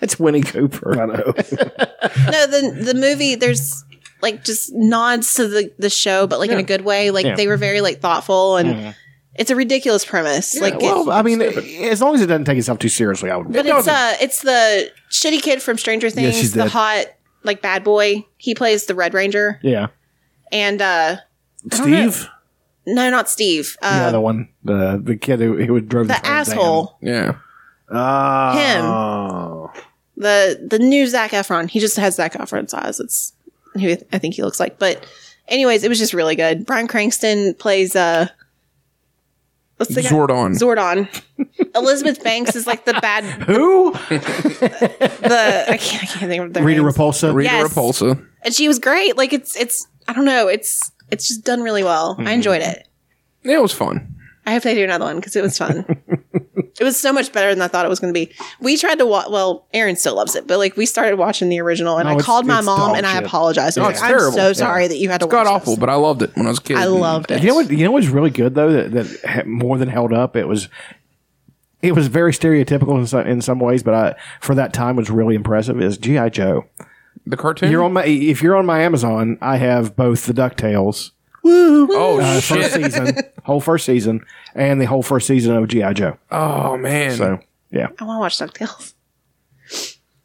Speaker 6: That's Winnie Cooper.
Speaker 2: I know.
Speaker 4: no, the the movie there's like just nods to the the show, but like in a good way. Like
Speaker 6: Yeah.
Speaker 4: they were very like thoughtful and
Speaker 6: Mhm.
Speaker 4: it's a ridiculous premise. like
Speaker 6: well,
Speaker 4: it,
Speaker 6: I mean, as long as it doesn't take itself too seriously, I would.
Speaker 4: but it's uh it's the shitty kid from Stranger Things,
Speaker 6: she's
Speaker 4: the
Speaker 6: dead.
Speaker 4: hot like bad boy. He plays the Red Ranger
Speaker 6: yeah,
Speaker 4: and uh I don't know-
Speaker 2: Steve.
Speaker 4: No, not Steve.
Speaker 6: the
Speaker 4: Uh,
Speaker 6: other one, the the kid who, who drove the,
Speaker 4: the asshole.
Speaker 3: Yeah.
Speaker 2: Oh.
Speaker 4: The the new Zach Efron. He just has Zach Efron's eyes. It's who I think he looks like. But anyways, it was just really good. Brian Cranston plays uh what's the guy?
Speaker 3: Zordon.
Speaker 4: Zordon. Elizabeth Banks is like the bad
Speaker 6: Who?
Speaker 4: the I can't, I can't think of their
Speaker 6: Rita
Speaker 4: names.
Speaker 6: Repulsa.
Speaker 3: Rita
Speaker 4: Yes.
Speaker 3: Repulsa.
Speaker 4: and she was great. Like it's it's I don't know. It's it's just done really well.
Speaker 6: Mm-hmm.
Speaker 4: I enjoyed it.
Speaker 3: Yeah, it was fun.
Speaker 4: I hope they do another one because it was fun. it was so much better than I thought it was going to be. We tried to watch. Well, Aaron still loves it, but like we started watching the original, and
Speaker 6: No,
Speaker 4: I
Speaker 6: it's-
Speaker 4: called my
Speaker 6: it's
Speaker 4: mom
Speaker 6: dog
Speaker 4: and I
Speaker 6: shit.
Speaker 4: apologized. I
Speaker 3: No,
Speaker 4: was
Speaker 3: it's
Speaker 4: like, I'm
Speaker 3: terrible.
Speaker 4: so sorry that you had to
Speaker 3: It's
Speaker 4: watch
Speaker 3: god
Speaker 4: this.
Speaker 3: awful, but I loved it when I was a kid.
Speaker 4: I loved it.
Speaker 6: You know what? You know what's really good though that that ha- more than held up. It was. It was very stereotypical in some, in some ways, but I, for that time was really impressive. Is GI Joe?
Speaker 3: the cartoon.
Speaker 6: You're on my if you're on my Amazon, I have both the Ducktales
Speaker 3: oh
Speaker 6: uh,
Speaker 3: shit!
Speaker 6: first season, whole first season, and the whole first season of GI Joe.
Speaker 3: Oh man.
Speaker 6: So yeah,
Speaker 4: I want to watch Ducktales.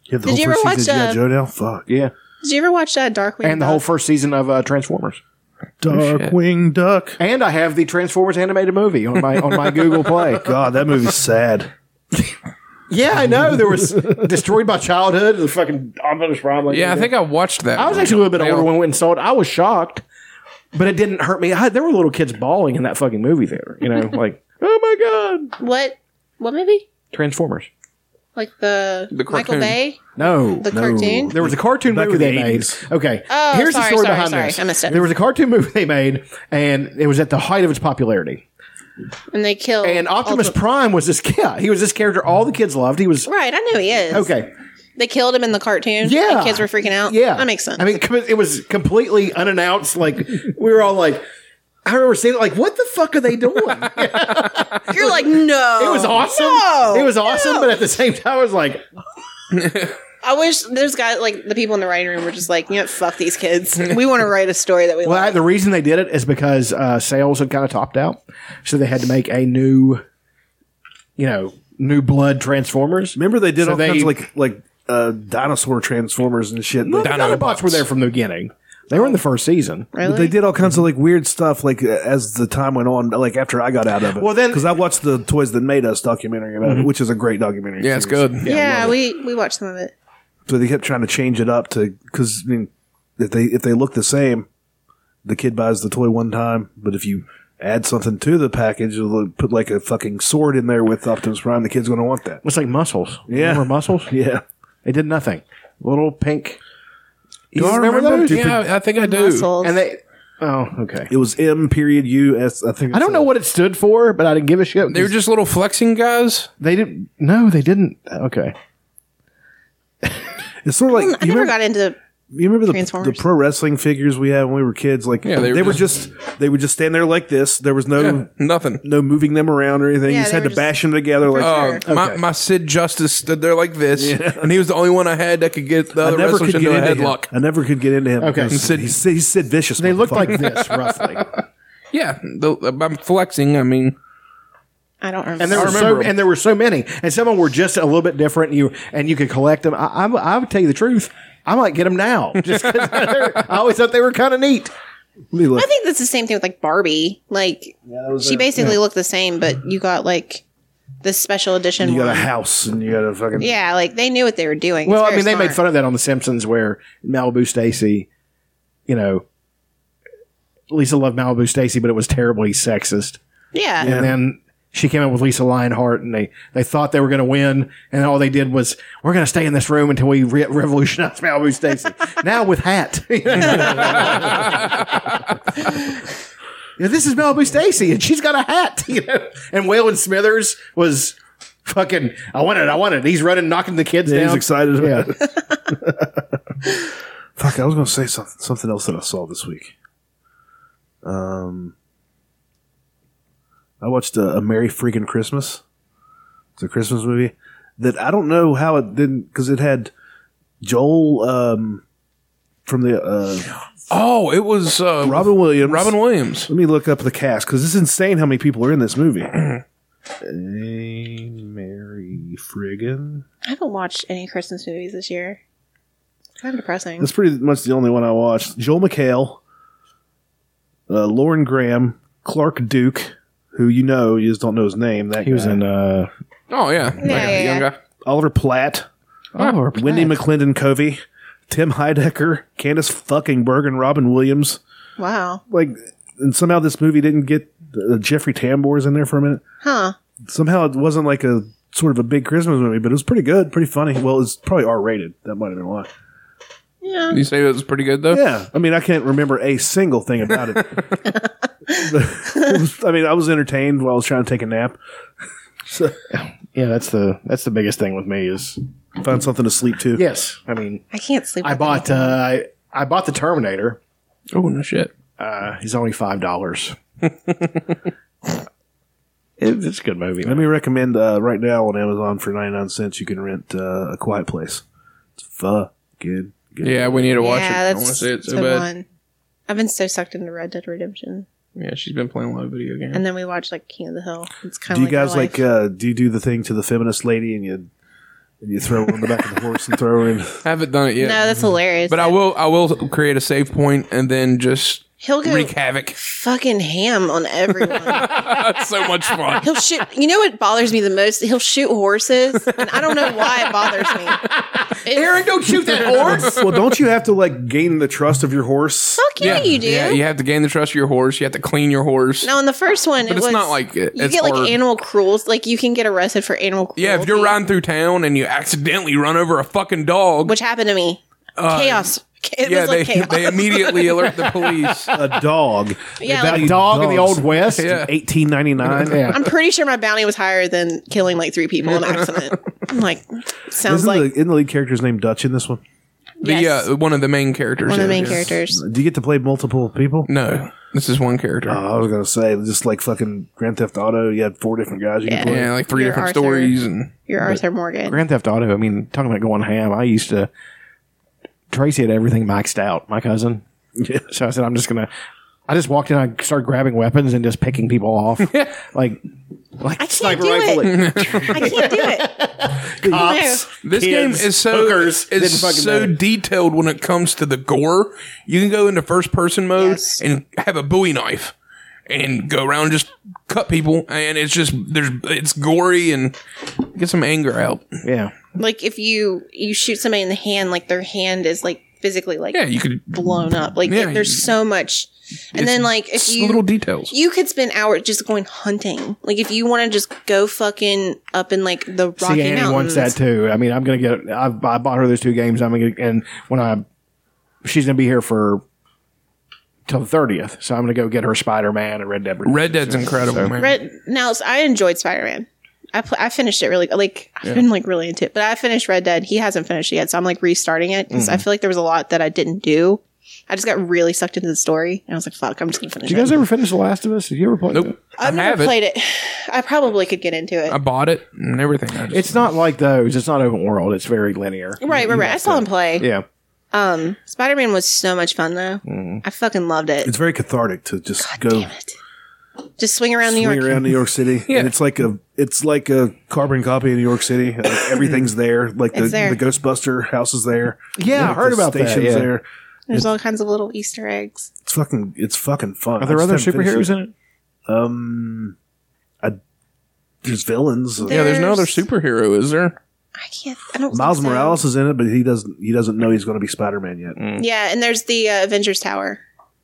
Speaker 2: You have the
Speaker 4: Did you
Speaker 2: whole
Speaker 4: ever
Speaker 2: first season
Speaker 4: watch,
Speaker 2: of G.I.
Speaker 4: uh,
Speaker 2: Joe now? Fuck.
Speaker 6: yeah,
Speaker 4: Did you ever watch uh, Darkwing?
Speaker 6: and the
Speaker 4: Duck?
Speaker 6: whole first season of uh, Transformers.
Speaker 2: Darkwing Duck.
Speaker 6: And I have the Transformers animated movie on my on my Google Play.
Speaker 2: God, that movie's sad.
Speaker 6: Yeah, I know there was destroyed by childhood. The fucking unfinished problem.
Speaker 3: Yeah, I think I watched that.
Speaker 6: I was
Speaker 3: one.
Speaker 6: actually a little bit
Speaker 3: They
Speaker 6: older
Speaker 3: all-
Speaker 6: when we went and saw it. I was shocked, but it didn't hurt me. I, there were little kids bawling in that fucking movie theater. You know, like oh my god,
Speaker 4: What? What movie?
Speaker 6: Transformers.
Speaker 4: Like the,
Speaker 3: The
Speaker 4: Michael
Speaker 3: cartoon.
Speaker 4: Bay?
Speaker 6: No,
Speaker 4: The cartoon?
Speaker 6: There was a cartoon
Speaker 2: Back
Speaker 6: movie
Speaker 2: in the
Speaker 6: they made.
Speaker 2: 80s.
Speaker 6: Okay,
Speaker 4: Oh,
Speaker 6: here's the
Speaker 4: sorry,
Speaker 6: story
Speaker 4: sorry,
Speaker 6: behind
Speaker 4: sorry.
Speaker 6: this.
Speaker 4: I missed it.
Speaker 6: There was a cartoon movie they made, and it was at the height of its popularity.
Speaker 4: And they kill
Speaker 6: And Optimus
Speaker 4: Ultra-
Speaker 6: Prime was this. Yeah, he was this character all the kids loved. He was
Speaker 4: Right, I knew he is.
Speaker 6: okay.
Speaker 4: They killed him in the cartoon.
Speaker 6: Yeah.
Speaker 4: The kids were freaking out.
Speaker 6: Yeah,
Speaker 4: Oh, That makes sense.
Speaker 6: I mean, com- it was completely unannounced. Like we were all like, I remember seeing it. Like, what the fuck are they doing?
Speaker 4: You're like, no.
Speaker 6: It was awesome.
Speaker 4: Oh, No.
Speaker 6: it was awesome, but at the same time, I was like,
Speaker 4: I wish there's guys like the people in the writing room were just like, you know, what, fuck these kids. We want to write a story that we
Speaker 6: Well,
Speaker 4: like.
Speaker 6: the reason they did it is because uh, sales had kind of topped out, so they had to make a new, you know, new blood Transformers.
Speaker 2: Remember they did all kinds of like like uh, dinosaur transformers and shit.
Speaker 6: No, the Dinobots were there from the beginning. They were in the first season.
Speaker 2: But they did all kinds of like weird stuff, like uh, as the time went on, like after I got out of it. Well, then because I watched the Toys That Made Us documentary about it, which is a great documentary.
Speaker 3: Yeah, it's
Speaker 2: series.
Speaker 3: good.
Speaker 4: Mm-hmm. yeah, we we watched some of it.
Speaker 2: So they kept trying to change it up to because I mean, if they if they look the same, the kid buys the toy one time, but if you add something to the package, it'll put like a fucking sword in there with Optimus Prime. The kid's going to want that.
Speaker 6: It's like muscles.
Speaker 2: Yeah.
Speaker 6: remember muscles?
Speaker 2: Yeah,
Speaker 6: they did nothing. Little pink.
Speaker 2: Do I remember? Yeah,
Speaker 3: I think I
Speaker 2: do. Muscles.
Speaker 6: And they. Oh, okay.
Speaker 2: It was M period U S. I think.
Speaker 6: I don't know what it stood for, but I didn't give a shit.
Speaker 3: They were just little flexing guys.
Speaker 6: They didn't. No, they didn't. Okay.
Speaker 2: It's sort of like
Speaker 4: I never
Speaker 2: you remember,
Speaker 4: got into
Speaker 2: you remember the,
Speaker 4: Transformers.
Speaker 2: the pro wrestling figures we had when we were kids. Like
Speaker 3: Yeah,
Speaker 2: they,
Speaker 3: they
Speaker 2: were,
Speaker 3: were
Speaker 2: just, they would just stand there like this. There was no
Speaker 3: nothing,
Speaker 2: no moving them around or anything.
Speaker 3: Yeah,
Speaker 2: you just
Speaker 3: they
Speaker 2: had to
Speaker 3: were
Speaker 2: bash them together.
Speaker 6: Um,
Speaker 4: Oh,
Speaker 2: Like
Speaker 3: Uh, my, my Sid Justice stood there like this, and he was the only one I had that could get the
Speaker 2: I
Speaker 3: other
Speaker 2: never
Speaker 3: wrestlers
Speaker 2: could get
Speaker 3: into a
Speaker 2: into him.
Speaker 3: headlock.
Speaker 2: I never could get into him.
Speaker 3: Okay.
Speaker 2: because
Speaker 3: Sid-
Speaker 2: he's, he's Sid Vicious. They
Speaker 6: looked like this roughly.
Speaker 3: Yeah, the, I'm flexing. I mean,
Speaker 4: I don't remember.
Speaker 6: and there were so and there were so many, and some of them were just a little bit different. And you and you could collect them. I, I, I would tell you the truth. I might get them now. Just 'cause they're- I always thought they were kind of neat.
Speaker 4: I think that's the same thing with like Barbie. Like
Speaker 2: was
Speaker 4: she
Speaker 2: it.
Speaker 4: basically
Speaker 2: Yeah.
Speaker 4: looked the same, but you got like this special edition.
Speaker 2: you got a
Speaker 4: one.
Speaker 2: house and you got a fucking
Speaker 4: Yeah, like they knew what they were doing. It's
Speaker 6: Well, I
Speaker 4: very
Speaker 6: mean, they made
Speaker 4: smart.
Speaker 6: fun of that on The Simpsons, where Malibu Stacy, you know, Lisa loved Malibu Stacy, but it was terribly sexist.
Speaker 4: Yeah.
Speaker 6: And then she came up with Lisa Lionheart, and they, they thought they were going to win, and all they did was, "We're going to stay in this room until we re- revolutionize Malibu Stacy." now with hat, You know, this is Malibu Stacy, and she's got a hat. You know, and Waylon Smithers was fucking. I want it. I want it. He's running, knocking the kids
Speaker 2: Yeah,
Speaker 6: down.
Speaker 2: he's excited about
Speaker 6: Yeah.
Speaker 2: Fuck, I was going to say something, something else that I saw this week. Um, I watched a, a Merry Freaking Christmas. It's a Christmas movie that I don't know how it didn't because it had Joel um, from the uh,
Speaker 3: oh, it was uh,
Speaker 2: Robin Williams.
Speaker 3: Robin Williams.
Speaker 2: Let me look up the cast because it's insane how many people are in this movie. a Merry Friggin.
Speaker 4: I haven't watched any Christmas movies this year. It's kind of depressing.
Speaker 2: That's pretty much the only one I watched. Joel McHale, uh, Lauren Graham, Clark Duke, who you know, you just don't know his name. That
Speaker 6: He was in,
Speaker 2: uh,
Speaker 3: Oh yeah, yeah,
Speaker 4: yeah,
Speaker 3: young
Speaker 4: yeah.
Speaker 3: guy.
Speaker 2: Oliver Platt,
Speaker 6: Oliver Platt.
Speaker 2: Wendy McClendon Covey, Tim Heidecker, Candace fucking Berg, and Robin Williams.
Speaker 4: Wow.
Speaker 2: Like, and somehow this movie didn't get uh, Jeffrey Tambor's in there for a minute.
Speaker 4: Huh.
Speaker 2: Somehow it wasn't like a sort of a big Christmas movie, but it was pretty good, pretty funny. Well, it's probably R rated. That might have been why.
Speaker 4: Yeah.
Speaker 3: You say it was pretty good though.
Speaker 2: Yeah, I mean, I can't remember a single thing about it. It was- I mean, I was entertained while I was trying to take a nap. So,
Speaker 6: yeah, that's the that's the biggest thing with me is
Speaker 2: find something to sleep to.
Speaker 6: Yes, I mean,
Speaker 4: I can't sleep.
Speaker 6: I
Speaker 4: with
Speaker 6: bought uh,
Speaker 4: anything.
Speaker 6: I, I bought the Terminator.
Speaker 3: Oh no shit.
Speaker 6: Uh, he's only five dollars. it's a good movie.
Speaker 2: Let me recommend uh, right now on Amazon for ninety nine cents. You can rent uh, a Quiet Place. It's fucking good.
Speaker 3: Yeah, we need to watch it. I
Speaker 4: yeah,
Speaker 3: want to
Speaker 4: that's
Speaker 3: see it so
Speaker 4: the
Speaker 3: bad.
Speaker 4: one. I've been so sucked into Red Dead Redemption,
Speaker 3: Yeah, she's been playing a lot of video games.
Speaker 4: and then we watched like King of the Hill. It's kind
Speaker 2: Do
Speaker 4: of
Speaker 2: you
Speaker 4: like
Speaker 2: guys
Speaker 4: my
Speaker 2: like?
Speaker 4: life.
Speaker 2: Uh, do you do the thing to the feminist lady and you and you throw her on the back of the horse and throw her in?
Speaker 3: I haven't done it yet.
Speaker 4: No, that's hilarious.
Speaker 3: uh, But I will. I will create a save point and then just
Speaker 4: He'll go
Speaker 3: wreak havoc.
Speaker 4: fucking ham on everyone.
Speaker 3: That's so much fun.
Speaker 4: He'll shoot. You know what bothers me the most? He'll shoot horses, and I don't know why it bothers me.
Speaker 6: Aaron, don't shoot that horse.
Speaker 2: well, don't you have to like gain the trust of your horse?
Speaker 4: Fuck yeah, you do.
Speaker 3: Yeah, you have to gain the trust of your horse. You have to clean your horse.
Speaker 4: No, in the first one,
Speaker 3: But
Speaker 4: it
Speaker 3: it's
Speaker 4: was
Speaker 3: not like it-
Speaker 4: you
Speaker 3: it's
Speaker 4: get like
Speaker 3: hard.
Speaker 4: animal cruels. Like you can get arrested for animal cruelty,
Speaker 3: yeah, if you're riding through town and you accidentally run over a fucking dog,
Speaker 4: which happened to me. chaos. It
Speaker 3: Uh, yeah,
Speaker 4: was like
Speaker 3: they,
Speaker 4: chaos.
Speaker 3: they immediately alert the police.
Speaker 2: A dog.
Speaker 4: Yeah,
Speaker 2: They
Speaker 4: like-
Speaker 2: valued
Speaker 6: Dog in the
Speaker 2: dogs
Speaker 6: Old West?
Speaker 2: in 1899.
Speaker 6: Yeah.
Speaker 4: I'm pretty sure my bounty was higher than killing like three people in an accident. I'm like, sounds
Speaker 2: Isn't
Speaker 4: like
Speaker 2: the, isn't the lead character's name Dutch in this one?
Speaker 3: The, uh, one of the main characters.
Speaker 4: one of the main
Speaker 3: is.
Speaker 4: characters.
Speaker 2: Do you get to play multiple people?
Speaker 3: No. This is one character.
Speaker 2: I was gonna say just like fucking Grand Theft Auto. You had four different guys. You
Speaker 3: Yeah.
Speaker 2: could play.
Speaker 3: Yeah, like three You're different Arthur. stories and-
Speaker 4: You're Arthur Morgan.
Speaker 6: Grand Theft Auto. I mean, talking about going ham. I used to. Tracy had everything maxed out. My cousin. Yeah. So I said, I'm just gonna. I just walked in. I started grabbing weapons and just picking people off. like, like sniper rifle.
Speaker 4: I can't do it.
Speaker 6: Cops,
Speaker 3: This
Speaker 6: kids,
Speaker 3: game is so
Speaker 6: hookers, didn't
Speaker 3: is
Speaker 6: fucking
Speaker 3: so
Speaker 6: matter.
Speaker 3: detailed when it comes to the gore. You can go into first person mode and have a Bowie knife and go around and just cut people, and it's just there's it's gory and get some anger out.
Speaker 6: Yeah,
Speaker 4: Like if you you shoot somebody in the hand, like their hand is like physically like
Speaker 3: yeah, you could
Speaker 4: blown up. Like
Speaker 3: Yeah,
Speaker 4: there's
Speaker 3: you-
Speaker 4: so much. And then like if
Speaker 3: it's
Speaker 4: you
Speaker 3: little details.
Speaker 4: you could spend hours just going hunting. Like if you want to just go fucking up in like the Rocky
Speaker 6: See, Annie
Speaker 4: Mountains.
Speaker 6: wants that too. I mean, I'm gonna get. I, I bought her those two games. I'm gonna and when I, she's gonna be here for till the thirtieth. So I'm gonna go get her Spider Man and Red Dead. Redemption.
Speaker 3: Red Dead's incredible,
Speaker 6: So-
Speaker 3: man.
Speaker 4: Red, now so I enjoyed Spider Man. I pl- I finished it really like I've
Speaker 6: Yeah.
Speaker 4: been like really into it, but I finished Red Dead. He hasn't finished it yet, so I'm like restarting it because I
Speaker 2: Mm-hmm.
Speaker 6: Mhm.
Speaker 4: feel like there was a lot that I didn't do. I just got really sucked into the story, and I was like, "Fuck, I'm just gonna finish
Speaker 6: Did you
Speaker 4: it."
Speaker 6: guys ever finish The Last of Us? Did you ever play? Nope.
Speaker 4: I've never played it. I probably could get into it.
Speaker 3: I bought it and everything. I just,
Speaker 6: It's not like those. It's not open world. It's very linear.
Speaker 4: right, right, right. I saw him play.
Speaker 6: Yeah.
Speaker 4: Um, Spider Man was so much fun though. I fucking loved it.
Speaker 2: Mm-hmm. It's very cathartic to just go
Speaker 4: Just swing around
Speaker 2: swing
Speaker 4: New York.
Speaker 2: around New York City, and it's like a it's like a carbon copy of New York City. Like, everything's there. Like the,
Speaker 4: It's there.
Speaker 2: the Ghostbuster house is there.
Speaker 4: Yeah, I
Speaker 2: Like,
Speaker 4: heard
Speaker 2: the
Speaker 4: about that,
Speaker 2: station's
Speaker 4: yeah.
Speaker 2: there.
Speaker 4: There's all kinds of little Easter eggs.
Speaker 2: It's fucking it's fucking fun.
Speaker 6: Are there
Speaker 2: I just
Speaker 6: other
Speaker 2: haven't finished
Speaker 6: superheroes in it?
Speaker 2: Um, I, there's villains. uh,
Speaker 3: yeah, there's no other superhero, is there?
Speaker 4: I can't. I don't.
Speaker 2: Miles
Speaker 4: think so.
Speaker 2: Morales is in it, but he doesn't he doesn't know he's going to be Spider Man yet.
Speaker 3: Mm.
Speaker 4: Yeah, and there's the uh, Avengers Tower.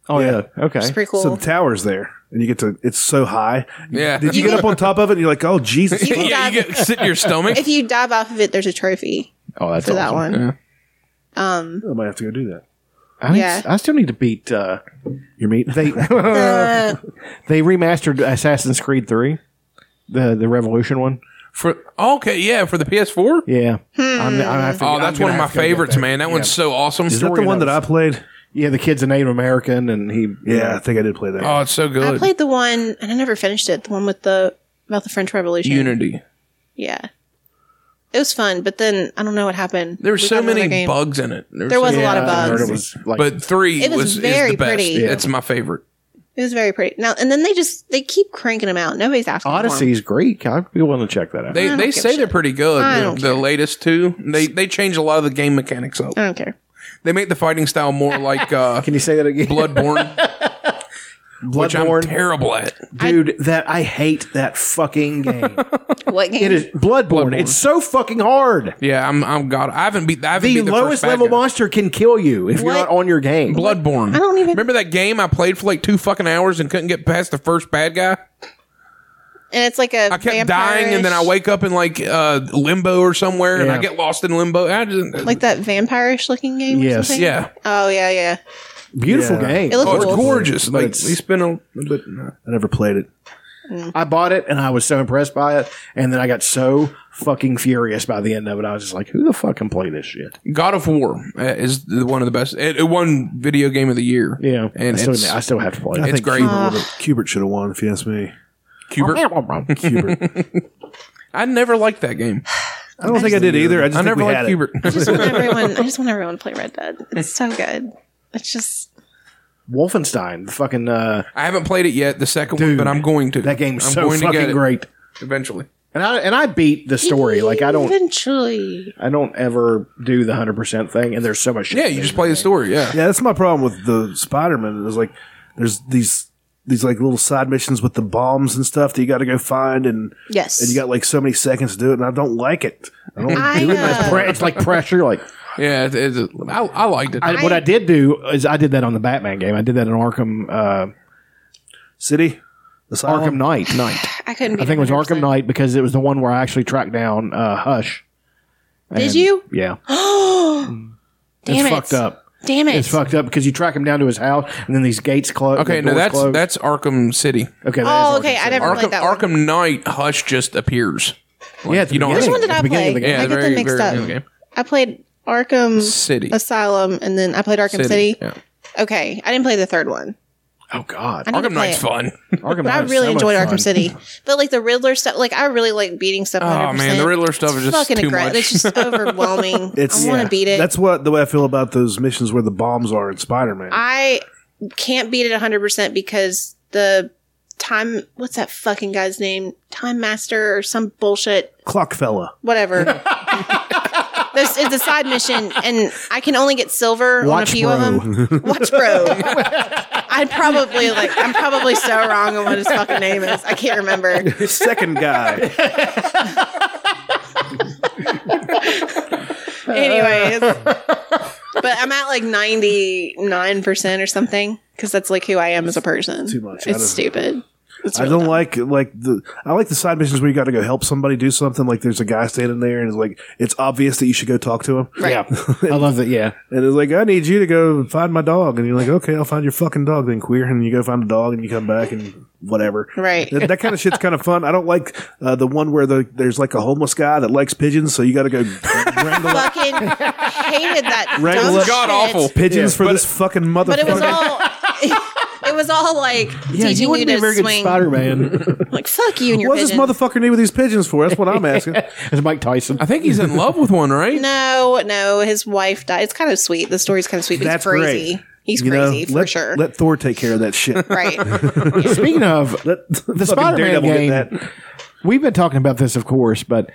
Speaker 2: Oh yeah. Okay.
Speaker 4: It's pretty
Speaker 2: So
Speaker 4: cool.
Speaker 2: the tower's there, and you get to. It's so high.
Speaker 3: Yeah.
Speaker 2: Did you get up on top of it? and You're like, oh Jesus.
Speaker 4: can
Speaker 3: yeah, you get sit in your stomach.
Speaker 4: If you dive off of it, there's a trophy.
Speaker 6: Oh, that's
Speaker 4: For that
Speaker 6: awesome.
Speaker 4: one.
Speaker 6: Yeah.
Speaker 4: Um,
Speaker 2: I might have to go do that.
Speaker 6: I, need-
Speaker 4: Yeah.
Speaker 6: I still need to beat uh, your meat. They Oh. they remastered Assassin's Creed Three, the the Revolution one.
Speaker 3: For okay, yeah, for the PS4.
Speaker 6: Yeah,
Speaker 4: Hmm.
Speaker 6: I'm- I'm- I figure-
Speaker 3: oh,
Speaker 6: I'm
Speaker 3: that's one
Speaker 6: gonna
Speaker 3: of my
Speaker 6: have to go get
Speaker 3: favorites,
Speaker 6: that.
Speaker 3: man. That one's
Speaker 6: Yeah.
Speaker 3: so awesome.
Speaker 6: Is that the one that I
Speaker 2: played?
Speaker 6: Yeah, the kid's a Native American, and he. Yeah, I
Speaker 2: think I did play that.
Speaker 3: Oh, it's so
Speaker 4: I
Speaker 3: good.
Speaker 4: played the one, and I never finished it. The one with the about the French Revolution.
Speaker 3: Unity.
Speaker 4: Yeah, it was fun, but then I don't know what happened.
Speaker 3: There were
Speaker 4: We
Speaker 3: so
Speaker 4: got another
Speaker 3: many
Speaker 4: game.
Speaker 3: bugs in it.
Speaker 4: There was a lot of
Speaker 3: I heard
Speaker 4: bugs.
Speaker 3: it was like- but three
Speaker 4: It was
Speaker 3: was, is
Speaker 4: very
Speaker 3: the best.
Speaker 4: pretty. Yeah.
Speaker 3: It's my favorite.
Speaker 4: It was very pretty. Now and then they just they keep cranking them out. Nobody's asking. for 'em.
Speaker 6: Odyssey's Greek. I'd be willing to check that out.
Speaker 3: They
Speaker 4: don't
Speaker 3: they
Speaker 4: give a
Speaker 3: say they're pretty good.
Speaker 4: I
Speaker 3: The-
Speaker 4: don't
Speaker 3: the latest two, they they change a lot of the game mechanics up.
Speaker 4: I don't care.
Speaker 3: They make the fighting style more like uh,
Speaker 6: Can you say that again?
Speaker 3: Bloodborne, which I'm terrible at.
Speaker 6: dude. that I hate that fucking game.
Speaker 4: What game?
Speaker 6: it is Bloodborne. It's so fucking hard.
Speaker 3: Yeah, I'm I'm god. I haven't beat. I haven't beat
Speaker 6: The
Speaker 3: the
Speaker 6: lowest
Speaker 3: first bad
Speaker 6: level
Speaker 3: guy.
Speaker 6: monster can kill you if you're not on your game.
Speaker 3: Bloodborne. I
Speaker 4: don't even
Speaker 3: remember that game I played for like two fucking hours and couldn't get past the first bad guy.
Speaker 4: And it's like a
Speaker 3: I kept dying, and then I wake up in like uh, limbo or somewhere, and
Speaker 4: Yeah.
Speaker 3: I get lost in limbo. I just,
Speaker 4: like that vampirish looking game. or
Speaker 3: Yes.
Speaker 4: something?
Speaker 3: Yeah.
Speaker 4: Oh yeah, yeah.
Speaker 6: Beautiful
Speaker 2: Yeah.
Speaker 6: game.
Speaker 4: It looks
Speaker 3: Oh, it's
Speaker 4: cool.
Speaker 3: gorgeous. Like
Speaker 6: it's-
Speaker 3: they spent a, a bit.
Speaker 2: I never played it.
Speaker 6: I bought it and I was so impressed by it, and then I got so fucking furious by the end of it. I was just like, "Who the fuck can play this shit?"
Speaker 3: God of War uh, is the- one of the best. It, it won video game of the year. Yeah, and
Speaker 6: I still,
Speaker 3: it's-
Speaker 6: I still have to
Speaker 3: It's
Speaker 6: play. it.
Speaker 2: I think
Speaker 3: great.
Speaker 2: Kubert, would've- Kubert should have won if you ask me.
Speaker 6: Kubert.
Speaker 3: I never liked that game.
Speaker 2: I don't think I did either. I just
Speaker 3: I
Speaker 2: think
Speaker 3: never
Speaker 2: we
Speaker 3: liked
Speaker 2: had it.
Speaker 3: Hubert.
Speaker 4: I just want everyone. I just want everyone to play Red Dead. It's so good. It's just
Speaker 6: Wolfenstein, the fucking uh,
Speaker 3: I haven't played it yet, the second one, but I'm going to. That game's I'm
Speaker 6: so fucking
Speaker 3: it
Speaker 6: great.
Speaker 3: eventually.
Speaker 6: and I and I beat the story. Like I don't,
Speaker 4: eventually.
Speaker 6: I don't ever do the hundred percent thing. And there's so much. Shit
Speaker 3: Yeah, you just play the story. Yeah,
Speaker 2: Yeah, that's my problem with the Spider Man. Is like there's these these like little side missions with the bombs and stuff that you got to go find, and
Speaker 4: Yes.
Speaker 2: and you got like so many seconds to do it, and I don't like it. I don't
Speaker 4: I,
Speaker 2: do it.
Speaker 4: uh,
Speaker 2: It's
Speaker 6: Pre- It's like pressure. Like
Speaker 3: Yeah, it, it's I, I liked it.
Speaker 6: I, what I did do is I did that on the Batman game. I did that in Arkham uh,
Speaker 2: City,
Speaker 3: Oh,
Speaker 6: Arkham Knight. Night.
Speaker 4: I couldn't. Be
Speaker 6: I think it was Arkham Knight because it was the one where I actually tracked down uh, Hush.
Speaker 4: Did
Speaker 6: And-
Speaker 4: you?
Speaker 6: Yeah.
Speaker 4: Oh, damn
Speaker 6: it's
Speaker 4: it!
Speaker 6: fucked up.
Speaker 4: Damn it!
Speaker 6: It's fucked up because you track him down to his house and then these gates close.
Speaker 3: Okay, no, that's that's Arkham City.
Speaker 6: Okay,
Speaker 4: oh, okay. I never
Speaker 3: Arkham,
Speaker 4: played that. one.
Speaker 3: Arkham Knight Hush just appears.
Speaker 6: yeah, at the
Speaker 3: you don't-
Speaker 6: beginning.
Speaker 4: Which one did
Speaker 6: At
Speaker 4: I
Speaker 6: the beginning
Speaker 4: play?
Speaker 6: of the game.
Speaker 4: I get them mixed up.
Speaker 3: beginning of the game.
Speaker 4: I played Arkham
Speaker 3: City.
Speaker 4: Asylum, and then I played Arkham City.
Speaker 3: yeah.
Speaker 4: Okay, I didn't play the third one.
Speaker 6: Oh God,
Speaker 4: I need to
Speaker 3: Arkham
Speaker 4: play
Speaker 3: Knight's
Speaker 4: it.
Speaker 3: fun.
Speaker 6: Arkham
Speaker 4: But I
Speaker 6: Knight is
Speaker 4: really
Speaker 6: so much
Speaker 4: enjoyed
Speaker 6: fun.
Speaker 4: Arkham City, but like the Riddler stuff, like I really like beating stuff.
Speaker 3: Oh,
Speaker 4: 100%.
Speaker 3: man, the Riddler stuff is
Speaker 4: It's
Speaker 3: just
Speaker 4: fucking
Speaker 3: too
Speaker 4: aggra-
Speaker 3: much.
Speaker 4: It's just overwhelming. I want to beat it.
Speaker 2: That's what the way I feel about those missions where the bombs are in Spider Man.
Speaker 4: I can't beat it 100 percent because the time. What's that fucking guy's name? Time Master or some bullshit.
Speaker 2: Clock fella.
Speaker 4: Whatever. There's, it's a side mission, and I can only get silver on a few of them. Watch Bro. I probably like. I'm probably so wrong on what his fucking name is. I can't remember.
Speaker 2: Second guy.
Speaker 4: Anyways, but I'm at like 99% or something because that's like who I am as a person.
Speaker 2: Too much. I don't-
Speaker 4: It's stupid. It's
Speaker 2: I
Speaker 4: really
Speaker 2: don't like like the I like the side missions where you got to go help somebody do something. Like there's a guy standing there and it's like it's obvious that you should go talk to him.
Speaker 6: Yeah, I love that. Yeah,
Speaker 2: And it's like I need you to go find my dog, and you're like, okay, I'll find your fucking dog then, queer. And you go find the dog, and you come back and whatever.
Speaker 4: Right.
Speaker 2: That, that kind of shit's kind of fun. I don't like uh, the one where the, there's like a homeless guy that likes pigeons, so you got to go
Speaker 4: fucking hated that.
Speaker 2: wrangle
Speaker 4: dumb
Speaker 2: up
Speaker 4: shit.
Speaker 2: pigeons for this fucking motherfucker.
Speaker 4: But it was all. It was all like teaching you, to swing.
Speaker 2: Man.
Speaker 4: Like fuck you and your
Speaker 2: What's this
Speaker 4: pigeons.
Speaker 2: motherfucker need with these pigeons for? That's what I'm asking.
Speaker 6: it's Mike Tyson.
Speaker 3: I think he's in love with one, right?
Speaker 4: no, no, his wife died. It's kind of sweet. The story's kind of sweet. But
Speaker 2: That's
Speaker 4: he's crazy.
Speaker 2: great.
Speaker 4: He's
Speaker 2: You know,
Speaker 4: crazy for
Speaker 2: let-
Speaker 4: sure.
Speaker 2: Let Thor take care of that shit.
Speaker 4: right.
Speaker 6: Speaking of the
Speaker 2: fucking
Speaker 6: Spider-Man
Speaker 2: Daredevil
Speaker 6: game,
Speaker 2: get
Speaker 6: we've been talking about this, of course, but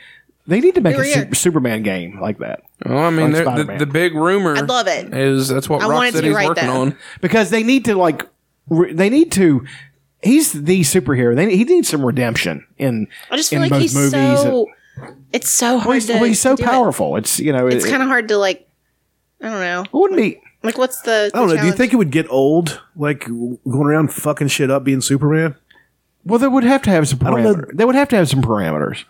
Speaker 6: they need to make
Speaker 4: We were
Speaker 6: a su-
Speaker 4: here.
Speaker 6: Superman game like that.
Speaker 3: Well, I mean,
Speaker 6: Like
Speaker 3: there- the,
Speaker 6: Spider-Man.
Speaker 3: the big rumor
Speaker 4: I'd love it.
Speaker 3: is that's what
Speaker 4: I want it to be
Speaker 3: Rocksteady's
Speaker 4: right,
Speaker 3: working
Speaker 4: though.
Speaker 3: on.
Speaker 6: because they need to like re- they need to. He's the superhero. They, he needs some redemption in
Speaker 4: I just
Speaker 6: in
Speaker 4: feel like
Speaker 6: both
Speaker 4: he's
Speaker 6: movies.
Speaker 4: so. It's so hard
Speaker 6: well, he's,
Speaker 4: to.
Speaker 6: well, he's
Speaker 4: to
Speaker 6: so
Speaker 4: do it.
Speaker 6: powerful. It's you know
Speaker 4: It's
Speaker 6: it-
Speaker 4: kind of hard to like. I don't know.
Speaker 6: it wouldn't be
Speaker 4: Like, what's the?
Speaker 2: I don't
Speaker 4: the
Speaker 2: know. Do you
Speaker 4: challenge?
Speaker 2: think it would get old, like w- going around fucking shit up, being Superman?
Speaker 6: Well, they would have to have some
Speaker 2: don't know.
Speaker 6: parameters. They would have to have some parameters.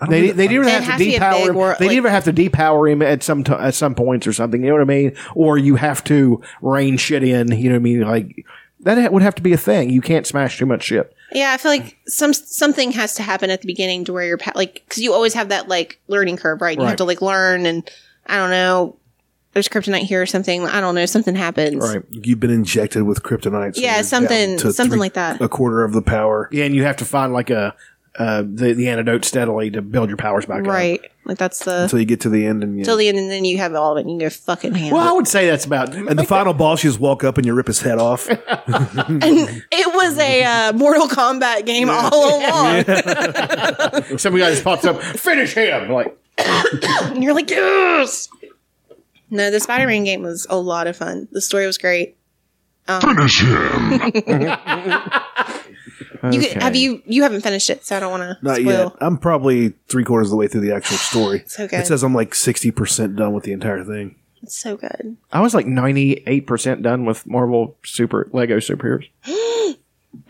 Speaker 2: don't
Speaker 6: They,
Speaker 2: think-
Speaker 6: they didn't
Speaker 4: It'd
Speaker 6: have,
Speaker 4: have
Speaker 6: to
Speaker 4: to be a
Speaker 6: depower
Speaker 4: big
Speaker 6: him.
Speaker 4: wor-
Speaker 6: they
Speaker 4: like-
Speaker 6: didn't have to depower him at some t- at some points or something. You know what I mean? Or you have to rein shit in. You know what I mean? Like that ha- would have to be a thing. You can't smash too much shit.
Speaker 4: Yeah, I feel like some something has to happen at the beginning to where you're pa- like because you always have that like learning curve, right? You
Speaker 6: Right.
Speaker 4: have to like learn, and I don't know. There's kryptonite here or something. I don't know. Something happens.
Speaker 2: You've been injected with kryptonite. so
Speaker 4: Yeah,
Speaker 2: you're
Speaker 4: something-
Speaker 2: down to
Speaker 4: something like that.
Speaker 2: A quarter of the power.
Speaker 6: Yeah, and you have to find like a uh, the the antidote steadily to build your powers back up.
Speaker 4: Right. Like that's the
Speaker 2: Until you get to the end, and you,
Speaker 4: till the end, and then you have all of it, and you go fucking handle.
Speaker 6: Well, I would say that's about.
Speaker 2: and the final boss, you just walk up and you rip his head off.
Speaker 4: and it was a uh, Mortal Kombat game all along.
Speaker 6: Somebody just pops up, finish him. Like
Speaker 4: And you're like, yes. No, the Spider-Man game was a lot of fun. The story was great. Um,
Speaker 1: Finish him.
Speaker 4: You could, have you you haven't finished it, so I don't want to
Speaker 2: Not
Speaker 4: spoil.
Speaker 2: yet. I'm probably three quarters of the way through the actual story.
Speaker 4: So good.
Speaker 2: It says I'm like sixty percent done with the entire thing.
Speaker 4: It's so good.
Speaker 6: I was like ninety eight percent done with Marvel Super Lego superheroes.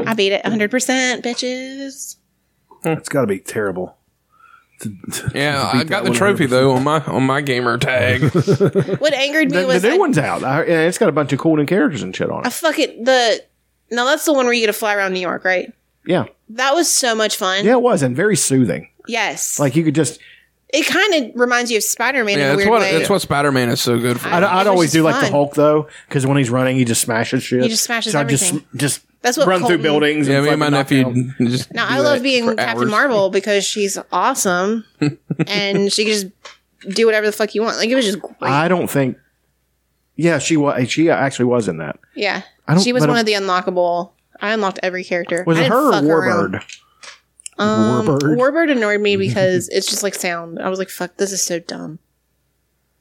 Speaker 4: I beat it 100%, bitches.
Speaker 2: It's got to be terrible.
Speaker 3: Yeah,
Speaker 2: beat
Speaker 3: I got
Speaker 2: that
Speaker 3: the trophy though on my on my gamer tag.
Speaker 4: What angered me
Speaker 6: The,
Speaker 4: was
Speaker 6: the new
Speaker 4: I,
Speaker 6: one's out. I, yeah, it's got a bunch of cool new characters and shit on
Speaker 4: I
Speaker 6: it.
Speaker 4: fuck it. The now that's the one where you get to fly around New York, right?
Speaker 6: Yeah,
Speaker 4: That was so much fun.
Speaker 6: yeah, it was, and very soothing.
Speaker 4: Yes,
Speaker 6: Like you could just.
Speaker 4: it kind of reminds you of Spider Man in
Speaker 3: yeah,
Speaker 4: a
Speaker 3: that's
Speaker 4: weird
Speaker 3: what
Speaker 4: way.
Speaker 3: that's what Spider Man is so good for.
Speaker 6: I'd, I'd
Speaker 4: was
Speaker 6: always
Speaker 4: just
Speaker 6: do like the
Speaker 4: fun.
Speaker 6: Hulk though, because when he's running, he just smashes shit.
Speaker 4: He just smashes
Speaker 6: so I just
Speaker 4: everything.
Speaker 6: just
Speaker 4: That's what
Speaker 6: run
Speaker 4: Colton-
Speaker 6: through buildings.
Speaker 3: yeah,
Speaker 6: and
Speaker 3: me and my
Speaker 6: fucking knock down-
Speaker 3: nephew just.
Speaker 4: now
Speaker 3: do
Speaker 4: I love
Speaker 3: that
Speaker 4: being
Speaker 3: for
Speaker 4: Captain
Speaker 3: hours.
Speaker 4: Marvel because she's awesome and she can just do whatever the fuck you want. Like it was just great.
Speaker 6: I don't think. Yeah, she was. She actually was in that.
Speaker 4: yeah.
Speaker 6: I don't-
Speaker 4: She was
Speaker 6: but
Speaker 4: one
Speaker 6: I'm-
Speaker 4: of the unlockable. I unlocked every character.
Speaker 6: Was
Speaker 4: I
Speaker 6: it
Speaker 4: didn't
Speaker 6: her or
Speaker 4: fuck around.
Speaker 6: Warbird?
Speaker 4: Um,
Speaker 6: Warbird?
Speaker 4: Warbird. annoyed me because it's just like sound. I was like, "Fuck, this is so dumb."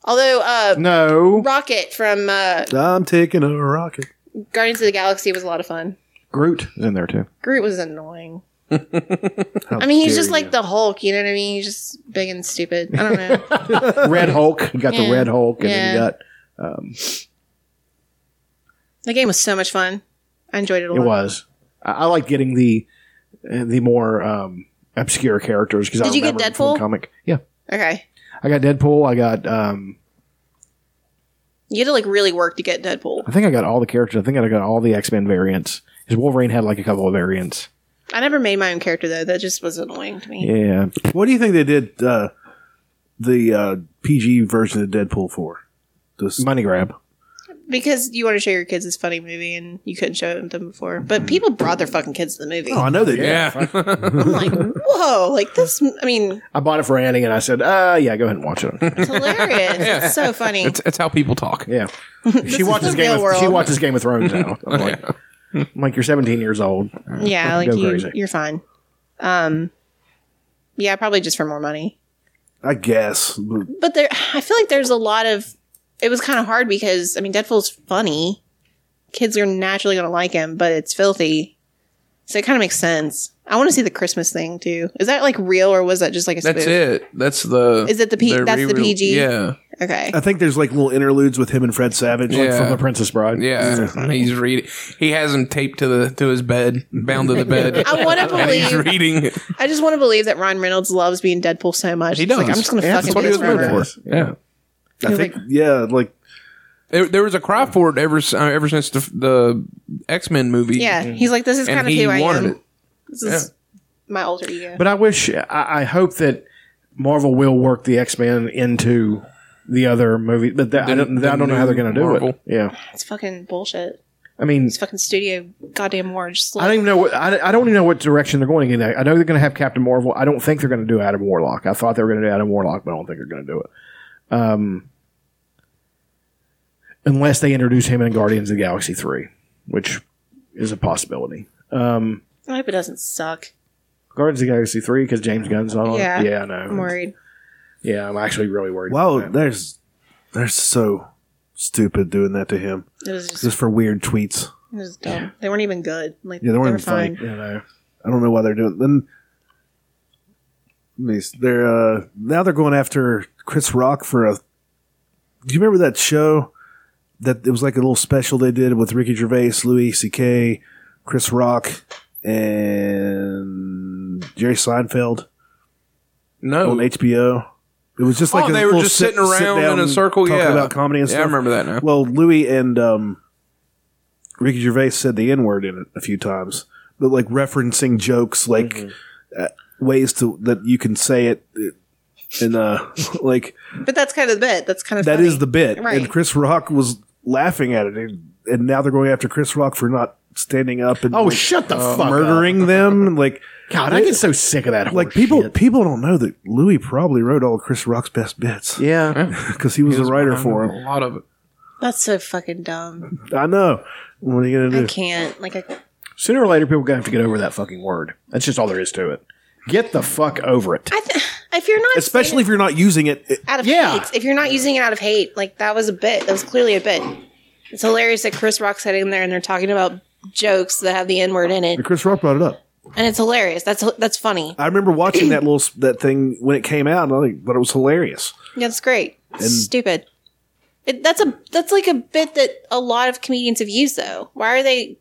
Speaker 4: Although uh,
Speaker 6: No,
Speaker 4: Rocket from uh,
Speaker 2: I'm taking a rocket.
Speaker 4: Guardians of the Galaxy was a lot of fun.
Speaker 6: Groot is in there too.
Speaker 4: Groot was annoying.
Speaker 2: How
Speaker 4: I mean, he's
Speaker 2: dare
Speaker 4: just like
Speaker 2: you.
Speaker 4: the Hulk. You know what I mean? He's just big and stupid. I don't know.
Speaker 6: Red Hulk. You got the
Speaker 4: Yeah.
Speaker 6: Red Hulk, and then you
Speaker 4: Yeah.
Speaker 6: got
Speaker 4: the game was so much fun. I enjoyed it a lot.
Speaker 6: It was. I, I like getting the uh, the more um, obscure characters because I
Speaker 4: Did you get
Speaker 6: remember them from the
Speaker 4: Deadpool?
Speaker 6: comic. Yeah,
Speaker 4: Okay,
Speaker 6: I got Deadpool. I got. Um,
Speaker 4: you had to like really work to get Deadpool.
Speaker 6: I think I got all the characters. I think I got all the X Men variants. Because Wolverine had like a couple of variants.
Speaker 4: I never made my own character though. That just was annoying to me.
Speaker 6: Yeah,
Speaker 2: What do you think they did uh, the uh, PG version of Deadpool for? This
Speaker 6: money grab.
Speaker 4: because you want to show your kids this funny movie and you couldn't show it to them before.
Speaker 6: Mm-hmm.
Speaker 4: But people brought their fucking kids to the movie.
Speaker 2: Oh, I know they do.
Speaker 4: I'm like, whoa, like this. I mean,
Speaker 6: I bought it for Annie, and I said, "Uh, yeah, go ahead and watch it."
Speaker 4: it's hilarious.
Speaker 3: Yeah.
Speaker 4: It's so funny.
Speaker 3: That's, that's how people talk.
Speaker 6: yeah,
Speaker 4: This
Speaker 6: she
Speaker 4: is
Speaker 6: watches
Speaker 4: the
Speaker 6: Game.
Speaker 4: real
Speaker 6: Of, she
Speaker 4: world.
Speaker 6: watches Game of Thrones now. I'm like, I'm like, you're 17 years old.
Speaker 4: Yeah, like
Speaker 6: Go
Speaker 4: you,
Speaker 6: crazy.
Speaker 4: you're fine. Um, yeah, probably just for more money.
Speaker 2: I guess. But
Speaker 4: But there, I feel like there's a lot of. It was kind of hard because I mean, Deadpool's funny. Kids are naturally going to like him, but it's filthy, so it kind of makes sense. I want to see the Christmas thing too. Is that like real or was that just like a?
Speaker 3: That's
Speaker 4: spoof?
Speaker 3: it. That's the.
Speaker 4: Is it the P-
Speaker 3: their
Speaker 4: that's the
Speaker 3: re-re-
Speaker 4: PG?
Speaker 3: Yeah.
Speaker 4: Okay.
Speaker 3: Uh,
Speaker 2: I think there's like little interludes with him and Fred Savage, like
Speaker 3: Yeah.
Speaker 2: from the
Speaker 6: Princess Bride.
Speaker 3: Yeah, he's reading. He has him taped to the to his bed, bound to the bed.
Speaker 4: I wanna
Speaker 3: And He's
Speaker 4: believe-
Speaker 3: reading.
Speaker 4: I just want to believe that Ron Reynolds loves being Deadpool so much.
Speaker 3: He
Speaker 4: It's
Speaker 3: does.
Speaker 4: Like, I'm just going to
Speaker 3: Yeah,
Speaker 4: fucking
Speaker 3: that's what
Speaker 4: do
Speaker 3: he
Speaker 4: this
Speaker 3: was made
Speaker 4: forever.
Speaker 3: for. Yeah.
Speaker 2: I think, yeah, like
Speaker 3: There, there was a cry for it ever s- uh, ever since the, the X Men movie.
Speaker 4: Yeah, he's like, this is
Speaker 3: And
Speaker 4: kind of
Speaker 3: he
Speaker 4: who I
Speaker 3: wanted
Speaker 4: am.
Speaker 3: it.
Speaker 4: This is my alter ego.
Speaker 6: But I wish, I, I hope that Marvel will work the X Men into the other movie. But that,
Speaker 3: The-
Speaker 6: I don't,
Speaker 3: the
Speaker 6: I don't know how they're going to do
Speaker 3: new Marvel.
Speaker 6: it. Yeah,
Speaker 4: it's fucking bullshit.
Speaker 6: I mean,
Speaker 4: It's fucking studio goddamn war. Just
Speaker 6: I don't even know what I, I don't even know what direction they're going in. I know they're going to have Captain Marvel. I don't think they're going to do Adam Warlock. I thought they were going to do Adam Warlock, but I don't think they're going to do it. Um, unless they introduce him in Guardians of the Galaxy three, which is a possibility. Um,
Speaker 4: I hope it doesn't suck.
Speaker 6: Guardians of the Galaxy three because James Gunn's on.
Speaker 4: Yeah.
Speaker 6: it. yeah, I know.
Speaker 4: I'm worried.
Speaker 6: Yeah, I'm actually really worried.
Speaker 2: wow, there's they're so stupid doing that to him
Speaker 4: It was just,
Speaker 2: just for weird tweets.
Speaker 4: it was dumb. They weren't even good. Like
Speaker 2: Yeah, they
Speaker 4: they,
Speaker 2: weren't
Speaker 4: were
Speaker 2: even funny.
Speaker 4: fine.
Speaker 6: You know,
Speaker 2: I don't know why they're doing. Then I mean, they're uh, now they're going after Chris Rock for a. Do you remember that show? That it was like a little special they did with Ricky Gervais, Louis C.K., Chris Rock, and Jerry Seinfeld
Speaker 3: No,
Speaker 2: on HBO. It was just like
Speaker 3: oh,
Speaker 2: a
Speaker 3: they were
Speaker 2: little
Speaker 3: just
Speaker 2: sit-
Speaker 3: sitting around
Speaker 2: sit-down
Speaker 3: in a circle,
Speaker 2: talking
Speaker 3: yeah,
Speaker 2: about comedy and
Speaker 3: yeah,
Speaker 2: stuff.
Speaker 3: I remember that now.
Speaker 2: Well, Louis and um, Ricky Gervais said the N word in it a few times, but like referencing jokes, like
Speaker 3: Mm-hmm.
Speaker 2: uh, ways to that you can say it, it and uh, like
Speaker 4: But that's kind of the bit. That's kind of
Speaker 2: that
Speaker 4: funny.
Speaker 2: is the bit.
Speaker 4: Right.
Speaker 2: And Chris Rock was laughing at it, and, and now they're going after Chris Rock for not standing up and
Speaker 6: Oh,
Speaker 2: like,
Speaker 6: shut the fuck up.
Speaker 2: murdering them. Like
Speaker 6: God, I
Speaker 2: it-
Speaker 6: get so sick of that.
Speaker 2: like people people don't know that Louis probably wrote all of Chris Rock's best bits.
Speaker 6: Yeah,
Speaker 2: because he was a writer for
Speaker 3: A
Speaker 2: him.
Speaker 3: lot of it.
Speaker 4: That's so fucking dumb.
Speaker 2: I know. What are you gonna
Speaker 4: I
Speaker 2: do?
Speaker 4: can't. Like I,
Speaker 6: sooner or later, people are going to have to get over that fucking word. That's just all there is to it. Get the fuck over it.
Speaker 4: I th- if you're not
Speaker 2: Especially if you're not using it. it-
Speaker 4: out of
Speaker 6: Yeah.
Speaker 4: hate, if you're not using it out of hate, like that was a bit. That was clearly a bit. It's hilarious that Chris Rock's sitting there and they're talking about jokes that have the N word in it,
Speaker 2: Chris Rock brought it up.
Speaker 4: and it's hilarious. That's that's funny.
Speaker 2: I remember watching that little s- that thing when it came out, and I think, but it was hilarious.
Speaker 4: That's great. It's
Speaker 2: And-
Speaker 4: Stupid. It, that's a that's like a bit that a lot of comedians have used though. Why are they?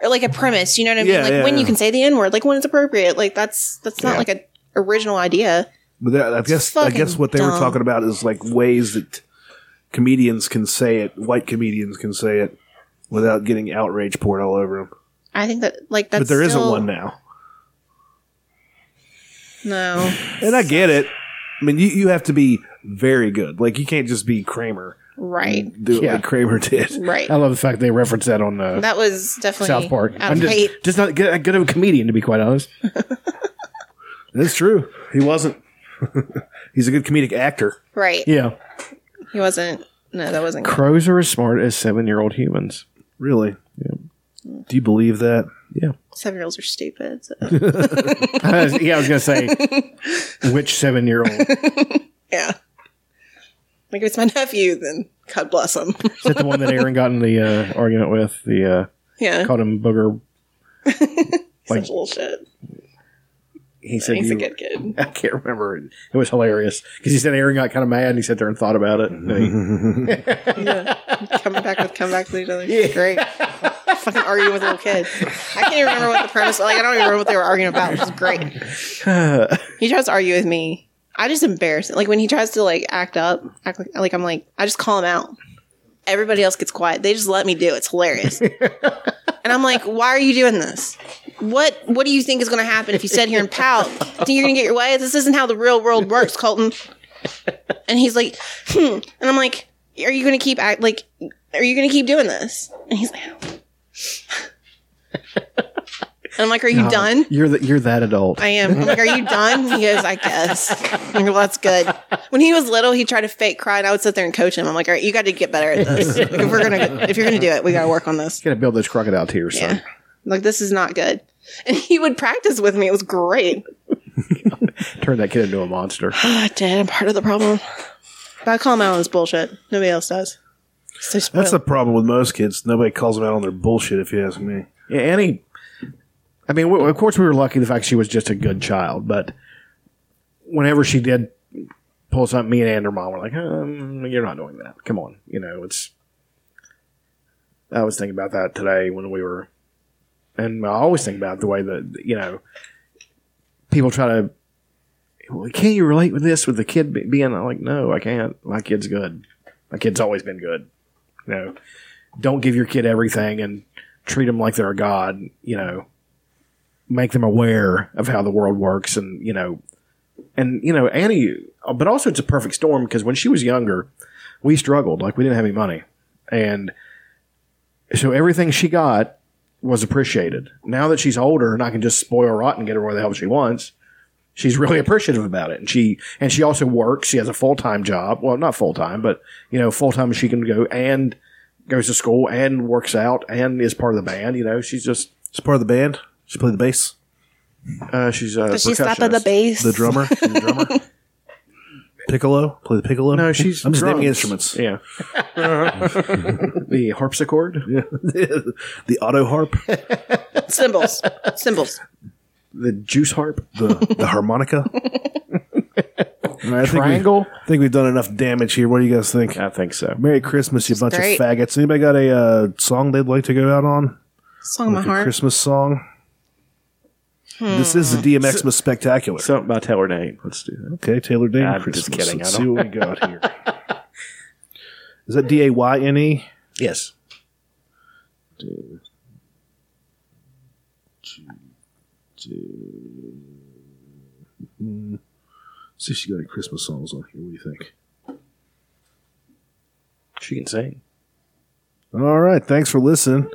Speaker 4: Or like a premise, you know what I mean?
Speaker 2: Yeah,
Speaker 4: like
Speaker 2: yeah,
Speaker 4: when
Speaker 2: yeah.
Speaker 4: you can say the N word, like when it's appropriate. Like that's that's not
Speaker 2: Yeah.
Speaker 4: like an original idea.
Speaker 2: But that, I guess I
Speaker 4: fucking
Speaker 2: guess what they were
Speaker 4: dumb.
Speaker 2: talking about is like ways that comedians can say it, white comedians can say it without getting outrage poured all over them.
Speaker 4: I think that like that's
Speaker 2: but there
Speaker 4: still-
Speaker 2: not one now,
Speaker 4: No,
Speaker 2: and I get it. I mean, you, you have to be very good. Like you can't just be Kramer.
Speaker 4: right,
Speaker 2: Do it
Speaker 6: Yeah.
Speaker 2: like Kramer did.
Speaker 4: right.
Speaker 6: I love the fact they referenced that on uh,
Speaker 4: That was definitely
Speaker 6: South Park.
Speaker 4: out of
Speaker 6: I'm just,
Speaker 4: hate.
Speaker 6: just not good, good of a comedian, to be quite honest.
Speaker 2: That's true. He wasn't. He's a good comedic actor.
Speaker 4: Right.
Speaker 6: Yeah.
Speaker 4: He wasn't. No, that wasn't. good.
Speaker 6: Crows are as smart as seven year old humans.
Speaker 2: Really? Do you believe that?
Speaker 6: Yeah.
Speaker 4: Seven year olds are stupid. so-
Speaker 6: I was- yeah, I was going to say, which seven year old? Is
Speaker 4: yeah. Like if it's my nephew, then God bless him.
Speaker 6: that the one that Aaron got in the uh, argument with? The uh,
Speaker 4: yeah.
Speaker 6: called him Booger.
Speaker 4: Such bullshit.
Speaker 6: He said,
Speaker 4: He's
Speaker 6: you,
Speaker 4: a good kid.
Speaker 6: I can't remember. It was hilarious because he said Aaron got kind of mad and he sat there and thought about it. And he-
Speaker 4: Coming back with comebacks with each other. Great. Fucking arguing with little kids. I can't even remember what the premise like I don't even remember what they were arguing about, which is great. He tries to argue with me. I just embarrass him. Like when he tries to like act up, act like, like I'm like, I just call him out. Everybody else gets quiet. They just let me do it. It's hilarious. and I'm like, why are you doing this? What what do you think is gonna happen if you sit here and pout? Think you're gonna get your way? This isn't how the real world works, Colton. And he's like, hmm. And I'm like, are you going to keep act like are you going to keep doing this? And he's like, and I'm like, are you
Speaker 6: God,
Speaker 4: done?
Speaker 6: You're the, you're that adult.
Speaker 4: I am. I'm like, are you done? He goes, I guess. I'm like, well, that's good. When he was little, he tried to fake cry, and I would sit there and coach him. I'm like, all right, you got to get better at this. Like, if we're gonna, if you're gonna do it, we got to work on this.
Speaker 6: Gotta build those crocodile tears, son.
Speaker 4: Like, this is not good. And he would practice with me. It was great.
Speaker 6: Turn that kid into a monster.
Speaker 4: I did. I'm part of the problem. But I call him out on his bullshit. Nobody else does. So spoiled.
Speaker 2: That's the problem with most kids. Nobody calls them out on their bullshit, if you ask me.
Speaker 6: Yeah, Annie. I mean, w- of course, we were lucky the fact she was just a good child, but whenever she did pull something, me and Ann, her mom, were like, um, "You're not doing that. Come on." You know, it's. I was thinking about that today when we were, and I always think about the way that you know people try to. Well, can you relate with this with the kid be- being I'm like, no, I can't. My kid's good. My kid's always been good. You know, don't give your kid everything and treat them like they're a god. You know, make them aware of how the world works and you know and you know annie but also it's a perfect storm because when she was younger we struggled like we didn't have any money and so everything she got was appreciated now that she's older and i can just spoil rot and get her where the hell she wants she's really appreciative about it and she and she also works she has a full-time job well not full-time but you know full-time she can go and goes to school and works out and is part of the band you know she's just
Speaker 2: She's part of the band. She played the bass.
Speaker 6: Uh, she's a
Speaker 4: Does she slap at the
Speaker 6: percussionist.
Speaker 4: bass?
Speaker 2: The drummer. She's the drummer. Piccolo. Play the piccolo.
Speaker 6: No, she's
Speaker 2: I'm just naming
Speaker 6: drums.
Speaker 2: instruments.
Speaker 6: Yeah. the harpsichord.
Speaker 2: Yeah. the auto harp.
Speaker 4: Symbols. Symbols.
Speaker 6: The juice harp.
Speaker 2: The the harmonica. All right, I think we-
Speaker 6: Triangle?
Speaker 2: I think we've done enough damage here. What do you guys think?
Speaker 6: I think so.
Speaker 2: Merry Christmas, you bunch
Speaker 4: great.
Speaker 2: of faggots. Anybody got a uh, song they'd like to go out on?
Speaker 4: Song of my
Speaker 2: Like a
Speaker 4: heart.
Speaker 2: Christmas song. This is the DMX was spectacular.
Speaker 6: Something by Taylor Dane. Let's do that.
Speaker 2: okay, Taylor Dane.
Speaker 6: I'm
Speaker 2: Christmas.
Speaker 6: just kidding.
Speaker 2: Let's
Speaker 6: I
Speaker 2: see
Speaker 6: don't-
Speaker 2: what we got here. is that D A Y N E?
Speaker 6: Yes.
Speaker 2: Mm. See if she got any Christmas songs on here. What do you think?
Speaker 6: She can sing.
Speaker 2: All right. Thanks for listening.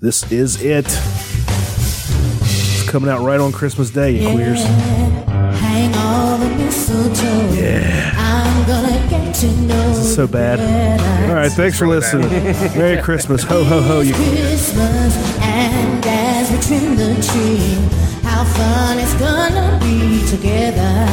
Speaker 2: This is it. It's coming out right on Christmas Day, you queers.
Speaker 13: Hang all the mistletoe. Yeah. I'm gonna get to know
Speaker 2: This is so bad. All right. Thanks for listening. Merry Christmas. Ho, ho, ho, you
Speaker 13: Christmas. And as we trim the tree, how fun it's gonna be together.